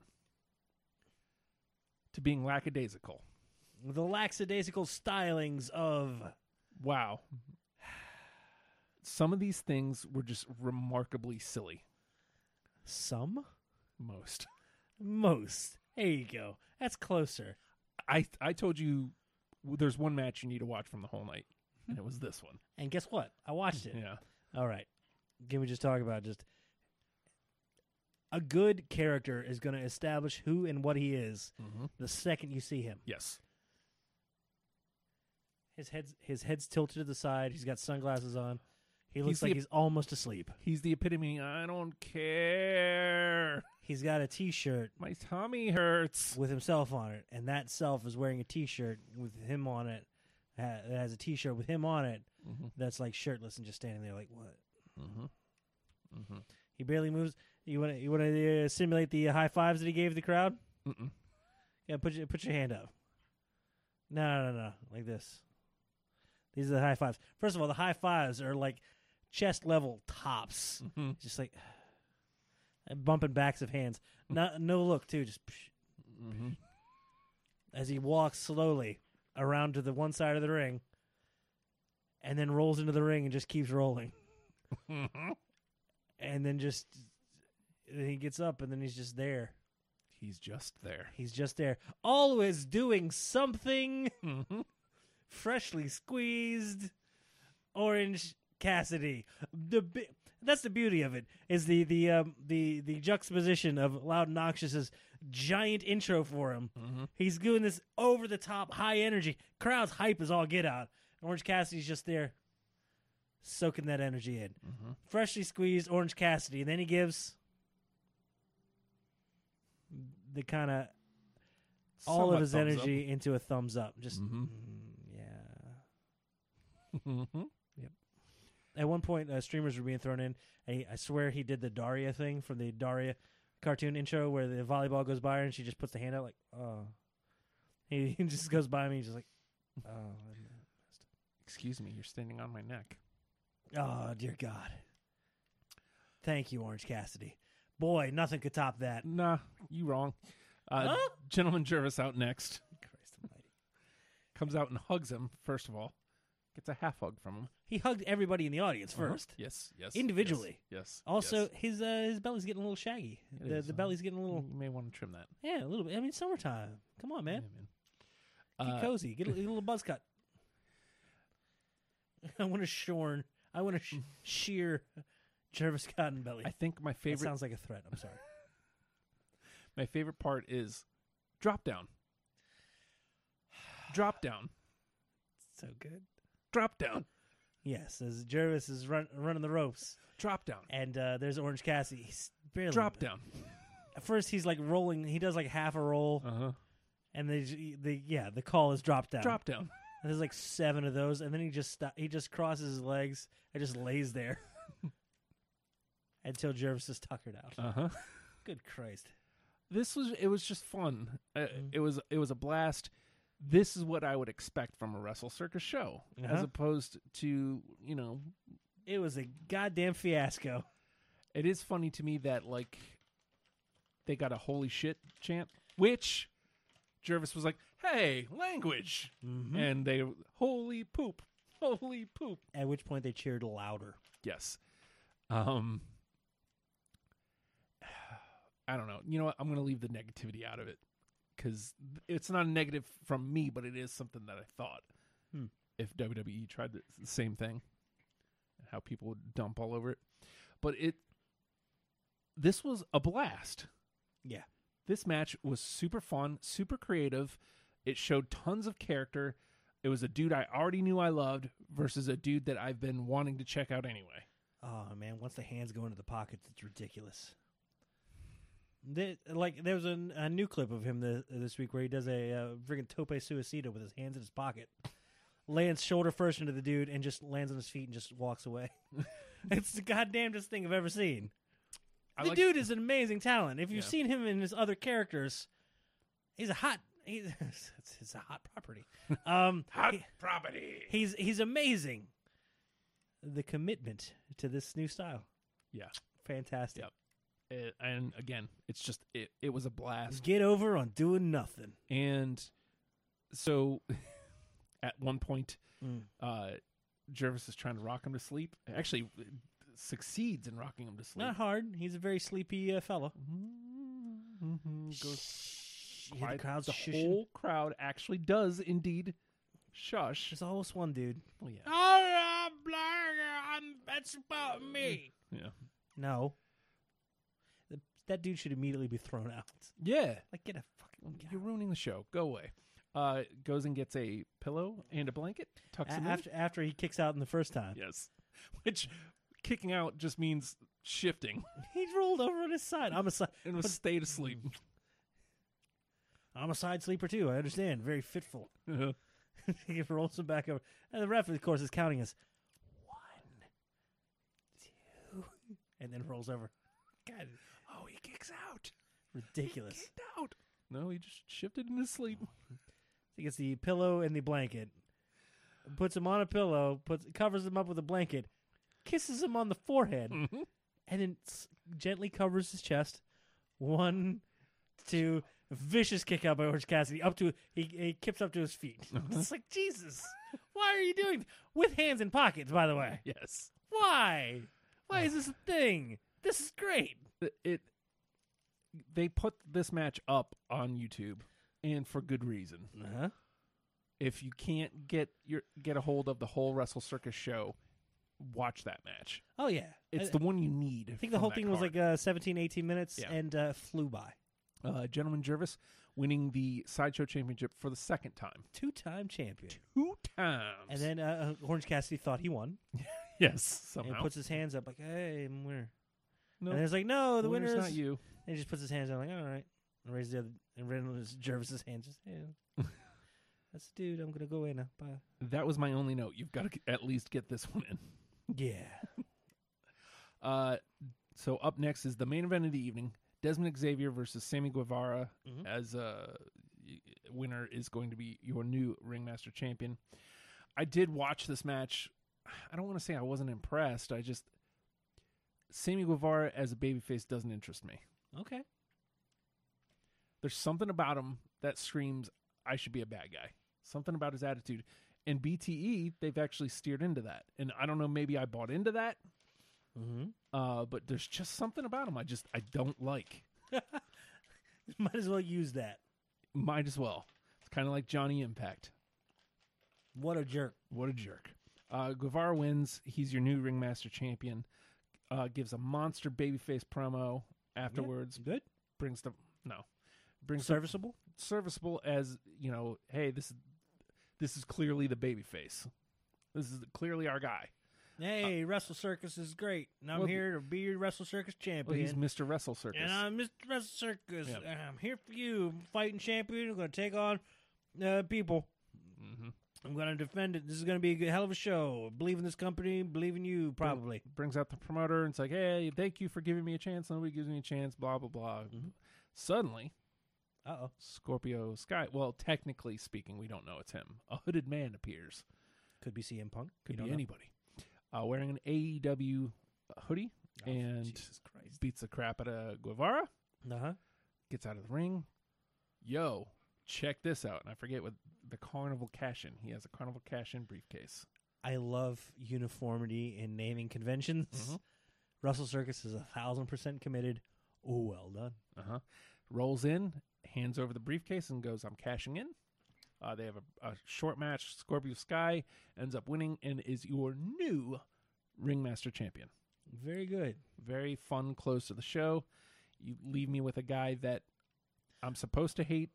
Speaker 2: to being lackadaisical.
Speaker 1: The lackadaisical stylings of
Speaker 2: Wow. Some of these things were just remarkably silly.
Speaker 1: some
Speaker 2: Most.
Speaker 1: most. There you go. That's closer.
Speaker 2: I I told you there's one match you need to watch from the whole night, and it was this one.
Speaker 1: And guess what? I watched
Speaker 2: [LAUGHS]
Speaker 1: it.
Speaker 2: Yeah.
Speaker 1: All right. Can we just talk about just a good character is going to establish who and what he is
Speaker 2: Mm-hmm.
Speaker 1: the second you see him.
Speaker 2: Yes.
Speaker 1: His head's his head's tilted to the side. He's got sunglasses on. He
Speaker 2: He's
Speaker 1: looks like
Speaker 2: the-
Speaker 1: he's almost asleep.
Speaker 2: He's the epitome. I don't care.
Speaker 1: He's got a T-shirt
Speaker 2: My tummy hurts.
Speaker 1: with himself on it, and that self is wearing a T-shirt with him on it. ha- That has a T-shirt with him on it.
Speaker 2: Mhm.
Speaker 1: That's like shirtless and just standing there, like what?
Speaker 2: Mm-hmm.
Speaker 1: He barely moves. You want to you want to uh, simulate the high fives that he gave the crowd?
Speaker 2: Mm-mm.
Speaker 1: Yeah, put your put your hand up. No, no, no, like this. These are the high fives. First of all, the high fives are like chest level tops,
Speaker 2: Mhm.
Speaker 1: just like [SIGHS] and bumping backs of hands. No, no look too. Just psh, Mm-hmm.
Speaker 2: Mhm.
Speaker 1: as he walks slowly around to the one side of the ring, and then rolls into the ring and just keeps rolling,
Speaker 2: Mhm.
Speaker 1: and then just then he gets up and then he's just there.
Speaker 2: He's just there.
Speaker 1: He's just there, always doing something.
Speaker 2: Mm-hmm.
Speaker 1: freshly squeezed orange Cassidy. The bi- that's the beauty of it is the the um, the the juxtaposition of Loud and Noxious's giant intro for him.
Speaker 2: Mhm.
Speaker 1: He's doing this over the top, high energy. Crowd's hype is all get out. Orange Cassidy's just there, soaking that energy in.
Speaker 2: Mhm.
Speaker 1: Freshly squeezed Orange Cassidy, and then he gives the kind of all of his energy into a thumbs up. Just mm,
Speaker 2: Mhm.
Speaker 1: yeah.
Speaker 2: Mm-hmm.
Speaker 1: At one point, uh, streamers were being thrown in. And he, I swear he did the Daria thing from the Daria cartoon intro where the volleyball goes by her and she just puts the hand out like, oh. He, [LAUGHS] he just goes by me, just like, oh, I
Speaker 2: Excuse me. You're standing on my neck.
Speaker 1: messed up." oh, dear God. Thank you, Orange Cassidy. Boy, nothing could top that.
Speaker 2: Nah, you wrong. Uh,
Speaker 1: Huh?
Speaker 2: Gentleman Jervis out next
Speaker 1: Christ almighty.
Speaker 2: comes out and hugs him. First of all, gets a half hug from him.
Speaker 1: He hugged everybody in the audience 1st
Speaker 2: Yes. Yes. yes,
Speaker 1: Individually.
Speaker 2: Yes.
Speaker 1: Also,
Speaker 2: Uh-huh. yes.
Speaker 1: his uh, his belly's getting a little shaggy.
Speaker 2: It
Speaker 1: The,
Speaker 2: is, uh-huh.
Speaker 1: the
Speaker 2: huh?
Speaker 1: belly's getting a little,
Speaker 2: you may want to trim that.
Speaker 1: yeah, a little bit. I mean, summertime. Come on, man.
Speaker 2: Yeah,
Speaker 1: Get
Speaker 2: man. Uh,
Speaker 1: cozy. Get a, get a little buzz cut. [LAUGHS] I want a shorn. I want to sh- sheer Jervis Cotton belly.
Speaker 2: I think my
Speaker 1: That
Speaker 2: favorite
Speaker 1: sounds like a threat. I'm
Speaker 2: [LAUGHS]
Speaker 1: sorry.
Speaker 2: My favorite part is drop down. Drop down.
Speaker 1: so good.
Speaker 2: Drop down.
Speaker 1: Yes, as Jervis is run, running the ropes,
Speaker 2: Drop down.
Speaker 1: and uh, there's Orange Cassidy. He's barely
Speaker 2: Drop down.
Speaker 1: At first, he's like rolling. He does like half a roll,
Speaker 2: Uh-huh.
Speaker 1: and the the yeah the call is drop down.
Speaker 2: Drop down.
Speaker 1: And there's like seven of those, and then he just stop, he just crosses his legs and just lays there [LAUGHS] until Jervis is tuckered out.
Speaker 2: Uh-huh.
Speaker 1: Good Christ!
Speaker 2: [LAUGHS] this was it was just fun. Uh,
Speaker 1: Mhm.
Speaker 2: It was it was a blast. This is what I would expect from a Wrestle Circus show, as
Speaker 1: Uh-huh.
Speaker 2: opposed to you know,
Speaker 1: It was a goddamn fiasco.
Speaker 2: it is funny to me that like they got a holy shit chant, which Jervis was like, "Hey, language,"
Speaker 1: Mm-hmm.
Speaker 2: and they holy poop, holy poop.
Speaker 1: At which point they cheered louder.
Speaker 2: Yes. Um I don't know. You know what? I'm going to leave the negativity out of it cuz it's not a negative from me, but it is something that I thought.
Speaker 1: Hmm.
Speaker 2: If WWE tried the s- same thing, how people would dump all over it. But it this was a blast.
Speaker 1: Yeah.
Speaker 2: This match was super fun, super creative. It showed tons of character. It was a dude I already knew I loved versus a dude that I've been wanting to check out anyway.
Speaker 1: Oh man, once the hands go into the pockets, it's ridiculous. They, like there was an, a new clip of him this, this week where he does a uh, friggin' tope suicida with his hands in his pocket, lands shoulder first into the dude, and just lands on his feet and just walks away. [LAUGHS] it's the goddamnest thing I've ever seen.
Speaker 2: I
Speaker 1: the
Speaker 2: like-
Speaker 1: dude is an amazing talent. If you've
Speaker 2: Yeah.
Speaker 1: seen him in his other characters, he's a hot. He's, [LAUGHS] it's, it's a hot
Speaker 2: [LAUGHS]
Speaker 1: property. Um, he-
Speaker 2: property.
Speaker 1: he's he's amazing. The commitment to this new style.
Speaker 2: Yeah.
Speaker 1: Fantastic.
Speaker 2: Yep. Eh, and again, it's just it, it was a blast.
Speaker 1: Get over on doing nothing.
Speaker 2: And so [LAUGHS] at one point
Speaker 1: Mm.
Speaker 2: uh Jervis is trying to rock him to sleep. Actually succeeds in rocking him to sleep.
Speaker 1: Not hard. He's a very sleepy uh, fellow.
Speaker 2: Mhm, goes
Speaker 1: Shh. Yeah, the
Speaker 2: quiet.
Speaker 1: crowd's
Speaker 2: the
Speaker 1: shushing.
Speaker 2: whole crowd actually does indeed shush.
Speaker 1: There's always one dude.
Speaker 2: Well, yeah.
Speaker 1: Oh, I'm, that's about me.
Speaker 2: Yeah.
Speaker 1: No. The- That dude should immediately be thrown out.
Speaker 2: Yeah.
Speaker 1: Like, get a fucking. get
Speaker 2: You're ruining the show. Go away. Uh, goes and gets a pillow and a blanket, tucks
Speaker 1: out.
Speaker 2: him
Speaker 1: A-
Speaker 2: in.
Speaker 1: after after he kicks out in the first
Speaker 2: [LAUGHS]
Speaker 1: time,
Speaker 2: Yes. Which kicking out just means shifting [LAUGHS]
Speaker 1: he's rolled over on his side. I'm a side.
Speaker 2: and was stayed asleep.
Speaker 1: I'm a side sleeper too. I understand. Very fitful.
Speaker 2: [LAUGHS]
Speaker 1: [LAUGHS] he rolls him back over, and the ref, of course, is counting as one, two, and then rolls over. God,
Speaker 2: oh, he kicks out.
Speaker 1: ridiculous. Oh. I
Speaker 2: out. No, he just shifted in his sleep.
Speaker 1: He gets the pillow and the blanket, puts him on a pillow, puts covers him up with a blanket, kisses him on the forehead,
Speaker 2: Mhm.
Speaker 1: and then s- gently covers his chest. One, two, vicious kick out by Orange Cassidy. Up to he, he kips up to his feet. It's like Jesus, why are you doing with hands in pockets? By the way.
Speaker 2: yes.
Speaker 1: Why? Why
Speaker 2: Uh.
Speaker 1: is this a thing? This is great.
Speaker 2: It, it- they put this match up on YouTube and for good reason.
Speaker 1: Uh-huh.
Speaker 2: If you can't get your get a hold of the whole Wrestle Circus show, watch that match.
Speaker 1: Oh yeah.
Speaker 2: It's
Speaker 1: I,
Speaker 2: the one you need.
Speaker 1: I think the whole thing was like uh, 17, 18 minutes
Speaker 2: Yeah.
Speaker 1: and uh, flew by.
Speaker 2: uh, Gentleman Jervis winning the Sideshow Championship for the second time.
Speaker 1: Two time champion.
Speaker 2: Two times.
Speaker 1: And then uh, uh, Orange Cassidy thought he won
Speaker 2: Yes, somehow.
Speaker 1: and puts his hands up like, hey, I'm winner.
Speaker 2: no,
Speaker 1: And it's like, no, the
Speaker 2: winner's
Speaker 1: winner
Speaker 2: not
Speaker 1: is.
Speaker 2: you.
Speaker 1: And he just puts his hands up like, all right. And raises the other, and Reynolds [LAUGHS] Jervis's hands. Just,
Speaker 2: [LAUGHS]
Speaker 1: yeah. That's the dude. I'm going to go in. now. Bye.
Speaker 2: That was my only note. You've got to at least get this [LAUGHS] one in.
Speaker 1: Yeah.
Speaker 2: Uh, so up next is the main event of the evening: Desmond Xavier versus Sammy Guevara.
Speaker 1: Mhm.
Speaker 2: As a winner is going to be your new ringmaster champion. I did watch this match. I don't want to say I wasn't impressed. I just Sammy Guevara as a babyface doesn't interest me.
Speaker 1: Okay.
Speaker 2: There's something about him that screams I should be a bad guy. Something about his attitude. And BTE, they've actually steered into that. And I don't know, maybe I bought into that,
Speaker 1: Mm-hmm.
Speaker 2: uh, but there's just something about him I just I don't like.
Speaker 1: [LAUGHS] Might as well use that.
Speaker 2: Might as well. It's kind of like Johnny Impact.
Speaker 1: What a jerk.
Speaker 2: What a jerk. Uh, Guevara wins. He's your new ringmaster champion. Uh, gives a monster babyface promo afterwards.
Speaker 1: Good.
Speaker 2: Brings the no, brings the
Speaker 1: Serviceable.
Speaker 2: serviceable as you know hey this is this is clearly the baby face this is clearly our guy
Speaker 1: Hey, Wrestle Circus is great, and I'm
Speaker 2: Well,
Speaker 1: here to be your Wrestle Circus
Speaker 2: well, uh, he's
Speaker 1: champion.
Speaker 2: mr wrestle circus
Speaker 1: and I'm Mr. Wrestle Circus,
Speaker 2: Yeah.
Speaker 1: and I'm here for you, I'm fighting champion. I'm going to take on uh, people.
Speaker 2: Mhm.
Speaker 1: I'm going to defend it. This is going to be a good- hell of a show. Believe in this company. Believe in you, probably.
Speaker 2: brings out the promoter and it's like, hey, thank you for giving me a chance. Nobody gives me a chance, blah, blah, blah.
Speaker 1: Mhm.
Speaker 2: Suddenly,
Speaker 1: Uh oh.
Speaker 2: Scorpio Sky, well, technically speaking, we don't know it's him. A hooded man appears.
Speaker 1: Could be CM Punk.
Speaker 2: Could
Speaker 1: You don't
Speaker 2: be
Speaker 1: know.
Speaker 2: anybody. Uh, wearing an AEW hoodie,
Speaker 1: Oh,
Speaker 2: and Uh-huh.
Speaker 1: Jesus Christ.
Speaker 2: beats the crap out of Guevara,
Speaker 1: Uh huh.
Speaker 2: gets out of the ring. Yo, check this out. And I forget what the carnival cash in. He has a carnival cash in briefcase.
Speaker 1: I love uniformity in naming conventions.
Speaker 2: Mhm.
Speaker 1: Russell Circus is a thousand percent committed. Oh, well done.
Speaker 2: Uh huh. Rolls in, hands over the briefcase, and goes, I'm cashing in. Uh, they have a, a short match. Scorpio Sky ends up winning and is your new Ringmaster champion.
Speaker 1: Very good.
Speaker 2: Very fun close to the show. You leave me with a guy that I'm supposed to hate.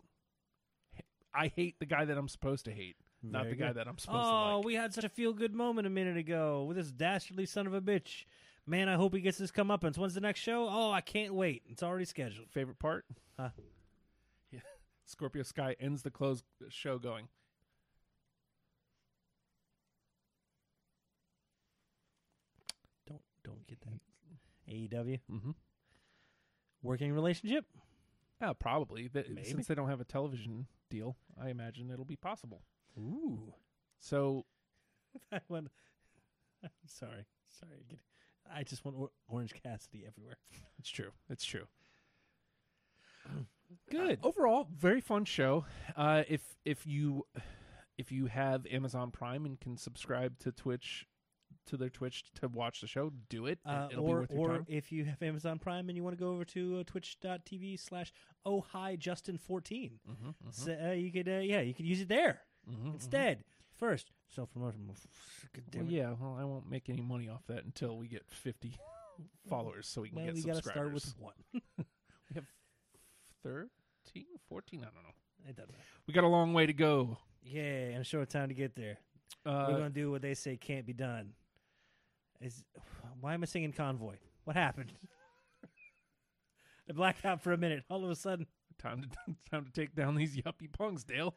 Speaker 2: I hate the guy that I'm supposed to hate, not
Speaker 1: Very
Speaker 2: the guy
Speaker 1: good.
Speaker 2: that I'm supposed to
Speaker 1: Oh,
Speaker 2: like.
Speaker 1: we had such a feel good moment a minute ago with this dastardly son of a bitch. Man, I hope he gets his comeuppance. When's the next show? Oh, I can't wait. It's already scheduled.
Speaker 2: Favorite part?
Speaker 1: Huh.
Speaker 2: [LAUGHS] Yeah. Scorpio Sky ends the close show going.
Speaker 1: Don't don't get that. AEW
Speaker 2: Mm-hmm.
Speaker 1: working relationship.
Speaker 2: Oh, probably. Th-
Speaker 1: Maybe.
Speaker 2: Since they don't have a television deal, I imagine it'll be possible.
Speaker 1: [LAUGHS] Ooh,
Speaker 2: So
Speaker 1: that one. I'm [LAUGHS] sorry, sorry. I get- I just want or- Orange Cassidy
Speaker 2: [LAUGHS]
Speaker 1: everywhere.
Speaker 2: it's true. It's [CLEARS THROAT] true.
Speaker 1: Good.
Speaker 2: Uh, overall, very fun show. Uh, if if you if you have Amazon Prime and can subscribe to Twitch to their Twitch to watch the show, do it. It-
Speaker 1: Uh,
Speaker 2: it'll be
Speaker 1: or
Speaker 2: worth your
Speaker 1: or
Speaker 2: time.
Speaker 1: if you have Amazon Prime and you want to go over to uh, twitch.tv slash oh hi justin 14
Speaker 2: Mm-hmm,
Speaker 1: so, uh, you could uh, yeah you could use it there instead first self-promotion God damn
Speaker 2: Well,
Speaker 1: it.
Speaker 2: yeah, well, I won't make any money off that until we get 50 [LAUGHS] followers so we can
Speaker 1: well
Speaker 2: get
Speaker 1: we gotta
Speaker 2: subscribers.
Speaker 1: start with one
Speaker 2: we have 13, 14, I don't know.
Speaker 1: it doesn't matter
Speaker 2: We got a long way to go.
Speaker 1: yeah and a short time to get there we're
Speaker 2: Uh,
Speaker 1: gonna do what they say can't be done is why am i singing convoy what happened [LAUGHS] i blacked out for a minute all of a sudden
Speaker 2: time to [LAUGHS] time to take down these yuppie punks, Dale.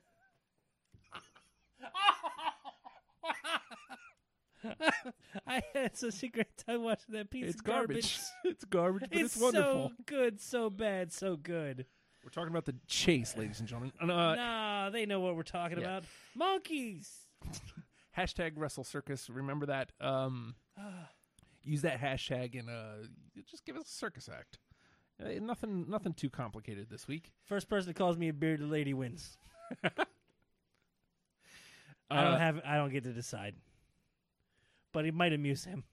Speaker 1: i [LAUGHS] had such a great time watching that piece
Speaker 2: It's
Speaker 1: of
Speaker 2: garbage. it's garbage, [LAUGHS] but it's, wonderful.
Speaker 1: so good, so bad, so good.
Speaker 2: We're talking about the chase, ladies and gentlemen. And, uh,
Speaker 1: nah, they know what we're talking
Speaker 2: yeah.
Speaker 1: about. Monkeys.
Speaker 2: Hashtag Wrestle Circus. Remember that.
Speaker 1: [SIGHS]
Speaker 2: Um, use that hashtag and uh, just give us a circus act. Uh, nothing, nothing too complicated this week.
Speaker 1: First person that calls me a bearded lady wins. I
Speaker 2: Uh,
Speaker 1: don't have. I don't get to decide. But it might amuse him.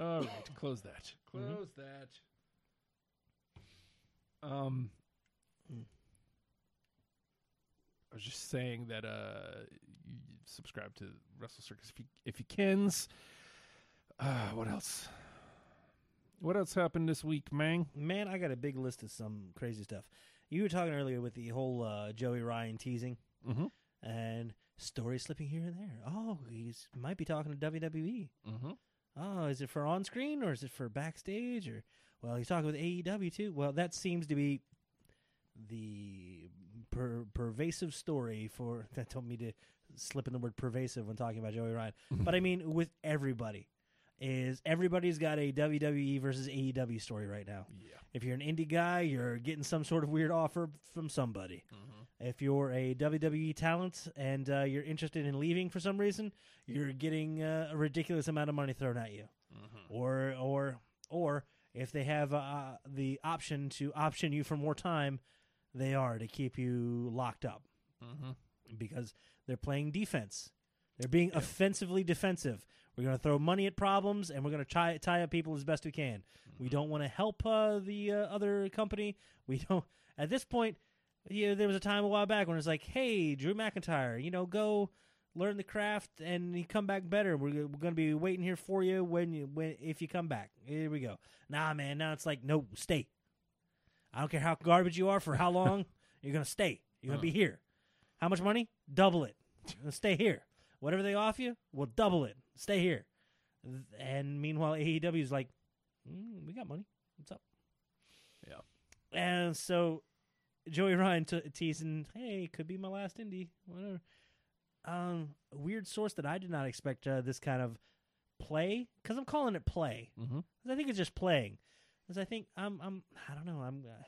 Speaker 2: All right, close that. [COUGHS] Close that. Um,
Speaker 1: Mm.
Speaker 2: I was just saying that uh, you you subscribe to Wrestle Circus if you if you cans. Uh, what else? What else happened this week, man?
Speaker 1: Man, I got a big list of some crazy stuff. You were talking earlier with the whole uh, Joey Ryan teasing
Speaker 2: Mm-hmm.
Speaker 1: and story slipping here and there. Oh, he might be talking to E. WWE.
Speaker 2: Mm-hmm.
Speaker 1: Oh, is it for on screen or is it for backstage or well he's talking with AEW too. Well that seems to be the per- pervasive story for [LAUGHS] that told me to slip in the word pervasive when talking about Joey Ryan. but I mean with everybody. Is everybody's got a WWE versus AEW story right now.
Speaker 2: Yeah.
Speaker 1: If you're an indie guy, you're getting some sort of weird offer from somebody.
Speaker 2: Mm-hmm.
Speaker 1: If you're a WWE talent and uh, you're interested in leaving for some reason, you're getting uh, a ridiculous amount of money thrown at you.
Speaker 2: Mm-hmm.
Speaker 1: Or or or if they have uh, the option to option you for more time, they are to keep you locked up
Speaker 2: Mm-hmm.
Speaker 1: because they're playing defense. They're being offensively defensive. We're going to throw money at problems and we're going to tie, tie up people as best we can. We don't want to help uh, the uh, other company. [LAUGHS] We don't. At this point, yeah, there was a time a while back when it's like, hey, Drew McIntyre, you know, go learn the craft and you come back better. We're, we're going to be waiting here for you when you when if you come back. Here we go. Nah, man. Now it's like, no, stay. I don't care how garbage you are for how long. you're going to stay. You're going to be here. How much money? Double it. [LAUGHS] Stay here. Whatever they offer you, we'll double it. Stay here. Th- And meanwhile, AEW is like, mm, we got money. What's up?
Speaker 2: Yeah.
Speaker 1: And so Joey Ryan t- teasing, "Hey, could be my last indie." Whatever. Um, weird source that I did not expect uh, this kind of play because I'm calling it play.
Speaker 2: Mm-hmm.
Speaker 1: 'Cause I think it's just playing. Because I think I'm, I'm, I don't know. I'm, uh,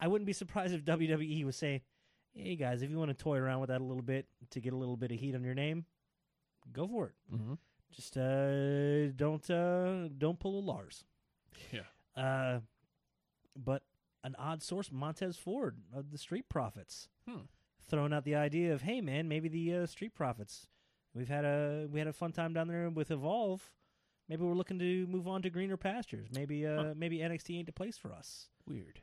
Speaker 1: I wouldn't be surprised if WWE was saying, "Hey guys, if you want to toy around with that a little bit to get a little bit of heat on your name, go for it.
Speaker 2: Mm-hmm.
Speaker 1: Just uh, don't uh, don't pull a Lars."
Speaker 2: Yeah.
Speaker 1: Uh, but an odd source, Montez Ford of the Street Profits,
Speaker 2: Hmm.
Speaker 1: throwing out the idea of, "Hey, man, maybe the uh, Street Profits. We've had a we had a fun time down there with Evolve. Maybe we're looking to move on to greener pastures. Maybe uh,
Speaker 2: Huh.
Speaker 1: maybe NXT ain't the place for us.
Speaker 2: Weird.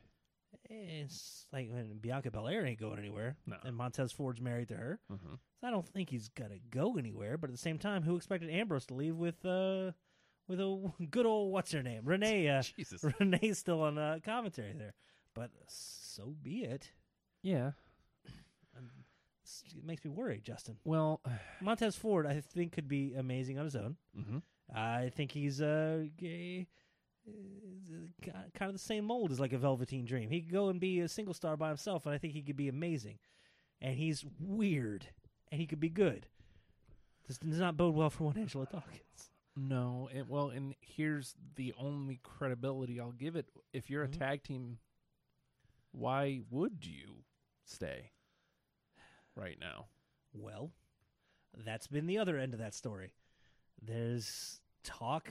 Speaker 1: It's like when Bianca Belair ain't going anywhere,
Speaker 2: No.
Speaker 1: and Montez Ford's married to her.
Speaker 2: Mm-hmm.
Speaker 1: So I don't think he's gonna go anywhere. But at the same time, who expected Ambrose to leave with uh with a [LAUGHS] good old what's her name Renee
Speaker 2: [LAUGHS]
Speaker 1: uh, [LAUGHS]
Speaker 2: Jesus.
Speaker 1: Renee's still on uh, commentary there, but so be it.
Speaker 2: Yeah.
Speaker 1: S- It makes me worried, Justin.
Speaker 2: Well.
Speaker 1: Montez Ford, I think, could be amazing on his own.
Speaker 2: Mm-hmm.
Speaker 1: I think he's uh, gay, uh, kind of the same mold as like a Velveteen Dream. He could go and be a single star by himself, and I think he could be amazing. And he's weird, and he could be good. This does not bode well for one Angela Dawkins.
Speaker 2: No. And, well, and here's the only credibility I'll give it. If you're
Speaker 1: Mhm.
Speaker 2: a tag team, why would you stay right now?
Speaker 1: Well, that's been the other end of that story. There's talk,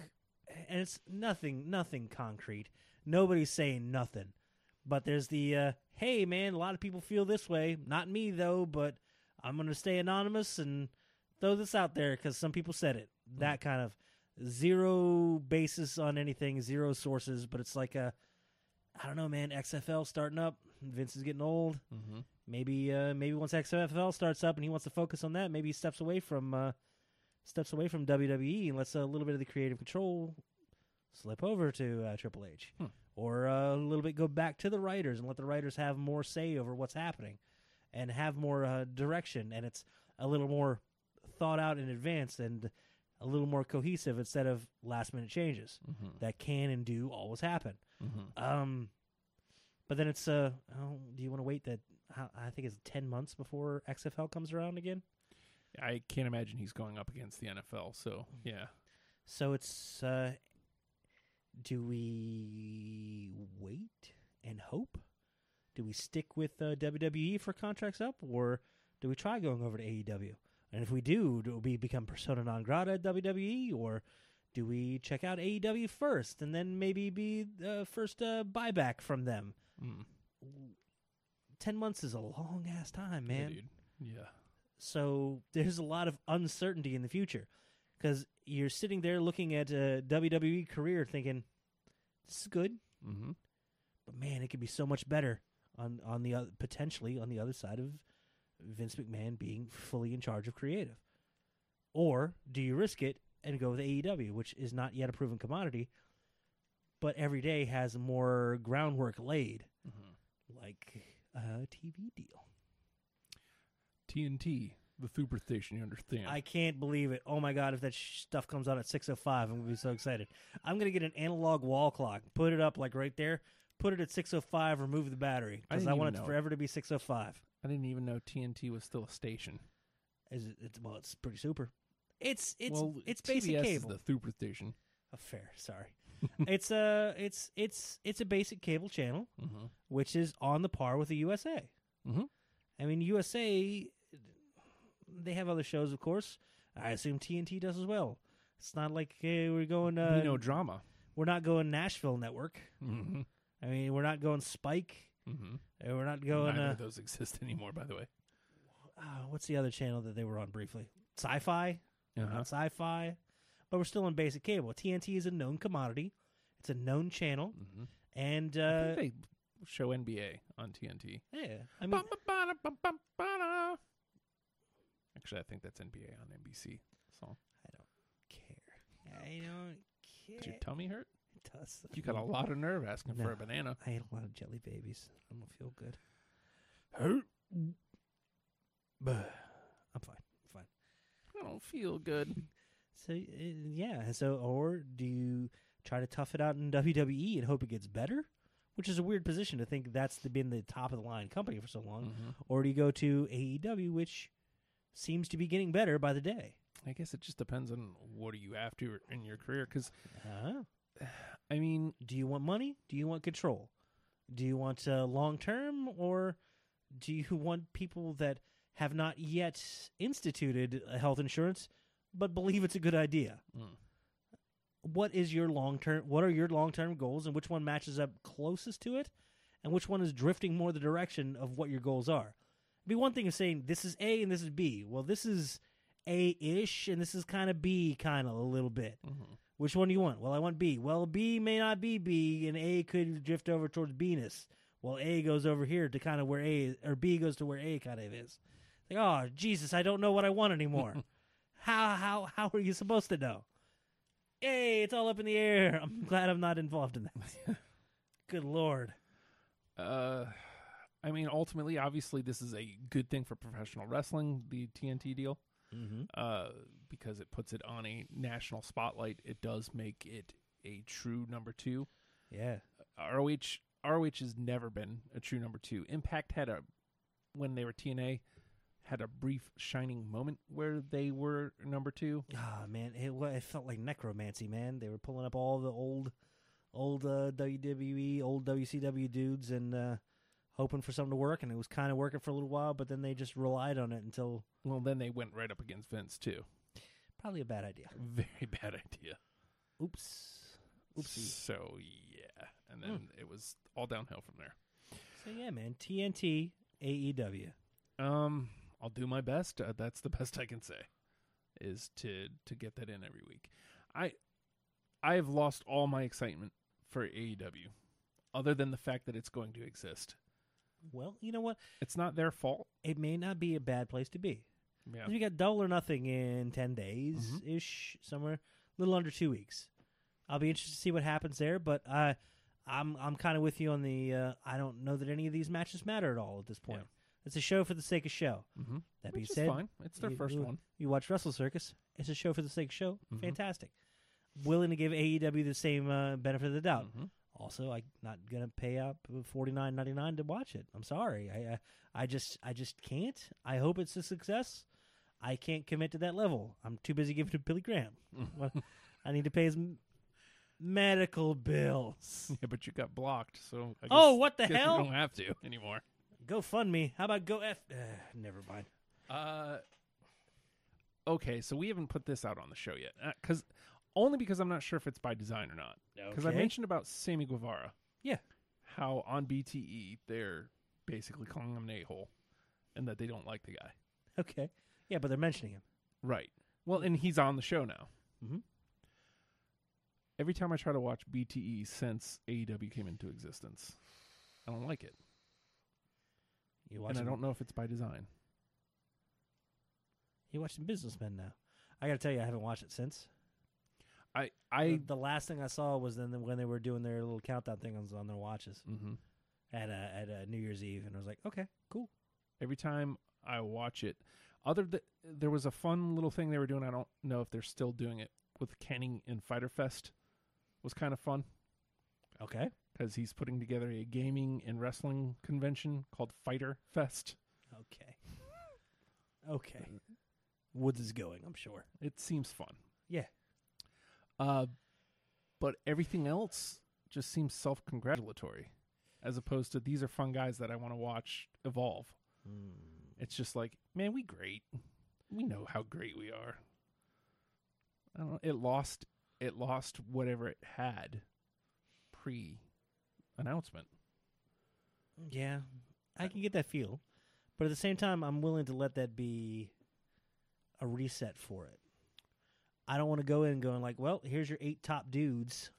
Speaker 1: and it's nothing, nothing concrete. Nobody's saying nothing, but there's the uh, hey, man. A lot of people feel this way. Not me though, but I'm gonna stay anonymous and throw this out there because some people said it. That kind of zero basis on anything, zero sources. But it's like a, I don't know, man. XFL starting up. Vince is getting old
Speaker 2: Mm-hmm.
Speaker 1: maybe uh, maybe once XFL starts up and he wants to focus on that, maybe he steps away from uh, steps away from WWE and lets a little bit of the creative control slip over to uh, Triple H,
Speaker 2: Hmm.
Speaker 1: or uh, a little bit go back to the writers and let the writers have more say over what's happening and have more uh, direction, and it's a little more thought out in advance and a little more cohesive instead of last minute changes
Speaker 2: Mm-hmm.
Speaker 1: that can and do always happen.
Speaker 2: Mm-hmm.
Speaker 1: Um, but then it's uh, oh, do you want to wait that? how- I think it's ten months before XFL comes around again.
Speaker 2: I can't imagine he's going up against the NFL.
Speaker 1: Mm.
Speaker 2: So yeah,
Speaker 1: So it's uh, do we wait and hope? Do we stick with uh, WWE for contracts up, or do we try going over to AEW? And if we do, do we become persona non grata at WWE, or do we check out AEW first and then maybe be uh, first uh, buyback from them?
Speaker 2: mm.
Speaker 1: 10 months is a long ass time,
Speaker 2: Yeah,
Speaker 1: man.
Speaker 2: dude. yeah.
Speaker 1: so there's a lot of uncertainty in the future because you're sitting there looking at a WWE career thinking, this is good,
Speaker 2: Mm-hmm.
Speaker 1: but man, it could be so much better on, on the oth- potentially on the other side of Vince McMahon being fully in charge of creative. Or do you risk it and go with AEW, which is not yet a proven commodity, but every day has more groundwork laid,
Speaker 2: Mm-hmm.
Speaker 1: like a TV deal?
Speaker 2: TNT, the superstation, you understand?
Speaker 1: I can't believe it. Oh my god, if that sh- stuff comes out at 6:05, I'm going to be so excited. I'm going to get an analog wall clock, put it up like right there, put it at 6:05, remove the battery
Speaker 2: I
Speaker 1: cuz
Speaker 2: didn't
Speaker 1: I,
Speaker 2: even
Speaker 1: want it
Speaker 2: know.
Speaker 1: forever to be 6:05.
Speaker 2: I didn't even know TNT was still a station.
Speaker 1: Is it, it's well, it's pretty super. It's it's
Speaker 2: well,
Speaker 1: it's
Speaker 2: TBS
Speaker 1: basic cable.
Speaker 2: Is the superstation.
Speaker 1: oh, fair,
Speaker 2: [LAUGHS]
Speaker 1: sorry. it's a it's it's it's a basic cable channel
Speaker 2: Mm-hmm.
Speaker 1: which is on the par with the USA.
Speaker 2: Mhm.
Speaker 1: I mean, USA, they have other shows, of course. I assume TNT does as well. It's not like hey, we're going. Uh,
Speaker 2: you know drama.
Speaker 1: we're not going Nashville Network.
Speaker 2: Mm-hmm.
Speaker 1: I mean, we're not going Spike.
Speaker 2: Mm-hmm.
Speaker 1: and We're not going.
Speaker 2: Neither
Speaker 1: Uh,
Speaker 2: of those exist [LAUGHS] anymore, by the way.
Speaker 1: uh, what's the other channel that they were on briefly? Sci-fi. We're
Speaker 2: Uh-huh.
Speaker 1: Not sci-fi, but we're still on basic cable. TNT is a known commodity. It's a known channel,
Speaker 2: Mm-hmm.
Speaker 1: and
Speaker 2: I
Speaker 1: uh,
Speaker 2: think they show NBA on TNT.
Speaker 1: yeah, I mean,
Speaker 2: Ba-ba-ba-da-ba-ba-ba-da. Actually, I think that's NBA on NBC. So,
Speaker 1: I don't care. I don't care.
Speaker 2: did your tummy hurt?
Speaker 1: It does.
Speaker 2: You got a lot of nerve asking for a
Speaker 1: No.
Speaker 2: banana.
Speaker 1: I ate a lot of jelly babies. I don't feel good.
Speaker 2: Hurt.
Speaker 1: But I'm fine. Fine.
Speaker 2: I don't feel good.
Speaker 1: So E uh, yeah. So or do you try to tough it out in WWE and hope it gets better, which is a weird position to think that's the, been the top of the line company for so long.
Speaker 2: Mhm.
Speaker 1: Or do you go to AEW, which seems to be getting better by the day?
Speaker 2: I guess it just depends on what are you after in your career. Because Uh-huh.
Speaker 1: Uh,
Speaker 2: I mean,
Speaker 1: do you want money? Do you want control? Do you want uh, long term, or do you want people that have not yet instituted a health insurance but believe it's a good idea?
Speaker 2: Mm.
Speaker 1: What is your long term? What are your long term goals, and which one matches up closest to it, and which one is drifting more the direction of what your goals are? It'd be one thing of saying this is A and this is B. Well, this is A ish, and this is kind of B, kind of a little bit.
Speaker 2: mhm.
Speaker 1: Which one do you want? Well, I want B. Well, B may not be B, and A could drift over towards Bness. Well, A goes over here to kind of where A or B goes to where A kind of is. Like, oh Jesus, I don't know what I want anymore. how how how are you supposed to know? Hey, it's all up in the air. I'm glad I'm not involved in that. [LAUGHS] Good lord.
Speaker 2: uh, I mean, ultimately, obviously, this is a good thing for professional wrestling, the TNT deal,
Speaker 1: Mm-hmm.
Speaker 2: uh, because it puts it on a national spotlight. It does make it a true number two.
Speaker 1: Yeah.
Speaker 2: ROH ROH has never been a true number two. Impact had a when they were TNA had a brief shining moment where they were number two.
Speaker 1: Ah man, it wa- it felt like necromancy, man. They were pulling up all the old, old uh, WWE, old WCW dudes, and uh, hoping for something to work. And it was kind of working for a little while, but then they just relied on it until
Speaker 2: Well, then they went right up against Vince too. [LAUGHS]
Speaker 1: probably a bad idea.
Speaker 2: Very bad idea.
Speaker 1: Oops, oopsie.
Speaker 2: So yeah, and then it was all downhill from there.
Speaker 1: So yeah, man, TNT, AEW.
Speaker 2: Um, I'll do my best. Uh, that's the [LAUGHS] best I can say, is to to get that in every week. I I have lost all my excitement for AEW, other than the fact that it's going to exist.
Speaker 1: Well, you know what?
Speaker 2: It's not their fault.
Speaker 1: It may not be a bad place to be.
Speaker 2: Yeah.
Speaker 1: We got double or nothing in ten days ish, somewhere, a little under two weeks. I'll be interested to see what happens there, but uh, I'm I'm kind of with you on the. Uh, I don't know that any of these matches matter at all at this point.
Speaker 2: Yeah.
Speaker 1: It's a show for the sake of show.
Speaker 2: Mm-hmm.
Speaker 1: That being
Speaker 2: Which is
Speaker 1: said,
Speaker 2: fine. It's their
Speaker 1: you-
Speaker 2: first
Speaker 1: you-
Speaker 2: one.
Speaker 1: you watch Wrestle Circus. It's a show for the sake of show.
Speaker 2: Mhm.
Speaker 1: Fantastic. Willing to give AEW the same uh, benefit of the doubt.
Speaker 2: Mhm.
Speaker 1: Also, I'm not gonna pay up forty nine ninety nine to watch it. I'm sorry. I, I I just I just can't. I hope it's a success. I can't commit to that level. I'm too busy giving to Billy
Speaker 2: [LAUGHS]
Speaker 1: Graham. What- I need to pay his m- medical bills.
Speaker 2: [LAUGHS] Yeah, but you got blocked, so I guess,
Speaker 1: Oh, what the
Speaker 2: [LAUGHS] guess
Speaker 1: hell?
Speaker 2: You don't have to anymore.
Speaker 1: GoFundMe. How about Go F? Uh, never mind.
Speaker 2: Uh, okay, so we haven't put this out on the show yet, because only because I'm not sure if it's by design or not. Because I mentioned about Sammy Guevara.
Speaker 1: Yeah.
Speaker 2: How on BTE they're basically calling him an a hole, and that they don't like the guy.
Speaker 1: okay. Yeah, but they're mentioning him.
Speaker 2: Right. Mm-hmm. Well, and he's on the show now.
Speaker 1: Mhm.
Speaker 2: Every time I try to watch BTE since AEW came into existence, I don't like it,
Speaker 1: You
Speaker 2: and
Speaker 1: watching?
Speaker 2: I don't know if it's by design.
Speaker 1: You watching Businessmen now? I gotta tell you, I haven't watched it since.
Speaker 2: I
Speaker 1: The-
Speaker 2: I
Speaker 1: the last thing I saw was then when they were doing their little countdown thing on, on their watches.
Speaker 2: mhm.
Speaker 1: at uh at uh New Year's Eve, and I was like, okay, cool.
Speaker 2: every time I watch it, other th- there was a fun little thing they were doing. I don't know if they're still doing it with Kenny and Fighter Fest. Was kind of fun
Speaker 1: Okay,
Speaker 2: because he's putting together a gaming and wrestling convention called Fighter Fest.
Speaker 1: okay, okay. Woods is going, I'm sure.
Speaker 2: It seems fun.
Speaker 1: Yeah.
Speaker 2: Uh, but everything else just seems self congratulatory as opposed to these are fun guys that I want to watch evolve. It's just like, man, we great. We know how great we are. I don't know. It lost it lost whatever it had pre announcement.
Speaker 1: Yeah, I can get that feel, but at the same time, I'm willing to let that be a reset for it. I don't want to go in going like, well, here's your eight top dudes.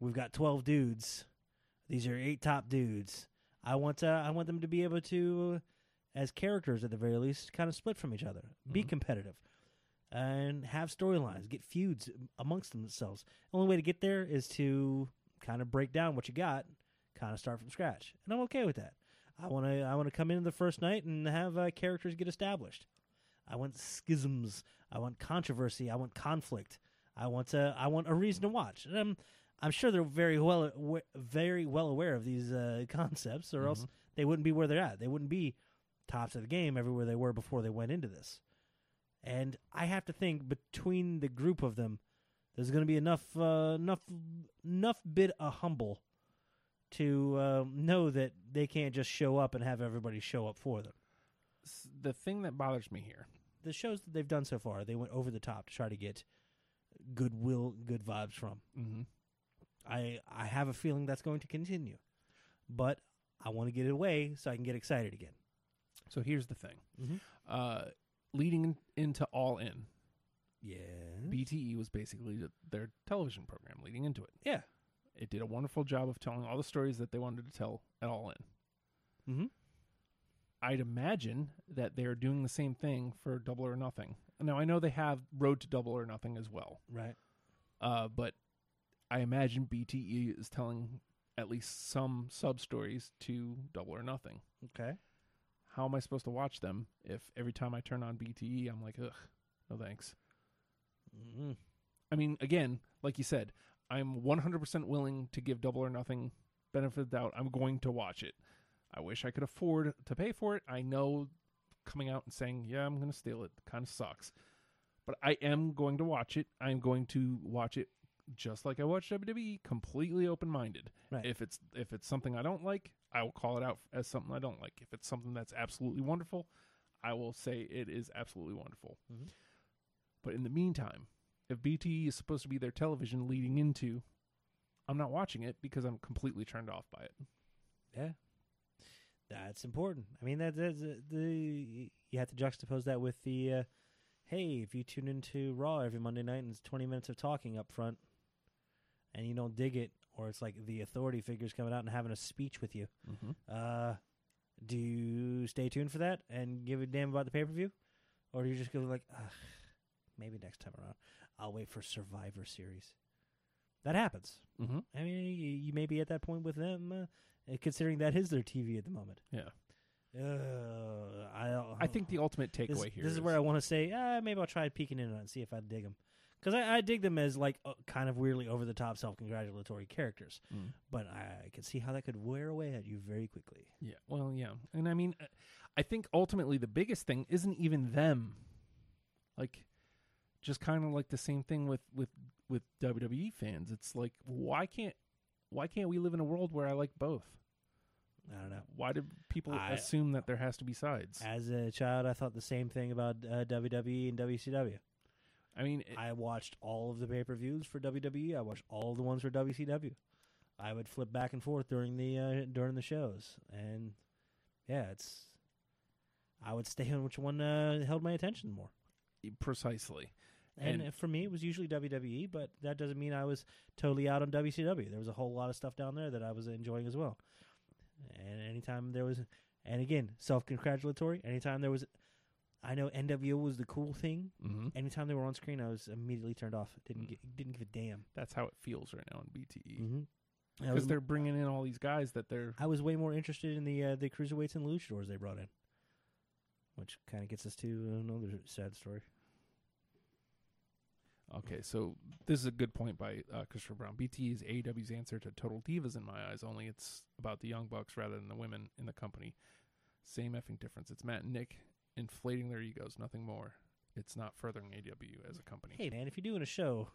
Speaker 1: We've got twelve dudes. These are eight top dudes. I want to, I want them to be able to, as characters at the very least, kind of split from each other, be
Speaker 2: Mhm.
Speaker 1: competitive, and have storylines, get feuds amongst themselves. The only way to get there is to kind of break down what you got, kind of start from scratch, and I'm okay with that. I want to, I want to come into the first night and have uh, characters get established. I want schisms. I want controversy. I want conflict. I want to. I want a reason to watch. And I'm I'm sure they're very well, awa- very well aware of these uh, [LAUGHS] concepts, or else they wouldn't be where they're at. They wouldn't be tops of the game everywhere they were before they went into this. And I have to think between the group of them, there's going to be enough, uh, enough, enough bit a humble to uh, know that they can't just show up and have everybody show up for them.
Speaker 2: S- The thing that bothers me here
Speaker 1: The shows that they've done so far, they went over the top to try to get goodwill, good vibes from.
Speaker 2: mm-hmm.
Speaker 1: I I have a feeling that's going to continue, but I want to get it away so I can get excited again.
Speaker 2: So here's the thing.
Speaker 1: Mhm.
Speaker 2: Uh, leading in- into All In,
Speaker 1: Yeah,
Speaker 2: BTE was basically th- their television program leading into it.
Speaker 1: yeah.
Speaker 2: It did a wonderful job of telling all the stories that they wanted to tell at All In.
Speaker 1: Mhm.
Speaker 2: I'd imagine that they're doing the same thing for Double or Nothing. Now, I know they have Road to Double or Nothing as well,
Speaker 1: Right.
Speaker 2: uh, but I imagine BTE is telling at least some sub stories to Double or Nothing.
Speaker 1: Okay.
Speaker 2: how am I supposed to watch them if every time I turn on BTE, I'm like, ugh, no thanks.
Speaker 1: Mm-hmm.
Speaker 2: I mean, again, like you said, I'm 100% willing to give Double or Nothing benefit of the doubt. I'm going to watch it. I wish I could afford to pay for it. I know coming out and saying, yeah, I'm going to steal it kind of sucks. But I am going to watch it. I'm going to watch it just like I watch WWE, E, completely open minded.
Speaker 1: Right.
Speaker 2: If it's if it's something I don't like, I will call it out as something I don't like. If it's something that's absolutely wonderful, I will say it is absolutely wonderful.
Speaker 1: Mhm.
Speaker 2: But in the meantime, if BTE is supposed to be their television leading into, I'm not watching it because I'm completely turned off by it.
Speaker 1: That's important. I mean, that that's uh, the you have to juxtapose that with the, uh, hey, if you tune into Raw every Monday night and it's twenty minutes of talking up front, and you don't dig it, or it's like the authority figures coming out and having a speech with you.
Speaker 2: Mm-hmm.
Speaker 1: Uh, do you stay tuned for that and give a damn about the pay per view, or are you just gonna be like, Ugh, maybe next time around, I'll wait for Survivor Series. That happens.
Speaker 2: Mm-hmm.
Speaker 1: I mean, you, you may be at that point with them, uh, uh, considering that is their TV at the moment.
Speaker 2: Yeah.
Speaker 1: Uh, I don't-
Speaker 2: I think the ultimate takeaway
Speaker 1: this,
Speaker 2: here
Speaker 1: This is, where I want to say, ah, maybe I'll try peeking in on it and see if I dig them, because I, I dig them as like uh, kind of weirdly over the top self congratulatory characters.
Speaker 2: Mm.
Speaker 1: But I can see how that could wear away at you very quickly.
Speaker 2: Yeah. Well, yeah. And I mean, uh, I think ultimately the biggest thing isn't even them. Like, just kind of like the same thing with with with WWE fans. It's like, why can't why can't we live in a world where I like both?
Speaker 1: I don't know.
Speaker 2: Why do people
Speaker 1: I-
Speaker 2: assume that there has to be sides?
Speaker 1: As a child, I thought the same thing about uh, WWE and WCW.
Speaker 2: I mean, it-
Speaker 1: I watched all of the pay per views for WWE. I watched all the ones for WCW. I would flip back and forth during the uh, during the shows, and yeah, it's. I would stay [LAUGHS] on which one uh, held my attention more.
Speaker 2: precisely.
Speaker 1: And, uh,
Speaker 2: And-
Speaker 1: for me, it was usually WWE, but that doesn't mean I was totally out on WCW. There was a whole lot of stuff down there that I was enjoying as well. And anytime there was, and again, self congratulatory, anytime there was, I know NWO was the cool thing.
Speaker 2: Mm-hmm.
Speaker 1: Anytime they were on screen, I was immediately turned off. Didn't
Speaker 2: Mm.
Speaker 1: get, didn't give a damn.
Speaker 2: That's how it feels right now in E. BTE
Speaker 1: Mm-hmm. I,
Speaker 2: because
Speaker 1: was,
Speaker 2: they're bringing in all these guys that they're
Speaker 1: I was way more interested in the uh, the cruiserweights and luchadors they brought in, which kind of gets us to another sad story.
Speaker 2: Okay, so this is a good point by uh, Christopher Brown. BT is AEW's answer to Total Divas in my eyes, only it's about the young bucks rather than the women in the company. Same effing difference. It's Matt and Nick inflating their egos, nothing more. It's not furthering AEW as a company.
Speaker 1: Hey man, if you're doing a show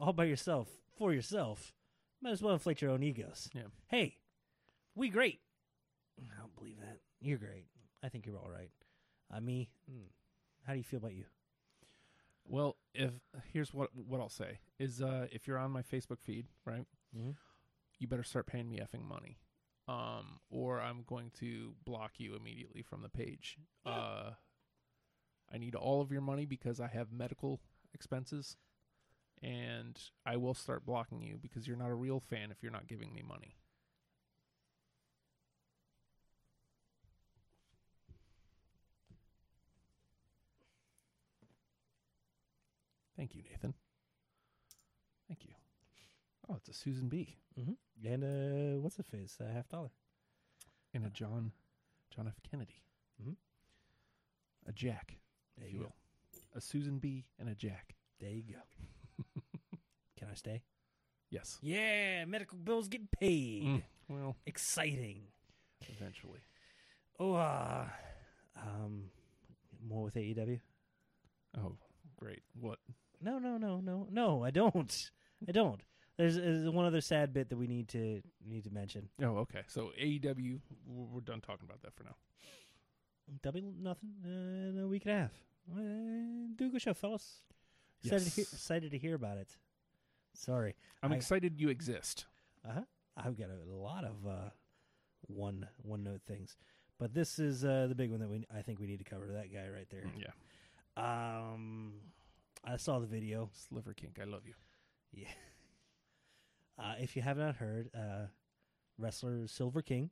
Speaker 1: all by yourself for yourself, might as well inflate your own egos.
Speaker 2: Yeah.
Speaker 1: Hey, we great. I don't believe that. You're great. I think you're all right. Uh, me. mm, How do you feel about you?
Speaker 2: Well, if here's what what I'll say is uh, if you're on my Facebook feed, right,
Speaker 1: Mhm.
Speaker 2: you better start paying me effing money, um, or I'm going to block you immediately from the page. Uh, I need all of your money because I have medical expenses, and I will start blocking you because you're not a real fan if you're not giving me money. Thank you, Nathan. Thank you. Oh, it's a Susan B.
Speaker 1: Mm-hmm. And uh, what's the face? A half dollar.
Speaker 2: and a John, John F. Kennedy,
Speaker 1: Mhm.
Speaker 2: a Jack,
Speaker 1: There
Speaker 2: if
Speaker 1: you
Speaker 2: you
Speaker 1: go.
Speaker 2: will, a Susan B. and a Jack.
Speaker 1: [LAUGHS] There you go. Can I stay?
Speaker 2: Yes.
Speaker 1: Yeah, medical bills getting paid.
Speaker 2: Mm. Well,
Speaker 1: Exciting.
Speaker 2: eventually.
Speaker 1: Oh, uh, um, more with E AEW?
Speaker 2: Oh, great. What?
Speaker 1: No, no, no, no, no. I don't. I don't. There's, there's one other sad bit that we need to need to mention.
Speaker 2: Oh, okay. So AEW, w- we're done talking about that for now.
Speaker 1: W nothing uh, in a week and a half. Uh, do a good show, fellas. Excited, to hear,
Speaker 2: Yes.
Speaker 1: excited to hear about it. Sorry,
Speaker 2: I'm
Speaker 1: I-
Speaker 2: excited you exist.
Speaker 1: I've got a lot of uh, one one note things, but this is uh, the big one that we I think we need to cover. That guy right there.
Speaker 2: Mm, Yeah.
Speaker 1: Um, I saw the video.
Speaker 2: Sliver kink, I love you.
Speaker 1: Yeah. Uh, if you have not heard, uh, wrestler Silver King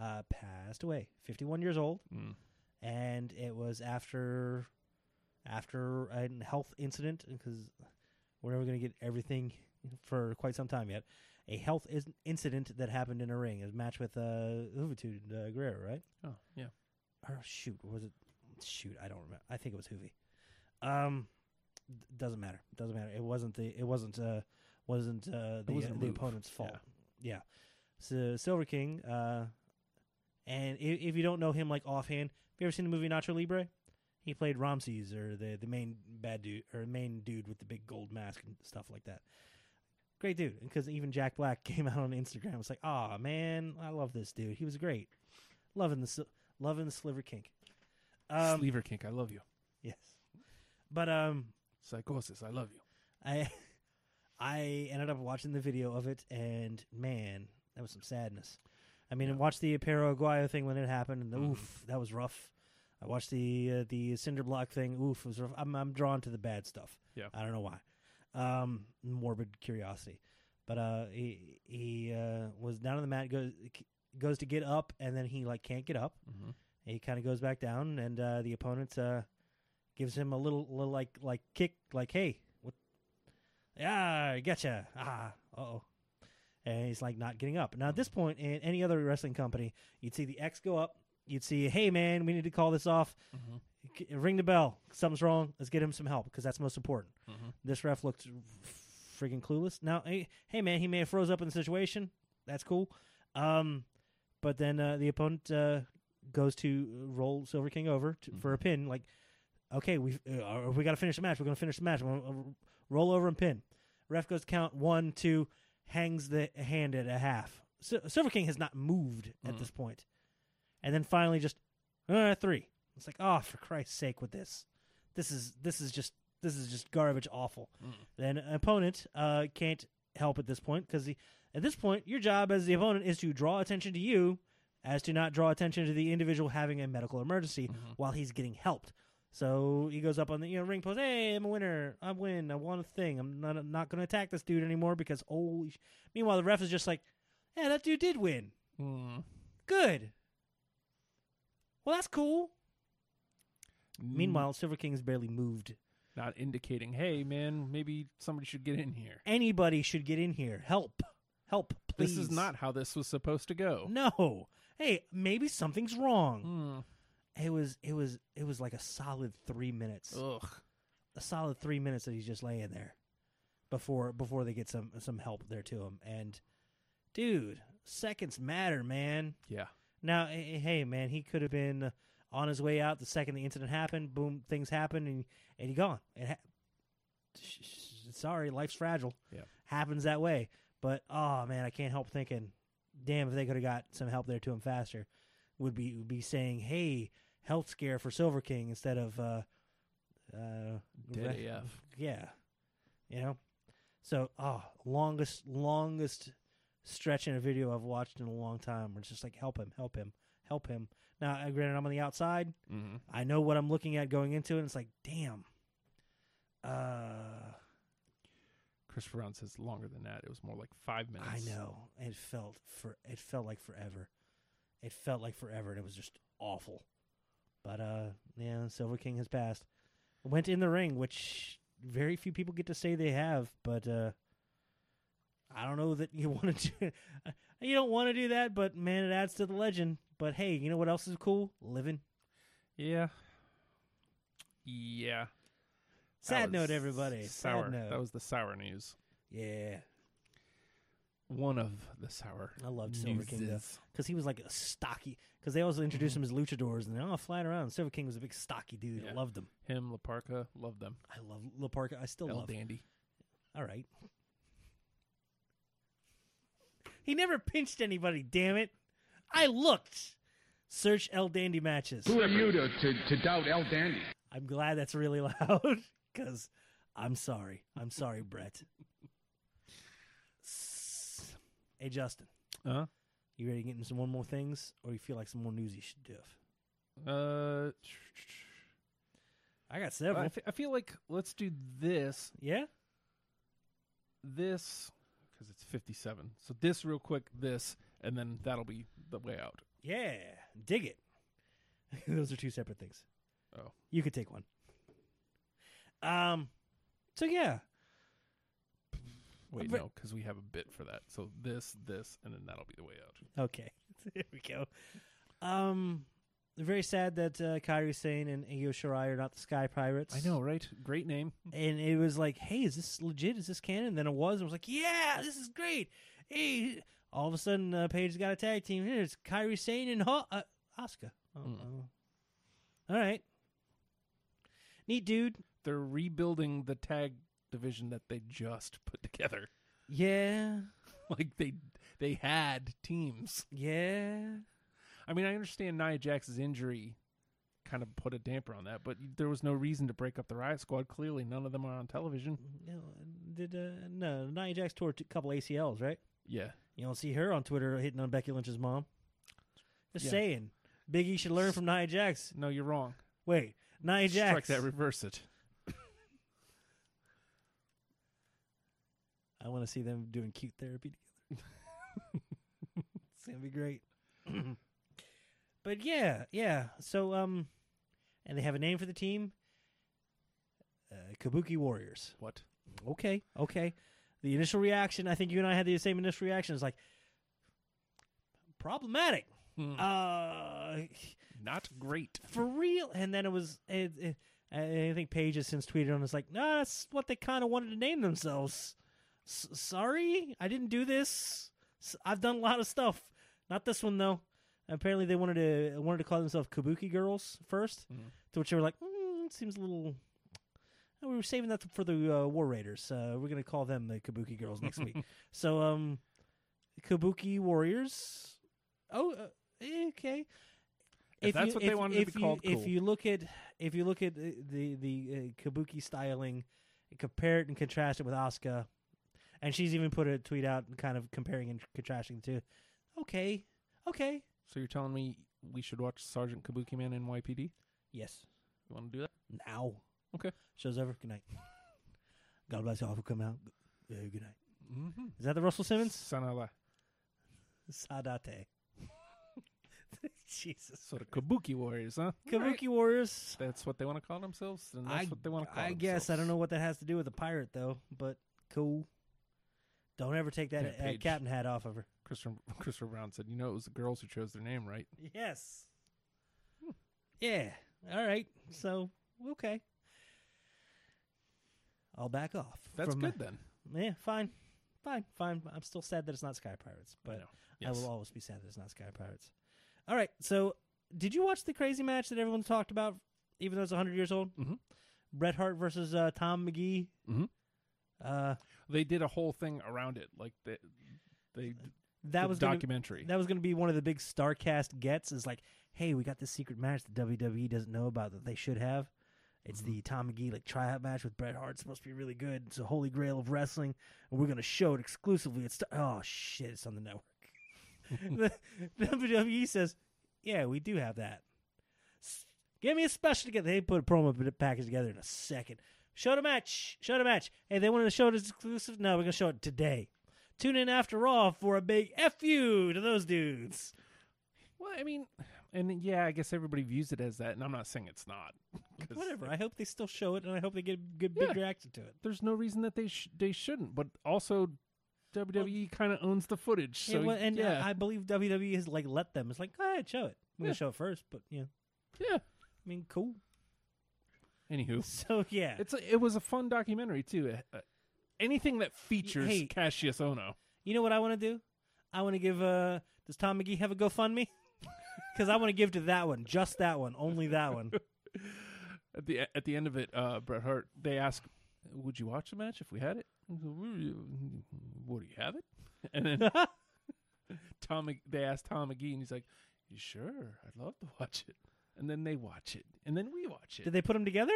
Speaker 1: uh, passed away, 51 years old,
Speaker 2: Mm.
Speaker 1: and it was after after a health incident because we're never going to get everything for quite some time yet. A health is- incident that happened in a ring, a match with uh, Juventud uh, Guerrero, right?
Speaker 2: Oh, yeah.
Speaker 1: or shoot, was it? Shoot, I don't remember. I think it was Hoovy. Um, d- doesn't matter. Doesn't matter. It wasn't the. It wasn't. Uh, wasn't uh, the uh,
Speaker 2: wasn't a
Speaker 1: the
Speaker 2: move.
Speaker 1: opponent's fault. Yeah. So Silver King. Uh, and if, if you don't know him, like offhand, have you ever seen the movie Nacho Libre? He played Ramses or the the main bad dude or main dude with the big gold mask and stuff like that. Great dude, because even Jack Black [LAUGHS] came out on Instagram. and Was like, "Ah, man, I love this dude. He was great. Loving the Sil- loving the Sliver Kink." Um,
Speaker 2: Sliver kink, I love you.
Speaker 1: Yes. But um
Speaker 2: Psychosis, I love you.
Speaker 1: I [LAUGHS] I ended up watching the video of it and man, that was some sadness. I mean, I watched the Perro Aguayo thing when it happened and the,
Speaker 2: Mhm.
Speaker 1: oof, that was rough. I watched the uh, the cinder block thing, oof, it was rough. I'm I'm drawn to the bad stuff.
Speaker 2: Yeah.
Speaker 1: I don't know why. Um morbid curiosity. But uh he he uh was down on the mat goes goes to get up and then he like can't get up.
Speaker 2: Mm-hmm.
Speaker 1: He kind of goes back down, and uh, the opponent uh, gives him a little, little like like kick, like "Hey, what? Yeah, I getcha! Ah, oh." And he's like not getting up. Now at this point, in any other wrestling company, you'd see the X go up. You'd see, "Hey, man, we need to call this off.
Speaker 2: Mhm.
Speaker 1: K- Ring the bell. Something's wrong. Let's get him some help because that's most important."
Speaker 2: Mhm.
Speaker 1: This ref looked freaking clueless. Now, hey, hey, man, he may have froze up in the situation. That's cool. Um, but then uh, the opponent uh, goes to roll Silver King over to, for a pin. Like, okay, we uh, we got to finish the match. We're going to finish the match. We're gonna, uh, roll over and pin. Ref goes to count one, two, hangs the hand at a half. Si- Silver King has not moved at
Speaker 2: Mhm.
Speaker 1: this point, and then finally just uh, three. It's like, oh, for Christ's sake, with this, this is this is just this is just garbage, awful.
Speaker 2: Mhm.
Speaker 1: Then an opponent uh, can't help at this point because at this point your job as the opponent is to draw attention to you as to not draw attention to the individual having a medical emergency
Speaker 2: Mhm.
Speaker 1: while he's getting helped. So he goes up on the you know ring post. Hey, I'm a winner. I win. I won a thing. I'm not I'm not going to attack this dude anymore because holy. Sh-. Meanwhile, the ref is just like, yeah, that dude did win.
Speaker 2: Mm.
Speaker 1: Good. Well, that's cool.
Speaker 2: Mm.
Speaker 1: Meanwhile, Silver King's barely moved.
Speaker 2: not indicating, hey, man, maybe somebody should get in here.
Speaker 1: Anybody should get in here. Help. Help, please.
Speaker 2: This is not how this was supposed to go.
Speaker 1: No. Hey, maybe something's wrong.
Speaker 2: Mm.
Speaker 1: It was it was it was like a solid 3 minutes.
Speaker 2: Ugh.
Speaker 1: a solid three minutes that he's just laying there before before they get some some help there to him. And dude, seconds matter, man.
Speaker 2: Yeah.
Speaker 1: Now, eh, eh, hey, man, he could have been on his way out the second the incident happened. Boom, things happened, and and he gone. It ha- Sorry, life's fragile.
Speaker 2: Yeah.
Speaker 1: happens that way. But oh man, I can't help thinking, damn, if they could have got some help there to him faster, would be would be saying, hey, health scare for Silver King instead of uh, uh,
Speaker 2: Dead
Speaker 1: re-
Speaker 2: AF.
Speaker 1: yeah, you know. So, oh, longest longest stretch in a video I've watched in a long time. Where it's just like, help him, help him, help him. Now, uh, granted, I'm on the outside.
Speaker 2: Mm-hmm.
Speaker 1: I know what I'm looking at going into it. And it's like, damn. Uh,
Speaker 2: Christopher Brown says longer than that. It was more like five minutes.
Speaker 1: I know it felt for it felt like forever. It felt like forever, and it was just awful. But uh, yeah, Silver King has passed. Went in the ring, which very few people get to say they have. But uh, I don't know that you [LAUGHS] want to. Do, you don't want to do that, but man, it adds to the legend. But hey, you know what else is cool? Living.
Speaker 2: Yeah. Yeah. That
Speaker 1: Sad
Speaker 2: was
Speaker 1: note, everybody.
Speaker 2: Sour.
Speaker 1: Sad note.
Speaker 2: That was the sour news.
Speaker 1: yeah.
Speaker 2: one of the sour.
Speaker 1: I loved Silver King though,
Speaker 2: newses.
Speaker 1: because he was like a stocky. Because they also introduced him as luchadors, and they're all flying around. Silver King was a big stocky dude. I
Speaker 2: Yeah.
Speaker 1: loved him.
Speaker 2: Him, Laparca, love them.
Speaker 1: I love Laparca. I still
Speaker 2: El
Speaker 1: love. him.
Speaker 2: Dandy.
Speaker 1: All right. He never pinched anybody. Damn it! I looked. Search El Dandy matches.
Speaker 3: Who are you to, to, to doubt El Dandy?
Speaker 1: I'm glad that's really [LAUGHS] loud because I'm sorry. I'm sorry, Brett. S- Hey, Justin,
Speaker 2: Uh
Speaker 1: you ready to get into some one more things or you feel like some more news you should do?
Speaker 2: uh.
Speaker 1: I got
Speaker 2: I
Speaker 1: several.
Speaker 2: fe- I feel like let's do this
Speaker 1: yeah?
Speaker 2: this because it's 57 so this real quick this and then that'll be the way out
Speaker 1: Yeah. Dig it. [LAUGHS] Those are two separate things.
Speaker 2: Oh.
Speaker 1: You could take one. Um, so yeah,
Speaker 2: wait
Speaker 1: But-
Speaker 2: no because we have a bit for that so this this and then that'll be the way out
Speaker 1: Okay, [LAUGHS] there we go. Um, very sad that uh, Kyrie Sane and Io Shirai are not the Sky Pirates.
Speaker 2: right great name
Speaker 1: and it was like, "Hey, is this legit? Is this canon?" And then it was, and I was like, "Yeah, this is great." Hey, all of a sudden, uh, Paige got a tag team. Here, it's Kyrie Sane and Ho- uh, Asuka. Oh,
Speaker 2: Mm.
Speaker 1: oh. All right, neat dude.
Speaker 2: they're rebuilding the tag division that they just [LAUGHS] put together
Speaker 1: Yeah,
Speaker 2: like they they had teams
Speaker 1: yeah.
Speaker 2: i mean i understand nia jax's injury kind of put a damper on that but there was no reason to break up the riot squad clearly none of them are on television
Speaker 1: No, did uh, no Nia Jax tore a couple ACLs, right?
Speaker 2: yeah
Speaker 1: You don't see her on Twitter hitting on Becky Lynch's mom. Just
Speaker 2: Yeah.
Speaker 1: saying, Biggie should learn from Nia Jax.
Speaker 2: no you're wrong
Speaker 1: Wait, Nia
Speaker 2: strike
Speaker 1: Jax.
Speaker 2: that reverse it
Speaker 1: I want to see them doing cute therapy together. [LAUGHS] it's gonna be great. [CLEARS THROAT] but yeah, yeah. So um, and they have a name for the team. Uh, Kabuki Warriors.
Speaker 2: what
Speaker 1: Okay, okay. The initial reaction, I think you and I had the same initial reaction. It's like problematic.
Speaker 2: Hmm,
Speaker 1: Uh,
Speaker 2: not great
Speaker 1: for real. And then it was, it, it, I I think Paige has since tweeted on. It's like, no, that's what they kind of wanted to name themselves. S- sorry, I didn't do this. S- I've done a lot of stuff. Not this one though. Apparently, they wanted to wanted to call themselves Kabuki Girls first,
Speaker 2: Mhm.
Speaker 1: to which they were like, mm, it seems a little. "Oh, We were saving that for the uh, War Raiders. Uh, we're gonna call them the Kabuki Girls next
Speaker 2: [LAUGHS]
Speaker 1: week. So, um, Kabuki Warriors. Oh, uh, eh, okay.
Speaker 2: If that's what they wanted to be
Speaker 1: if you,
Speaker 2: called,
Speaker 1: if
Speaker 2: cool.
Speaker 1: you look at if you look at the the, the uh, Kabuki styling, compare it and contrast it with Asuka, and she's even put a tweet out, kind of comparing and contrasting the two. Okay, okay,
Speaker 2: So you're telling me we should watch Sergeant Kabuki Man NYPD? You
Speaker 1: yes,
Speaker 2: want to do that?
Speaker 1: now.
Speaker 2: Okay.
Speaker 1: show's over. Good night. [LAUGHS] God bless you all for coming out. Uh, good night.
Speaker 2: Mm-hmm.
Speaker 1: Is that the Russell Simmons?
Speaker 2: Sanala.
Speaker 1: Sadate. [LAUGHS] Jesus.
Speaker 2: So the Kabuki Warriors, huh?
Speaker 1: Kabuki Warriors.
Speaker 2: That's what they want to call themselves, and that's what they want to call
Speaker 1: I guess I don't know what that has to do with a pirate though, but cool. Don't ever take that
Speaker 2: Yeah,
Speaker 1: uh,
Speaker 2: Paige.
Speaker 1: captain hat off of her.
Speaker 2: Christopher, Christopher Brown said, you know, it was the girls who chose their name, right?
Speaker 1: Yes. Yeah. All right. So okay. I'll back off.
Speaker 2: That's
Speaker 1: from my- [LAUGHS]
Speaker 2: good, then.
Speaker 1: yeah. Fine. Fine. Fine. I'm still sad that it's not Sky Pirates, but
Speaker 2: know.
Speaker 1: I
Speaker 2: Yes.
Speaker 1: will always be sad that it's not Sky Pirates. All right. So, did you watch the crazy match that everyone talked about, even though it's 100 years old?
Speaker 2: Mhm.
Speaker 1: Bret Hart versus uh, Tom McGee.
Speaker 2: Mhm.
Speaker 1: Uh,
Speaker 2: They did a whole thing around it. Like, they, they
Speaker 1: that
Speaker 2: the
Speaker 1: was gonna,
Speaker 2: documentary.
Speaker 1: that was going to be one of the big Starcast gets. Is like, hey, we got this secret match that WWE doesn't know about that they should have. It's the Tom McGee like tryout match with Bret Hart. It's supposed to be really good. It's a holy grail of wrestling, and we're going to show it exclusively. It's oh shit, it's on the network. the, [LAUGHS] the WWE says, yeah, we do have that. S- Give me a special together. They put a promo p- package together in a second. Show the match. Show the match. Hey, they wanted to show it as exclusive. No, we're gonna show it today. Tune in after Raw for a big F you to those dudes.
Speaker 2: well, I mean, and yeah, I guess everybody views it as that, and I'm not saying it's not. 'cause
Speaker 1: Whatever. I hope they still show it, and I hope they get a good big
Speaker 2: Yeah.
Speaker 1: reaction to it.
Speaker 2: There's no reason that they sh- they shouldn't, but also WWE kind of owns the footage. So
Speaker 1: and well, and uh,
Speaker 2: yeah,
Speaker 1: I believe WWE has like let them. It's like, go ahead, show it. We're
Speaker 2: Yeah.
Speaker 1: gonna show it first, but yeah,
Speaker 2: yeah.
Speaker 1: I mean,
Speaker 2: [LAUGHS]
Speaker 1: cool.
Speaker 2: Anywho,
Speaker 1: So yeah,
Speaker 2: It's a, it was a fun documentary too. Uh, anything that features
Speaker 1: hey.
Speaker 2: Cassius Ono.
Speaker 1: You know what I want to do? I want to give. Uh, does Tom McGee have a GoFundMe? [LAUGHS] Because I want to give to that one, just that one, only that
Speaker 2: [LAUGHS]
Speaker 1: one.
Speaker 2: At the at the end of it, uh, Bret Hart they ask, "Would you watch the match if we had it?" He goes, Would you have it? [LAUGHS] And then
Speaker 1: [LAUGHS]
Speaker 2: Tom Mc- they ask Tom McGee, and he's like, "You sure? I'd love to watch it." And then they watch it, and then we watch it.
Speaker 1: Did they put them together?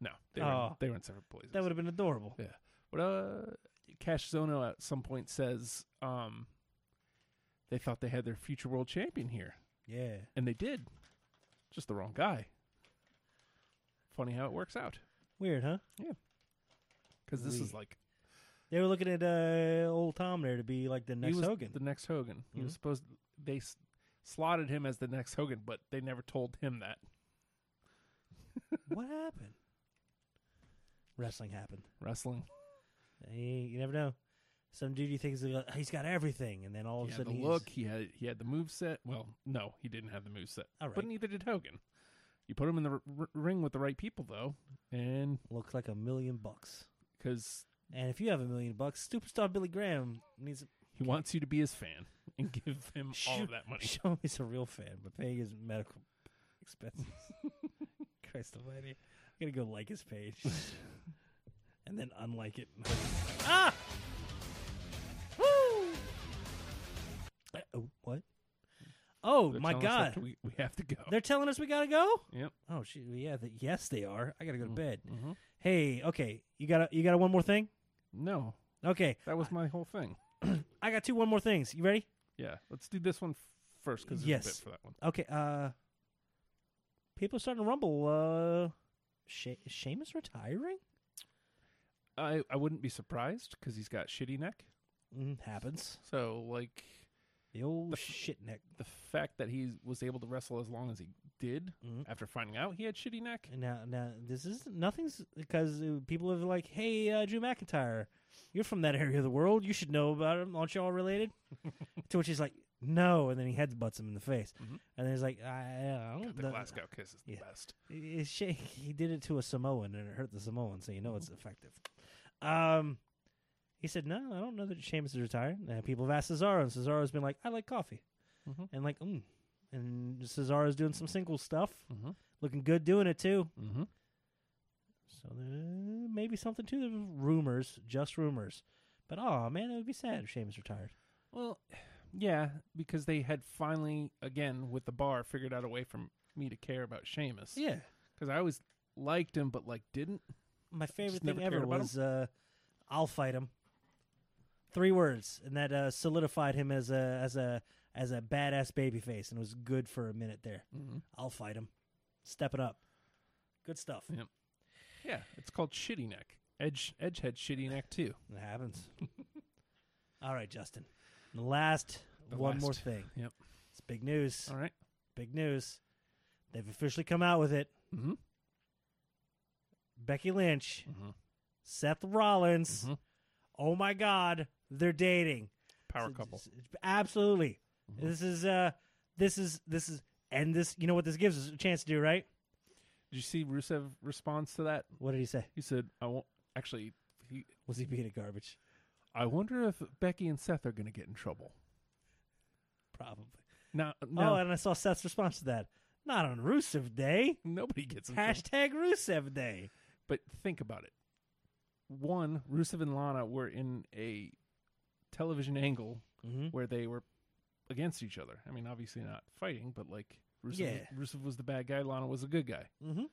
Speaker 2: no, they were in-
Speaker 1: Oh.
Speaker 2: they were in separate places.
Speaker 1: That would have been adorable.
Speaker 2: Yeah. But uh Cash Zono at some point says um they thought they had their future world champion here.
Speaker 1: Yeah.
Speaker 2: And they did. Just the wrong guy. Funny how it works out.
Speaker 1: Weird, huh?
Speaker 2: Because this is
Speaker 1: We-
Speaker 2: like
Speaker 1: They were looking at uh, old Tom there to be like the next
Speaker 2: he was
Speaker 1: Hogan.
Speaker 2: the next Hogan. He
Speaker 1: Mhm.
Speaker 2: was supposed they s- slotted him as the next Hogan, but they never told him that.
Speaker 1: what happened? Wrestling happened.
Speaker 2: Wrestling.
Speaker 1: You, you never know. Some dude you think is like, he's got everything, and then all of
Speaker 2: He
Speaker 1: a
Speaker 2: had the
Speaker 1: sudden he's,
Speaker 2: look. He had he had the move set. Well, no, he didn't have the move set.
Speaker 1: All
Speaker 2: But
Speaker 1: right.
Speaker 2: neither did Hogan. You put him in the r- r- ring with the right people though, and
Speaker 1: looks like a million bucks.
Speaker 2: because
Speaker 1: And if you have a million bucks, superstar Billy Graham needs [LAUGHS]
Speaker 2: He wants you to be his fan [LAUGHS] and give him all of that money.
Speaker 1: Show he's a real fan, but paying his medical expenses. [LAUGHS] Christ almighty. I'm going to go like his page [LAUGHS] and then unlike it. [LAUGHS] ah! Woo! Uh, oh, what? Oh,
Speaker 2: They're
Speaker 1: my
Speaker 2: telling us
Speaker 1: God.
Speaker 2: that we, we have to go.
Speaker 1: They're telling us we got to go?
Speaker 2: Oh. Yep.
Speaker 1: Oh, shoot. Yeah, the, yes, they are. I got to go to bed.
Speaker 2: Mhm.
Speaker 1: Hey, okay. You got you got one more thing?
Speaker 2: No,
Speaker 1: Okay.
Speaker 2: that was my whole thing.
Speaker 1: I got two one more things. You ready?
Speaker 2: Yeah, let's do this one f- first because there's a
Speaker 1: Yes.
Speaker 2: bit for that one.
Speaker 1: Okay, uh people are starting to rumble. Uh she- Seamus retiring?
Speaker 2: I I wouldn't be surprised because he's got shitty neck.
Speaker 1: Mm, happens.
Speaker 2: So like
Speaker 1: The old
Speaker 2: The f-
Speaker 1: shit neck.
Speaker 2: the fact that he was able to wrestle as long as he did
Speaker 1: Mhm.
Speaker 2: after finding out he had shitty neck.
Speaker 1: And Now, now this is nothing's because uh, people are like, "Hey, uh, Drew McIntyre, you're from that area of the world. You should know about him. Aren't you all related?" to which he's like, "No," and then he headbutts him in the face,
Speaker 2: Mhm.
Speaker 1: and then he's like, Mm-hmm. "I, I don't."
Speaker 2: God, the
Speaker 1: know."
Speaker 2: Glasgow kiss is the
Speaker 1: yeah.
Speaker 2: best.
Speaker 1: It's shake. He did it to a Samoan and it hurt the Samoan, so you know it's effective. Um, he said, "No, I don't know that Sheamus is retired." And people have asked Cesaro, and Cesaro's been like, "I like coffee,"
Speaker 2: Mhm.
Speaker 1: and like, mm. and Cesaro's doing some single stuff,
Speaker 2: Mhm.
Speaker 1: looking good doing it too.
Speaker 2: Mm-hmm.
Speaker 1: So there may be something to the rumors, just rumors. But oh man, it would be sad if Sheamus retired.
Speaker 2: Well, yeah, because they had finally again with the bar figured out a way for m- me to care about Sheamus.
Speaker 1: Yeah,
Speaker 2: because I always liked him, but like didn't.
Speaker 1: my favorite
Speaker 2: never
Speaker 1: thing ever
Speaker 2: cared about him.
Speaker 1: was uh, "I'll fight him." Three words, and that uh, solidified him as a as a as a badass babyface, and was good for a minute there. I'll fight him. Step it up. Good stuff.
Speaker 2: Yeah. Yeah, it's called shitty neck. Edge Edge had shitty neck too.
Speaker 1: It happens. [LAUGHS] All right, Justin. The last
Speaker 2: The
Speaker 1: one more
Speaker 2: last.
Speaker 1: thing.
Speaker 2: Yep.
Speaker 1: It's big news.
Speaker 2: All right.
Speaker 1: Big news. They've officially come out with it.
Speaker 2: Mm-hmm.
Speaker 1: Becky Lynch,
Speaker 2: Mhm.
Speaker 1: Seth Rollins.
Speaker 2: Mhm.
Speaker 1: Oh my God, they're dating.
Speaker 2: Power
Speaker 1: It's-
Speaker 2: couple. Mm-hmm.
Speaker 1: it's- it's- Absolutely. This is uh this is this is and this you know what this gives us a chance to do, right?
Speaker 2: Did you see Rusev response to that?
Speaker 1: What did he say?
Speaker 2: He said, "I won't." Actually, he.
Speaker 1: Was he being a garbage?
Speaker 2: I wonder if Becky and Seth are going to get in trouble.
Speaker 1: Probably.
Speaker 2: Now,
Speaker 1: Oh,
Speaker 2: now
Speaker 1: and I saw Seth's response to that. Not on Rusev Day.
Speaker 2: nobody gets in trouble.
Speaker 1: Hashtag Rusev Day.
Speaker 2: But think about it. One, Rusev and Lana were in a television angle
Speaker 1: Mm-hmm.
Speaker 2: where they were against each other. I mean, obviously not fighting, but like Rusev,
Speaker 1: Yeah.
Speaker 2: Rusev was the bad guy, Lana was the good guy.
Speaker 1: Mm-hmm.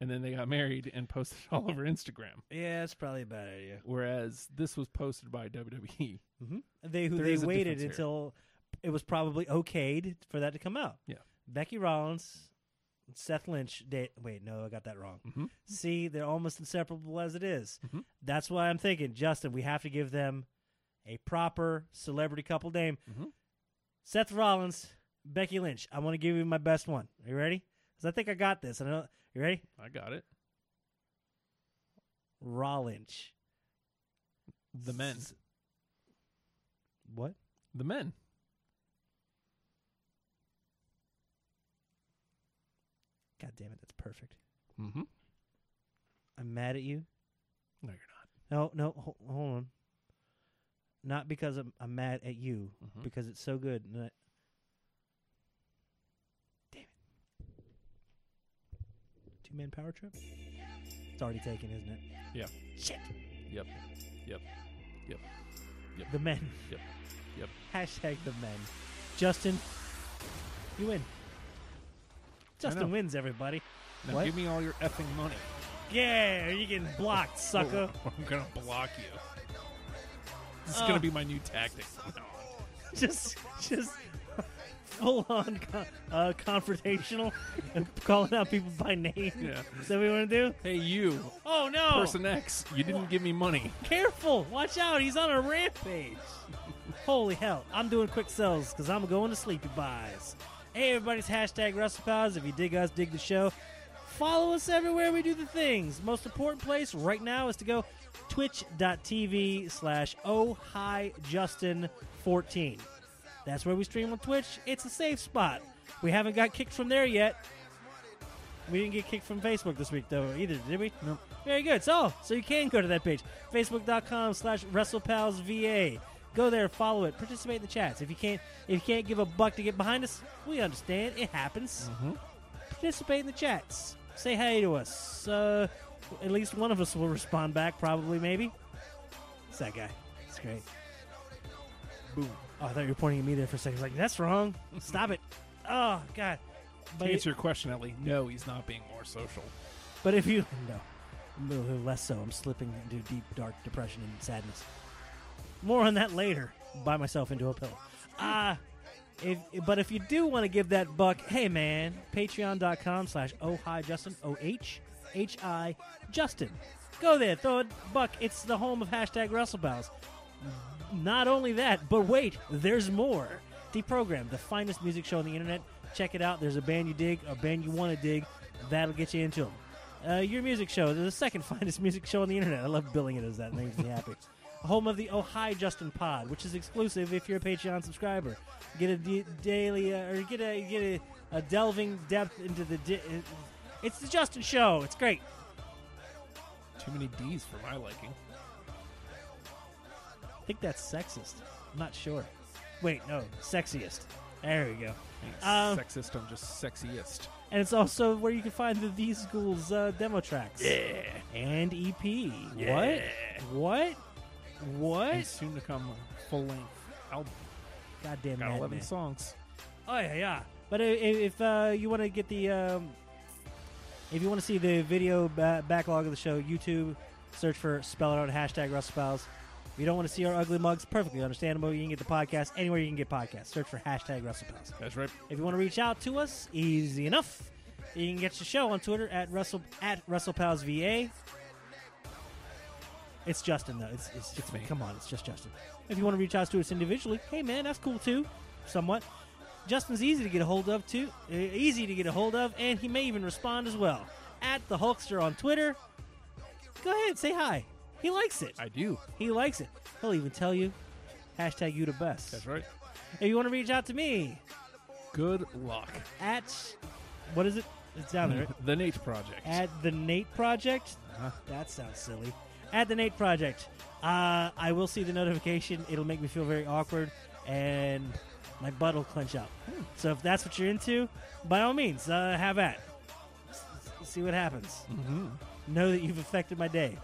Speaker 2: and then they got married and posted [LAUGHS] it all over Instagram.
Speaker 1: Yeah, that's probably a bad idea.
Speaker 2: Whereas this was posted by E. WWE.
Speaker 1: Mm-hmm. They who
Speaker 2: There
Speaker 1: they
Speaker 2: is a
Speaker 1: waited
Speaker 2: difference here.
Speaker 1: until it was probably okayed for that to come out.
Speaker 2: Yeah.
Speaker 1: Becky Rollins, Seth Lynch. Date. Wait, no, I got that wrong.
Speaker 2: Mhm.
Speaker 1: See, they're almost inseparable as it is.
Speaker 2: Mhm.
Speaker 1: That's why I'm thinking, Justin, we have to give them a proper celebrity couple name.
Speaker 2: Mhm.
Speaker 1: Seth Rollins, Becky Lynch. I want to give you my best one. Are you ready? Because I think I got this. And I don't, you ready?
Speaker 2: I got it.
Speaker 1: Rollins.
Speaker 2: The men.
Speaker 1: S- What?
Speaker 2: The men.
Speaker 1: God damn it! That's perfect.
Speaker 2: Mm-hmm.
Speaker 1: I'm mad at you.
Speaker 2: No, you're not.
Speaker 1: No, no, ho- hold on. not because I'm, I'm mad at you,
Speaker 2: Mhm.
Speaker 1: because it's so good. And I, damn it. Two man power trip? It's already taken, isn't it?
Speaker 2: Yeah.
Speaker 1: Shit.
Speaker 2: Yep. Yep. Yep.
Speaker 1: The men. [LAUGHS]
Speaker 2: Yep. Yep.
Speaker 1: Hashtag the men. Justin, you win. Justin
Speaker 2: know.
Speaker 1: wins, everybody.
Speaker 2: Now
Speaker 1: What?
Speaker 2: give me all your effing money.
Speaker 1: Yeah, you're getting blocked, sucker.
Speaker 2: Oh, [LAUGHS] I'm gonna block you. This is
Speaker 1: Uh.
Speaker 2: gonna be my new tactic. from now on.
Speaker 1: [LAUGHS] just just full on con- uh, confrontational [LAUGHS] and calling out people by name.
Speaker 2: Yeah.
Speaker 1: Is that what we want to do?
Speaker 2: Hey, you,
Speaker 1: Oh no!
Speaker 2: person X, you didn't give me money.
Speaker 1: Careful! Watch out! He's on a rampage. [LAUGHS] Holy hell! I'm doing quick sells because I'm going to sleepy buys. Hey everybody's hashtag WrestlePals. If you dig us, dig the show. Follow us everywhere we do the things. Most important place right now is to go twitch.tv slash oh hi Justin 14. That's where we stream on Twitch. It's a safe spot. We haven't got kicked from there yet. We didn't get kicked from Facebook this week, though, either, did we? No. Very good. So, so you can go to that page, facebook.com slash WrestlePalsVA. Go there, follow it, participate in the chats. If you can't, if you can't give a buck to get behind us, we understand. It happens. Participate in the chats. Say hey to us. Uh, at least one of us will respond back, probably, maybe. It's that guy. It's great.
Speaker 2: Boom.
Speaker 1: Oh, I thought you were pointing at me there for a second. I was like, that's wrong. Stop it. Oh, God.
Speaker 2: To
Speaker 1: But,
Speaker 2: answer your question, Ellie, no, he's not being more social.
Speaker 1: but if you. [LAUGHS] No. I'm a little less so. I'm slipping into deep, dark depression and sadness. More on that later. Buy myself into a pillow. Ah. if, but if you do want to give that buck, hey man, patreon.com slash oh hi Justin, O H H I Justin. Go there, throw a buck. It's the home of hashtag WrestleBows. Not only that, but wait, there's more. Deprogram, the finest music show on the internet. Check it out. There's a band you dig, a band you want to dig. That'll get you into them. Uh, your music show, the second [LAUGHS] finest music show on the internet. I love billing it as that. Makes me happy. Home of the Oh Hi Justin Pod, which is exclusive if you're a Patreon subscriber. Get a d- daily uh, or get a get a, a delving depth into the. Di- uh, it's the Justin Show. It's great.
Speaker 2: Too many D's for my liking.
Speaker 1: I think that's sexist. I'm not sure. Wait, no, sexiest. There we go.
Speaker 2: Ain't
Speaker 1: Um,
Speaker 2: sexist, I'm just sexiest.
Speaker 1: And it's also where you can find the These Ghouls uh, demo tracks. Yeah. And EP. What? What?
Speaker 2: And
Speaker 1: What?
Speaker 2: soon to come full length album.
Speaker 1: Goddamn
Speaker 2: Got 11
Speaker 1: madman.
Speaker 2: songs.
Speaker 1: Oh yeah, yeah. But i- i- if uh, you want to get the, um, if you want to see the video ba- backlog of the show, YouTube, search for spell it out hashtag Russ Spells. If you don't want to see our ugly mugs, perfectly understandable. You can get the podcast anywhere you can get podcasts. Search for hashtag Russ Spells.
Speaker 2: That's right.
Speaker 1: If you want to reach out to us, easy enough. You can get the show on Twitter at Russell at RussellPalsVA. It's Justin though. It's it's,
Speaker 2: It's me.
Speaker 1: Come on, it's just Justin. If you want to reach out to us individually, hey man, that's cool too, somewhat. Justin's easy to get a hold of too, uh, easy to get a hold of, and he may even respond as well. At the Hulkster on Twitter, go ahead say hi. He likes it.
Speaker 2: I do.
Speaker 1: He likes it. He'll even tell you hashtag you the best.
Speaker 2: That's right.
Speaker 1: If you want to reach out to me,
Speaker 2: Good luck.
Speaker 1: at what is it? It's down
Speaker 2: [LAUGHS]
Speaker 1: there. right?
Speaker 2: The Nate Project.
Speaker 1: At the Nate Project.
Speaker 2: Uh-huh.
Speaker 1: That sounds silly. At the Nate Project. Uh, I will see the notification. It'll make me feel very awkward, and my butt will clench up. So if that's what you're into, by all means, uh, have at. S- s- See what happens.
Speaker 2: mm-hmm.
Speaker 1: Know that you've affected my day,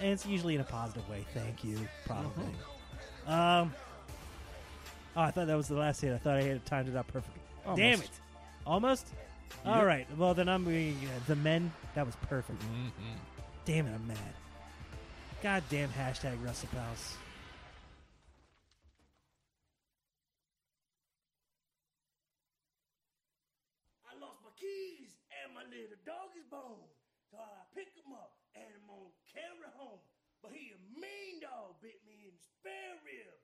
Speaker 1: and it's usually in a positive way. Thank you, probably.
Speaker 2: Mm-hmm.
Speaker 1: Um. Oh, I thought that was the last hit. I thought I had timed it out perfectly. Damn
Speaker 2: Almost.
Speaker 1: it! Almost. All
Speaker 2: Yep.
Speaker 1: right. Well, then I'm being uh, the men. That was perfect.
Speaker 2: Mm-hmm.
Speaker 1: Damn it! I'm mad. Goddamn hashtag Russell Pals. I lost my keys and my little dog is bone. So I pick him up and I'm gonna carry home. But he a mean dog, bit me in the spare rib.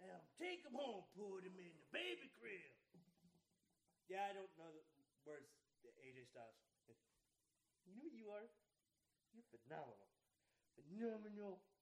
Speaker 1: And I'm take him home, put him in the baby crib. Yeah, I don't know the words that AJ Styles. You know who you are? You're phenomenal. Phenomenal